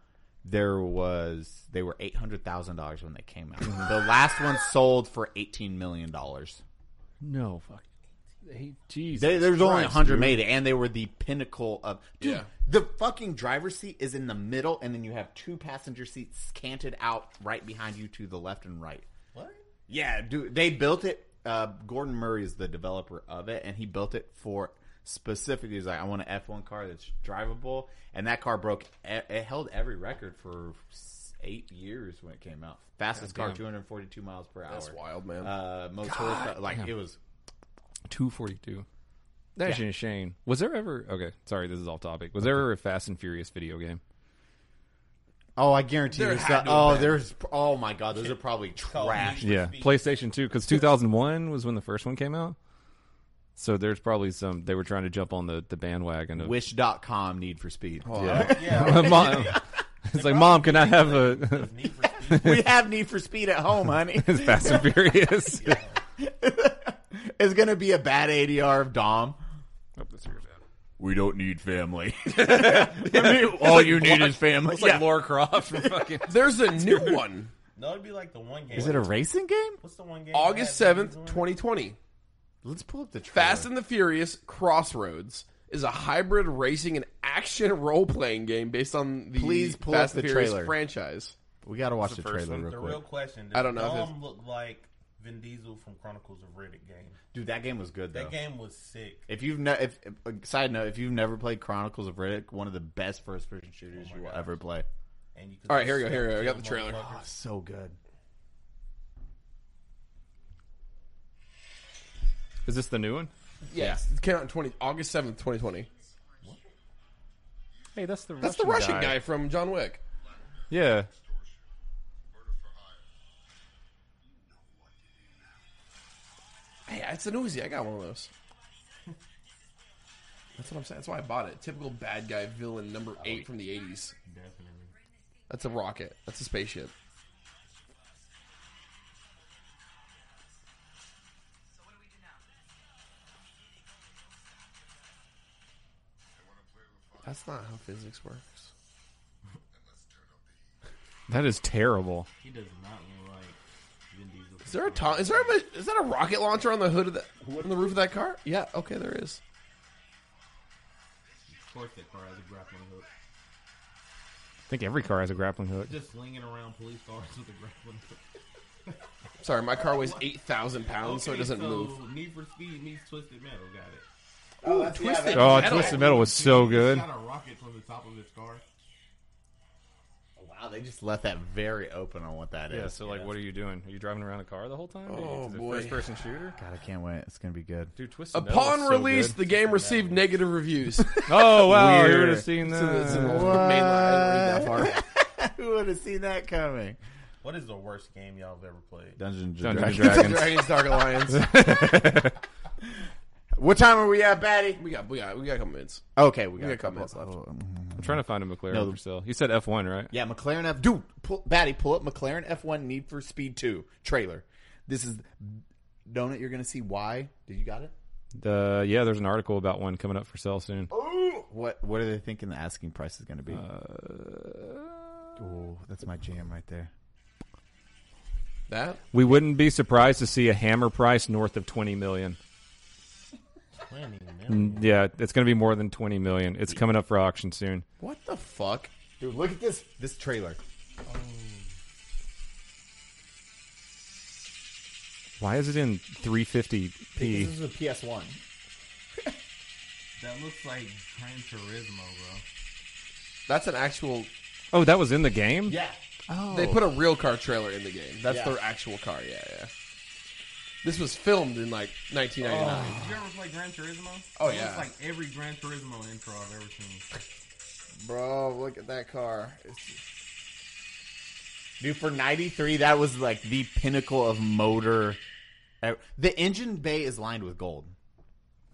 Speaker 1: there was they were eight hundred thousand dollars when they came <laughs> out. the last one sold for eighteen million dollars.
Speaker 3: No, fuck. Hey, Jesus.
Speaker 1: They, there's only
Speaker 3: Christ,
Speaker 1: 100
Speaker 3: dude.
Speaker 1: made it, and they were the pinnacle of. Dude,
Speaker 2: Yeah.
Speaker 1: the fucking driver's seat is in the middle, and then you have two passenger seats canted out right behind you to the left and right.
Speaker 4: What?
Speaker 1: Yeah, dude, they built it. Uh, Gordon Murray is the developer of it, and he built it for specifically. He's like, I want an F1 car that's drivable, and that car broke. e, It held every record for s- eight years when it came out. Fastest car, 242 miles per hour.
Speaker 2: That's wild, man.
Speaker 1: Uh, most horsepower, like it was
Speaker 3: 242. That's a shame. Was there ever. Okay, sorry, this is off topic. Was there ever a Fast and Furious video game?
Speaker 1: Oh, I guarantee
Speaker 2: There
Speaker 1: you.
Speaker 2: had
Speaker 1: So,
Speaker 2: to have
Speaker 1: oh,
Speaker 2: been.
Speaker 1: there's. Oh my God, those are probably
Speaker 4: me.
Speaker 1: trash.
Speaker 3: Yeah,
Speaker 4: Speed.
Speaker 3: PlayStation 2, because 2001 was when the first one came out. So there's probably some. They were trying to jump on the, the bandwagon of. <laughs>
Speaker 1: Wish.com need for speed.
Speaker 4: Yeah.
Speaker 3: Mom- it's like, Mom, can I have a
Speaker 4: Need for Speed.
Speaker 1: <laughs> we have need for speed at home, <laughs> honey.
Speaker 3: <laughs> Fast and <laughs> Furious?
Speaker 1: it's gonna be a bad ADR of Dom.
Speaker 3: Oh, this figures out.
Speaker 1: We don't need family. <laughs> all you need is family.
Speaker 3: It's like Laura Croft from <laughs> fucking.
Speaker 2: There's a new one,
Speaker 4: No, it'd be like the one game.
Speaker 1: is it a racing game?
Speaker 4: What's the one game?
Speaker 2: August
Speaker 4: that had
Speaker 2: seventh,
Speaker 4: zombies in it?
Speaker 2: 2020.
Speaker 1: Let's pull up the trailer.
Speaker 2: Fast and the Furious Crossroads is a hybrid racing and action role playing game based on the
Speaker 1: Please pull
Speaker 2: Fast
Speaker 1: up the
Speaker 2: and Furious
Speaker 1: trailer.
Speaker 2: franchise.
Speaker 1: We got to watch the,
Speaker 5: the first
Speaker 1: trailer
Speaker 5: one?
Speaker 1: real
Speaker 4: The
Speaker 1: quick.
Speaker 4: real question: Did
Speaker 2: I don't know if
Speaker 4: Dom
Speaker 2: it's-
Speaker 4: look like Vin Diesel from Chronicles of Riddick game?
Speaker 1: Dude, that game was good though.
Speaker 4: That game was sick.
Speaker 1: If you've ne- if uh, side note, if you've never played Chronicles of Riddick, one of the best first person shooters you will ever play.
Speaker 4: And you could
Speaker 2: All right, here we go, here we go. I got the trailer.
Speaker 1: Oh, so good.
Speaker 3: Is this the new one?
Speaker 2: Yes, it came out in twenty August seventh, twenty twenty.
Speaker 3: Hey, that's the
Speaker 2: That's
Speaker 3: Russian
Speaker 2: the Russian guy. from John Wick.
Speaker 3: Yeah.
Speaker 2: Hey, it's an Uzi. I got one of those. That's what I'm saying. That's why I bought it. Typical bad guy villain number eight from the eighties.
Speaker 4: Definitely.
Speaker 2: That's a rocket. That's a spaceship. That's not how physics works.
Speaker 3: That is terrible.
Speaker 4: He does not look like Vin Diesel.
Speaker 2: Is there a to- is there a, is that a rocket launcher on the hood of that on the roof of that car? Yeah, okay, there is.
Speaker 4: Of course, that car has a grappling hook.
Speaker 3: I think every car has a grappling hook.
Speaker 4: Just slinging around police cars with a grappling hook.
Speaker 2: Sorry, my car weighs eight thousand pounds, Oh, so it
Speaker 4: Okay,
Speaker 2: doesn't
Speaker 4: so
Speaker 2: move.
Speaker 4: Need for Speed meets Twisted Metal. Got it.
Speaker 2: Twisted.
Speaker 3: Oh,
Speaker 2: Metal.
Speaker 3: Twisted Metal was so good.
Speaker 4: Shot a rocket from the top of his car.
Speaker 1: Wow, they just left that very open on what that is.
Speaker 3: Yeah, so like, what are you doing? Are you driving around a car the whole time?
Speaker 2: Oh,
Speaker 3: Is it
Speaker 2: boy.
Speaker 3: First-person shooter?
Speaker 1: God, I can't wait. It's gonna be good.
Speaker 3: Dude, Twisted Metal
Speaker 2: Upon
Speaker 3: is so
Speaker 2: release,
Speaker 3: good.
Speaker 2: the game received negative <laughs> reviews.
Speaker 3: <laughs> Oh wow, you
Speaker 1: Weird.
Speaker 3: would have seen
Speaker 2: It's an old
Speaker 3: that.
Speaker 2: mainline. I didn't read that far.
Speaker 1: Who would have seen that coming?
Speaker 4: What is the worst game y'all have ever played?
Speaker 1: Dungeons and
Speaker 3: Dungeons and
Speaker 1: Dragons.
Speaker 3: Dragons.
Speaker 2: <laughs> Dragon's Dark Alliance.
Speaker 1: <laughs>
Speaker 3: <laughs>
Speaker 1: What time are we at, Batty?
Speaker 2: We got, we got, we got a couple minutes.
Speaker 1: Okay, we got,
Speaker 2: got
Speaker 1: a couple minutes left.
Speaker 2: left.
Speaker 3: I'm trying to find a McLaren
Speaker 1: No.
Speaker 3: for sale. You said F1, right?
Speaker 1: Yeah, McLaren F. Dude, pull, Batty, pull up McLaren F1 Need for Speed 2 trailer. This is. Donut, you're going to see why. Did you got it?
Speaker 3: The yeah, there's an article about one coming up for sale soon.
Speaker 1: What What are they thinking the asking price is going to be? Ooh, that's my jam right there.
Speaker 2: That
Speaker 3: We wouldn't be surprised to see a hammer price north of 20 million.
Speaker 4: Plenty, man.
Speaker 3: Mm, Yeah, it's going to be more than 20 million. It's coming up for auction soon.
Speaker 2: what the fuck?
Speaker 1: Dude, look at this this trailer.
Speaker 3: Why is it in 350p?
Speaker 1: This is a PS1.
Speaker 4: That looks like Gran Turismo, bro.
Speaker 2: That's an actual.
Speaker 3: Oh, that was in the game.
Speaker 1: Yeah. Oh.
Speaker 2: They put a real car trailer in the game. That's
Speaker 1: Yeah.
Speaker 2: their actual car. Oh. Yeah, yeah. This was filmed in like 1999.
Speaker 4: Did you ever play Gran Turismo?
Speaker 2: Oh,
Speaker 4: It looks
Speaker 2: yeah.
Speaker 4: like every Gran Turismo intro I've ever seen.
Speaker 2: Oh, Bro, look at that car.
Speaker 1: Dude, for 93, that was like the pinnacle of motor. The engine bay is lined with gold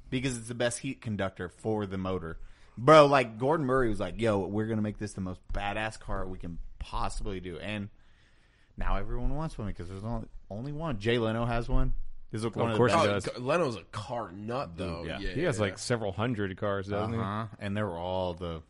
Speaker 1: because it's the best heat conductor for the motor. Bro, like Gordon Murray was like, yo, we're going to make this the most badass car we can possibly do. And now everyone wants one because there's only, only one. Jay Leno has one. This is like one of,
Speaker 3: course
Speaker 1: the
Speaker 3: he
Speaker 1: best. Oh,
Speaker 2: Oh,
Speaker 3: does. Mm,
Speaker 2: G- Leno's a car nut though.
Speaker 1: yeah.
Speaker 2: yeah.
Speaker 3: He has like several hundred cars, doesn't
Speaker 1: Uh-huh. And they're all the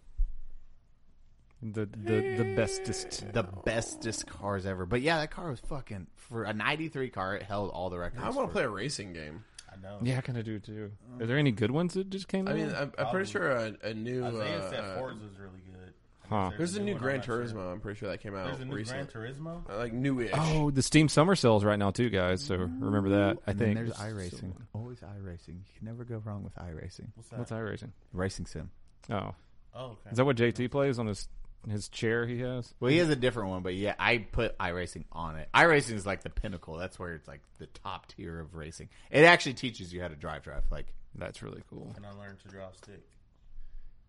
Speaker 3: he? The the the bestest.
Speaker 1: the bestest cars ever. But yeah, that car was fucking for a 93 car, it held all the records.
Speaker 2: I want
Speaker 1: for-
Speaker 2: to play a racing game.
Speaker 4: I know.
Speaker 3: Yeah, I kind of do too. Are there any good ones that just came?
Speaker 2: I
Speaker 3: out?
Speaker 2: mean, I'm, I'm pretty sure a, a new. Uh,
Speaker 4: Isaiah said
Speaker 2: uh,
Speaker 4: Ford's was really good.
Speaker 3: Huh.
Speaker 2: there's a new
Speaker 4: one,
Speaker 2: Gran
Speaker 4: I'm not sure.
Speaker 2: Turismo. I'm pretty sure that came out
Speaker 4: There's a new Gran
Speaker 2: recently.
Speaker 4: Turismo.
Speaker 2: Uh, like newish.
Speaker 3: Oh, the Steam summer sales right now too, guys. So remember that. I
Speaker 1: and
Speaker 3: think
Speaker 1: then there's
Speaker 3: There's-
Speaker 1: iRacing. Always iRacing. You can never go wrong with iRacing.
Speaker 4: What's that?
Speaker 3: What's iRacing?
Speaker 1: Racing sim.
Speaker 3: Oh,
Speaker 4: Oh, okay.
Speaker 3: is that what JT plays on his his chair? He has.
Speaker 1: Well, he has a different one, but yeah, I put iRacing on it. iRacing is like the pinnacle. That's where it's like the top tier of racing. It actually teaches you how to drive drive. Like,
Speaker 3: That's really cool.
Speaker 4: and I learned to drive stick.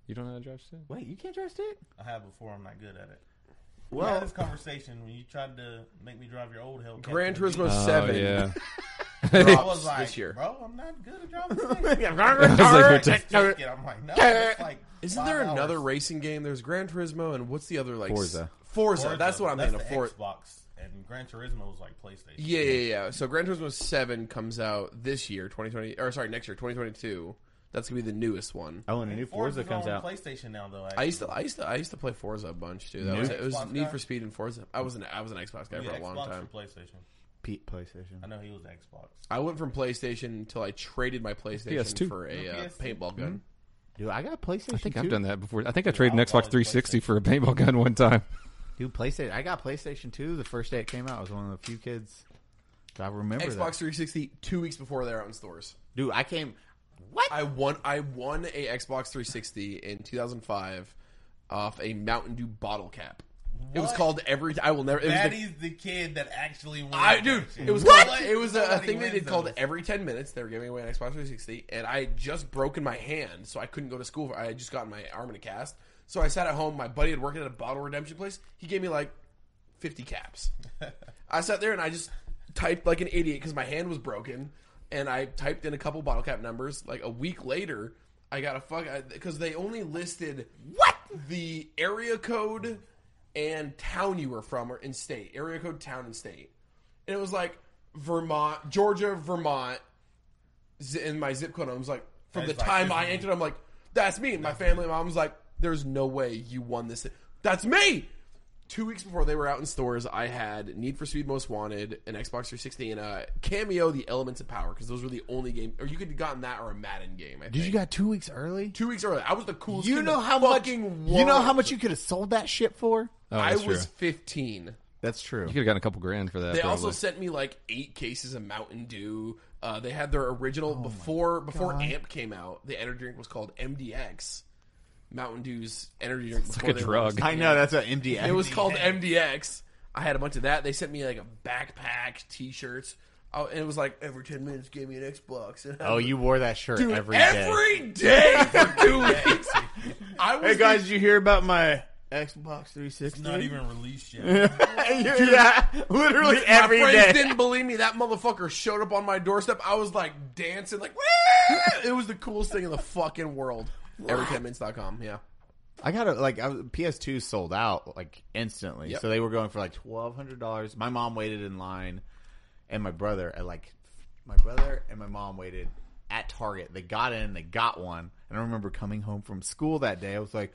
Speaker 3: You don't know how to drive stick?
Speaker 1: wait, you can't drive
Speaker 2: <laughs>
Speaker 1: stick?
Speaker 4: I have before. I'm not good at it. we
Speaker 1: Well,
Speaker 4: had this conversation when you tried to make me drive your old Hellcat.
Speaker 2: Gran
Speaker 4: to the
Speaker 2: Turismo
Speaker 3: Oh, <laughs>
Speaker 2: Seven <laughs>
Speaker 3: yeah.
Speaker 4: beach. I
Speaker 2: drops
Speaker 4: was like,
Speaker 2: this year.
Speaker 4: bro, I'm not good at
Speaker 2: <laughs>
Speaker 4: driving. stick."
Speaker 1: <laughs>
Speaker 3: like,
Speaker 4: Like, check it. I'm like, no.
Speaker 2: <laughs>
Speaker 4: It's like
Speaker 2: Isn't
Speaker 4: five
Speaker 2: there
Speaker 4: hours.
Speaker 2: another racing game? There's Gran Turismo and what's the other like s-
Speaker 1: Forza.
Speaker 2: Forza.
Speaker 4: Forza,
Speaker 2: That's what I'm
Speaker 4: that's
Speaker 2: in. A
Speaker 4: the
Speaker 2: Forza.
Speaker 4: Xbox and Gran Turismo was like PlayStation.
Speaker 2: Yeah, yeah, yeah. So Gran Turismo Seven comes out this year, 2020, or sorry, next year, 2022. That's gonna be the newest one.
Speaker 1: oh, and a new
Speaker 4: Forza's
Speaker 1: Forza comes
Speaker 4: on
Speaker 1: out.
Speaker 4: PlayStation now though.
Speaker 2: I
Speaker 4: Actually.
Speaker 2: used to, I used to, I used to play Forza a bunch too. That was, it was
Speaker 4: Xbox
Speaker 2: Need
Speaker 4: guy?
Speaker 2: for Speed and Forza. I was an, I was an Xbox guy
Speaker 4: Yeah,
Speaker 2: for a
Speaker 4: Xbox
Speaker 2: long time.
Speaker 4: or PlayStation.
Speaker 1: Pete PlayStation.
Speaker 4: I know he was Xbox.
Speaker 2: I went from PlayStation until I traded my PlayStation
Speaker 3: PS2.
Speaker 2: for a uh,
Speaker 4: PS2.
Speaker 2: paintball
Speaker 3: Mm-hmm.
Speaker 2: gun.
Speaker 1: Dude, I got a PlayStation.
Speaker 3: I think
Speaker 1: too.
Speaker 3: I've done that before. I think I traded an
Speaker 4: I'll
Speaker 3: Xbox
Speaker 4: probably play
Speaker 3: 360 for a paintball gun one time.
Speaker 1: Dude, PlayStation. I got PlayStation Two the first day it came out. I was one of the few kids. I remember that.
Speaker 2: Xbox 360 two weeks before they're out in stores.
Speaker 1: Dude, I came. What?
Speaker 2: I won. I won a Xbox 360 in 2005 off a Mountain Dew bottle cap. It was
Speaker 4: What?
Speaker 2: called every. I will never. It was
Speaker 4: That
Speaker 2: the-
Speaker 4: is the kid that actually won.
Speaker 2: I dude, it was
Speaker 1: What?
Speaker 2: Called, it was a, a
Speaker 4: Nobody
Speaker 2: thing they
Speaker 4: wins
Speaker 2: did called
Speaker 4: those.
Speaker 2: every ten minutes. They were giving away an Xbox 360, and I had just broken my hand, so I couldn't go to school. I had just gotten my arm in a cast, so I sat at home. My buddy had worked at a bottle redemption place. He gave me like fifty caps. I sat there and I just typed like an idiot because my hand was broken, and I typed in a couple bottle cap numbers. Like a week later, I got a fuck because they only listed what the area code and town you were from or in state area code town and state and it was like Vermont, Georgia, Vermont, zi- in my zip code. I was like, from the
Speaker 4: That's like,
Speaker 2: time I
Speaker 4: isn't it?
Speaker 2: entered, I'm like, that's me. And my family, my mom was like, there's no way you won this. That's me. Two weeks before they were out in stores, I had Need for Speed Most Wanted, an Xbox 360, and uh, Cameo: The Elements of Power because those were the only game, or you could have gotten that or a Madden game. I
Speaker 1: Did
Speaker 2: think.
Speaker 1: you got two weeks early?
Speaker 2: two weeks earlier? I was the coolest. kid
Speaker 1: You
Speaker 2: in
Speaker 1: know
Speaker 2: the
Speaker 1: how much?
Speaker 2: fucking
Speaker 1: You know how
Speaker 2: world.
Speaker 1: much you could have sold that shit for?
Speaker 3: Oh,
Speaker 2: I
Speaker 3: that's true.
Speaker 2: was 15.
Speaker 1: That's true.
Speaker 3: You could have gotten a couple grand for that.
Speaker 2: They
Speaker 3: probably.
Speaker 2: also sent me like eight cases of Mountain Dew. Uh, they had their original before before Amp came out. The energy drink was called MDX. Mountain Dew's energy drink. It's
Speaker 3: like a drug.
Speaker 1: I know that's what MDX.
Speaker 2: It was called MDX. I had a bunch of that. They sent me like a backpack, T-shirts. Oh, and it was like every ten minutes gave me an Xbox. <laughs> And I
Speaker 1: Oh,
Speaker 2: was
Speaker 1: you wore that shirt
Speaker 2: like,
Speaker 1: every day.
Speaker 2: every day for two weeks. I was
Speaker 1: Hey guys, did you hear about my Xbox 360? <laughs>
Speaker 4: not even released
Speaker 2: <laughs>
Speaker 4: yet.
Speaker 1: yeah, literally
Speaker 2: My
Speaker 1: every
Speaker 2: friends
Speaker 1: day.
Speaker 2: didn't believe me. That motherfucker showed up on my doorstep. I was like dancing, like "Wah!" it was the coolest thing in the fucking world. Every10minutes.com. Yeah,
Speaker 1: I got a, like I was, PS2 sold out like instantly,
Speaker 2: Yep.
Speaker 1: so they were going for like twelve hundred dollars. My mom waited in line, and my brother at like my brother and my mom waited at Target. They got in, they got one, and I remember coming home from school that day. I was like,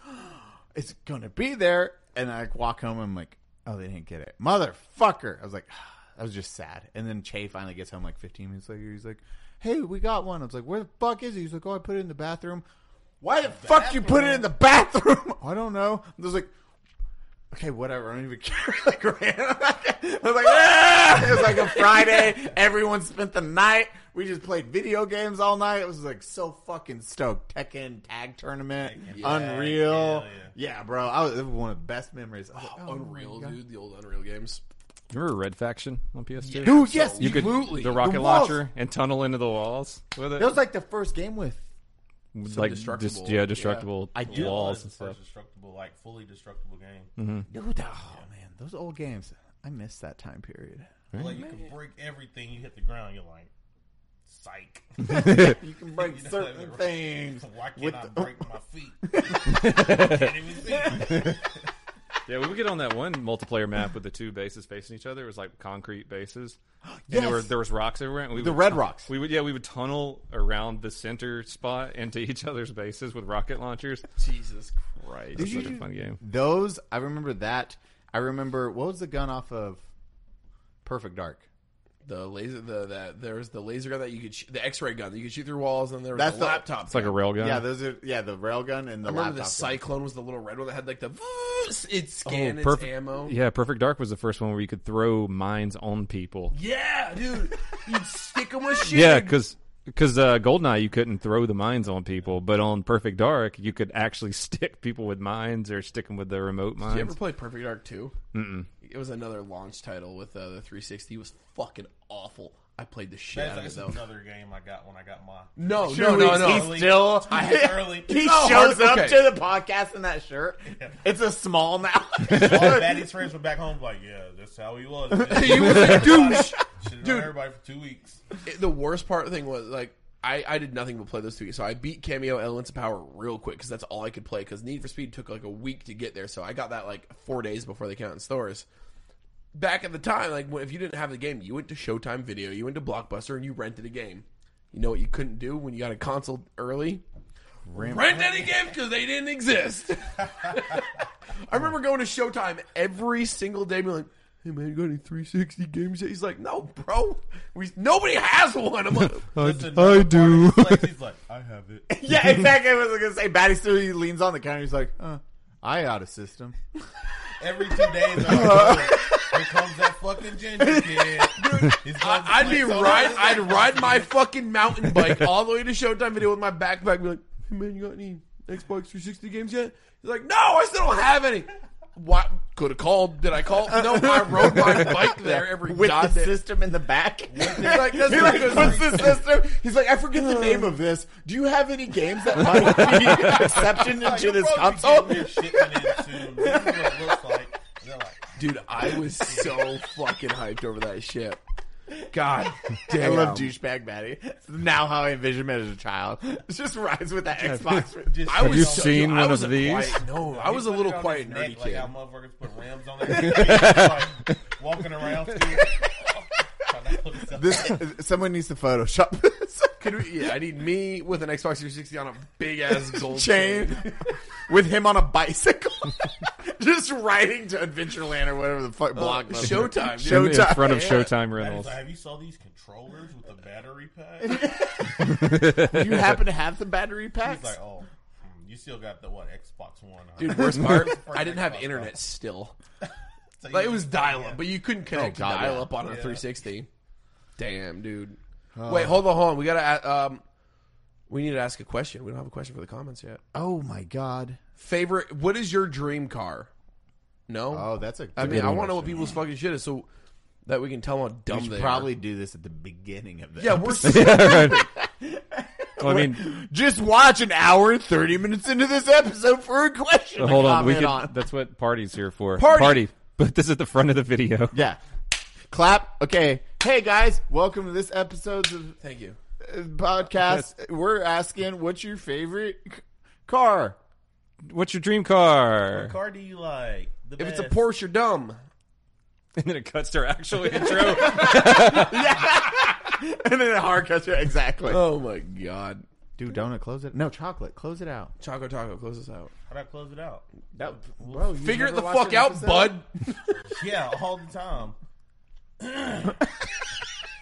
Speaker 1: "It's gonna be there," and I walk home. I'm like, "Oh, they didn't get it, motherfucker!" I was like, <sighs> "I was just sad." And then Che finally gets home like 15 minutes later. He's like, "Hey, we got one." I was like, "Where the fuck is he?" He's like, "Oh, I put it in the bathroom." Why the fuck you put it in the bathroom? <laughs> I don't know. I was like, okay, whatever. I don't even <laughs> care. like, ran. I was like, <laughs> ah! it was like a Friday. Everyone spent the night. We just played video games all night. It was like so fucking stoked. Tekken tag tournament, Unreal.
Speaker 4: hell
Speaker 1: yeah. bro. I was, it was one of the best memories. I was like, oh,
Speaker 2: Unreal, dude. The old Unreal games.
Speaker 3: Remember Red Faction on PS2?
Speaker 1: dude. Yes,
Speaker 3: you could
Speaker 2: Absolutely.
Speaker 3: the rocket
Speaker 1: The walls.
Speaker 3: launcher and tunnel into the walls with it.
Speaker 1: That was like the first game with.
Speaker 3: like
Speaker 2: destructible.
Speaker 3: yeah, destructible
Speaker 1: I do-
Speaker 3: walls and
Speaker 4: It was the
Speaker 3: stuff.
Speaker 4: first destructible, like fully destructible game.
Speaker 1: Dude, oh man, those old games. I miss that time period.
Speaker 2: Mm-hmm.
Speaker 4: Like you can break everything. You hit the ground. You're like, psych. <laughs>
Speaker 1: You can break
Speaker 4: You know, <laughs>
Speaker 1: certain
Speaker 4: like,
Speaker 1: things.
Speaker 4: Why can't
Speaker 1: with
Speaker 4: I
Speaker 1: the-
Speaker 4: break
Speaker 2: <laughs>
Speaker 4: my feet? I can't even see.
Speaker 3: Yeah, we would get on that one multiplayer map with the two bases facing each other. It was like concrete bases. And
Speaker 1: <gasps> Yes.
Speaker 3: there were there was rocks everywhere. And we
Speaker 1: The
Speaker 3: would-
Speaker 1: Red Rocks.
Speaker 3: We would yeah, we would tunnel around the center spot into <laughs> each other's bases with rocket launchers.
Speaker 2: Jesus Christ.
Speaker 3: It's
Speaker 1: Did
Speaker 3: such a
Speaker 1: you-
Speaker 3: fun game.
Speaker 1: <laughs> Those I remember that. I remember what was the gun off of Perfect Dark.
Speaker 2: The laser. The that there was the laser gun that you could sh- the X-ray gun that you could shoot through walls, and there was
Speaker 1: That's
Speaker 2: the,
Speaker 1: the-
Speaker 2: laptop.
Speaker 3: It's like a rail gun.
Speaker 1: Yeah, those are yeah the rail gun and the.
Speaker 2: I remember
Speaker 1: laptop
Speaker 2: the
Speaker 1: gun. Oh,
Speaker 2: Cyclone was the little red one that had like the it scanned its
Speaker 3: perfect
Speaker 2: ammo.
Speaker 3: Yeah, Perfect Dark was the first one where you could throw mines on people.
Speaker 2: Yeah,
Speaker 1: <laughs>
Speaker 2: dude, you'd stick them with shit.
Speaker 3: Yeah, because because uh, Goldeneye you couldn't throw the mines on people, but on Perfect Dark you could actually <laughs> stick people with mines or stick them with the remote mines.
Speaker 2: Did you ever play Perfect Dark 2? Mm-mm. It was another launch title with uh, the 360. It was fucking awful. I played the shit out of it,
Speaker 4: That's
Speaker 2: though.
Speaker 4: like another game I got when I got my.
Speaker 2: No,
Speaker 1: Two
Speaker 2: no, no,
Speaker 1: weeks,
Speaker 2: no.
Speaker 1: He's still. <laughs>
Speaker 4: I had early.
Speaker 1: He
Speaker 2: Oh,
Speaker 1: shows up
Speaker 2: okay.
Speaker 1: to the podcast in that shirt. It's a small now. <laughs>
Speaker 4: All the baddies friends were back home. Like, yeah, that's how he
Speaker 2: <laughs>
Speaker 4: was. man.
Speaker 2: You was a douche.
Speaker 4: Shitted on everybody for two weeks.
Speaker 2: It- the worst part thing was, like, I, I did nothing but play those two games. So I beat Cameo Elements of Power real quick because that's all I could play because Need for Speed took, like, a week to get there. So I got that, like, four days before they came out in stores. Back at the time, like, when- if you didn't have the game, you went to Showtime Video, you went to Blockbuster, and you rented a game. You know what you couldn't do when you got a console early? rent any game because they didn't exist. <laughs> I remember going to Showtime every single day, being like, "Hey man, you got any 360 games?" yet?" He's like, "No, bro, we nobody has one." I'm like,
Speaker 4: Just another
Speaker 3: <laughs>
Speaker 4: party place. He's like, I have it.
Speaker 1: yeah, exactly. I was gonna say. Batty still he leans on the counter. He's like, uh, I out of system.
Speaker 4: Every two days, I'm like, here comes that fucking ginger kid. He's gonna
Speaker 2: I'd be
Speaker 4: flex on
Speaker 1: <laughs>
Speaker 2: ride.
Speaker 4: us.
Speaker 2: I'd ride my fucking mountain bike all the way to Showtime Video with my backpack. And be like, hey man, you got any Xbox 360 games yet? He's like, no, I still don't have any. What? Could have called. Did I call? No, I
Speaker 1: <laughs>
Speaker 2: rode my bike there every
Speaker 1: With the
Speaker 2: goddamn.
Speaker 1: system in the <laughs> back.
Speaker 2: He's like, that's
Speaker 1: He
Speaker 2: what
Speaker 1: like
Speaker 2: it
Speaker 1: puts
Speaker 2: was.
Speaker 1: the system. He's like, I forget the
Speaker 2: <laughs>
Speaker 1: name of this. Do you have any games that <laughs> might be exception into this console?
Speaker 4: You're shipment into this is what it looks like. And They're like,
Speaker 2: Dude, I was so fucking hyped over that shit. God
Speaker 1: I
Speaker 2: damn.
Speaker 1: love douchebag Maddie. It's now how I envision it as a child. <laughs> It's just rides with that
Speaker 3: <laughs>
Speaker 1: Xbox.
Speaker 4: just
Speaker 2: I
Speaker 4: shit
Speaker 2: was
Speaker 3: you
Speaker 2: so-
Speaker 3: seen
Speaker 2: dude, I
Speaker 3: one of
Speaker 2: was a
Speaker 3: these?
Speaker 2: Quiet, no, I
Speaker 4: He
Speaker 2: was a
Speaker 4: put
Speaker 2: little
Speaker 4: it on
Speaker 2: quiet
Speaker 4: his
Speaker 2: nerdy
Speaker 4: neck,
Speaker 2: kid.
Speaker 4: Like how motherfuckers put rims on their like, walking around. Still, <laughs> trying to put himself-
Speaker 1: This someone needs to Photoshop <laughs> this
Speaker 2: Could we, yeah, I need me with an Xbox 360 on a
Speaker 1: <laughs>
Speaker 2: big ass gold
Speaker 1: chain Uh, with him on a bicycle, <laughs> just riding to Adventureland or whatever the fuck block. number.
Speaker 2: Showtime, dude.
Speaker 3: in, in
Speaker 1: Showtime.
Speaker 3: front of Showtime
Speaker 4: I was
Speaker 3: Reynolds.
Speaker 4: like, have you saw these controllers with the battery pack? He's
Speaker 1: Do you happen to have the battery packs?
Speaker 4: like, oh, hmm, you still got the what Xbox One? Huh?
Speaker 2: Dude, worst
Speaker 3: <laughs>
Speaker 2: part,
Speaker 4: First
Speaker 2: I didn't have
Speaker 4: Xbox,
Speaker 2: internet still.
Speaker 4: So you-
Speaker 2: Like, it was dial up, but you couldn't connect
Speaker 1: Oh, God, yeah.
Speaker 2: dial up on a
Speaker 4: Yeah.
Speaker 2: 360. Damn, dude. Wait, hold on, hold on. We gotta. a- Um, we need to ask a question. We don't have a question for the comments yet.
Speaker 1: oh my god!
Speaker 2: Favorite? What is your dream car? No.
Speaker 1: Oh, that's a.
Speaker 2: I
Speaker 1: good
Speaker 2: mean, I
Speaker 1: one.
Speaker 2: want to know what people's fucking shit is, so that we can tell them how dumb
Speaker 1: We should
Speaker 2: they
Speaker 1: probably do this at the beginning of the.
Speaker 2: are. Yeah, we're.
Speaker 3: Well, I mean,
Speaker 1: <laughs> Just watch an hour and thirty minutes into this episode for a question.
Speaker 3: hold
Speaker 1: to
Speaker 3: on. We
Speaker 1: comment
Speaker 3: could,
Speaker 1: on.
Speaker 3: That's what party's here for.
Speaker 2: Party!
Speaker 3: But this is the front of the video.
Speaker 1: Yeah, clap. Okay, hey guys, welcome to this episode of
Speaker 2: Thank you.
Speaker 1: uh, podcast. <laughs> We're asking, what's your favorite c- car? <laughs>
Speaker 3: What's your dream car?
Speaker 4: What car do you like? The
Speaker 2: If it's a
Speaker 4: best?
Speaker 2: Porsche, you're dumb.
Speaker 3: And then it cuts to our
Speaker 2: <laughs>
Speaker 3: actual intro.
Speaker 1: And then a hard cutter. Exactly.
Speaker 2: Oh my god.
Speaker 1: Dude, donut, close it. No, chocolate, close it out.
Speaker 2: Choco Taco, close us out.
Speaker 4: How'd I close it out?
Speaker 1: That, bro, you
Speaker 2: Figure it
Speaker 1: never
Speaker 2: the
Speaker 1: watched
Speaker 2: fuck
Speaker 1: an
Speaker 2: out,
Speaker 1: episode?
Speaker 2: bud.
Speaker 4: Yeah, all the time.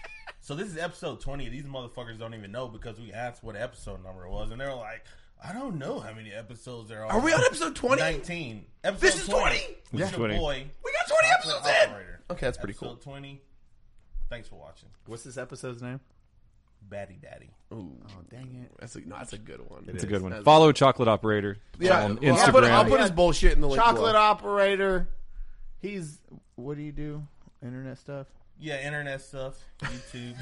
Speaker 4: <clears throat> so this is episode twenty. These motherfuckers don't even know because we asked what episode number it was, and they were like, "I don't know how many episodes there are."
Speaker 2: Are we on episode 20?
Speaker 4: Nineteen. Episode
Speaker 2: This is 20?
Speaker 4: With
Speaker 3: Yeah.
Speaker 4: your
Speaker 3: 20.
Speaker 4: boy,
Speaker 2: We got 20 episodes
Speaker 4: the
Speaker 2: in.
Speaker 4: operator.
Speaker 2: Okay, that's pretty
Speaker 4: episode
Speaker 2: cool.
Speaker 4: Twenty. Thanks for watching,
Speaker 1: What's this episode's name?
Speaker 4: Batty Daddy.
Speaker 1: Oh, dang it.
Speaker 2: That's a, no, that's a good one.
Speaker 3: It's a good one.
Speaker 2: That's-
Speaker 3: Follow Chocolate Operator
Speaker 2: Yeah,
Speaker 3: on
Speaker 2: well,
Speaker 3: Instagram.
Speaker 2: I'll put, I'll put
Speaker 1: Yeah.
Speaker 2: his bullshit in the link
Speaker 1: Chocolate
Speaker 2: below.
Speaker 1: operator. He's what do you do? Internet stuff.
Speaker 4: Yeah, internet stuff,
Speaker 2: <laughs>
Speaker 4: YouTube.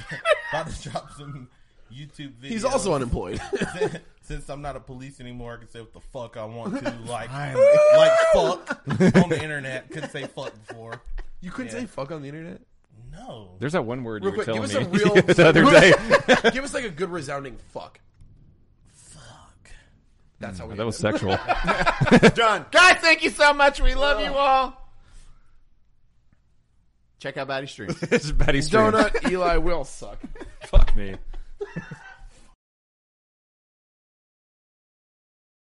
Speaker 4: About to drop some YouTube videos.
Speaker 2: He's also unemployed.
Speaker 4: <laughs> since I'm not a police anymore, I can say what the fuck I want to, like, like fuck on the internet. Could say fuck before.
Speaker 2: <laughs> you couldn't
Speaker 4: Yeah.
Speaker 2: say fuck on the <laughs> internet.
Speaker 4: No,
Speaker 3: There's that one word you
Speaker 2: Real
Speaker 3: were
Speaker 2: quick, give
Speaker 3: telling
Speaker 2: us
Speaker 3: me
Speaker 2: a real
Speaker 3: <laughs> the
Speaker 2: <laughs>
Speaker 3: other day.
Speaker 2: give us like a good resounding fuck.
Speaker 4: fuck.
Speaker 2: That's how we.
Speaker 3: that was sexual.
Speaker 2: <laughs>
Speaker 1: Done. Guys, thank you so much. We love you all. Check out Batty Stream.
Speaker 3: it's Betty Stream.
Speaker 2: <laughs> donut. Eli will suck.
Speaker 3: Fuck me.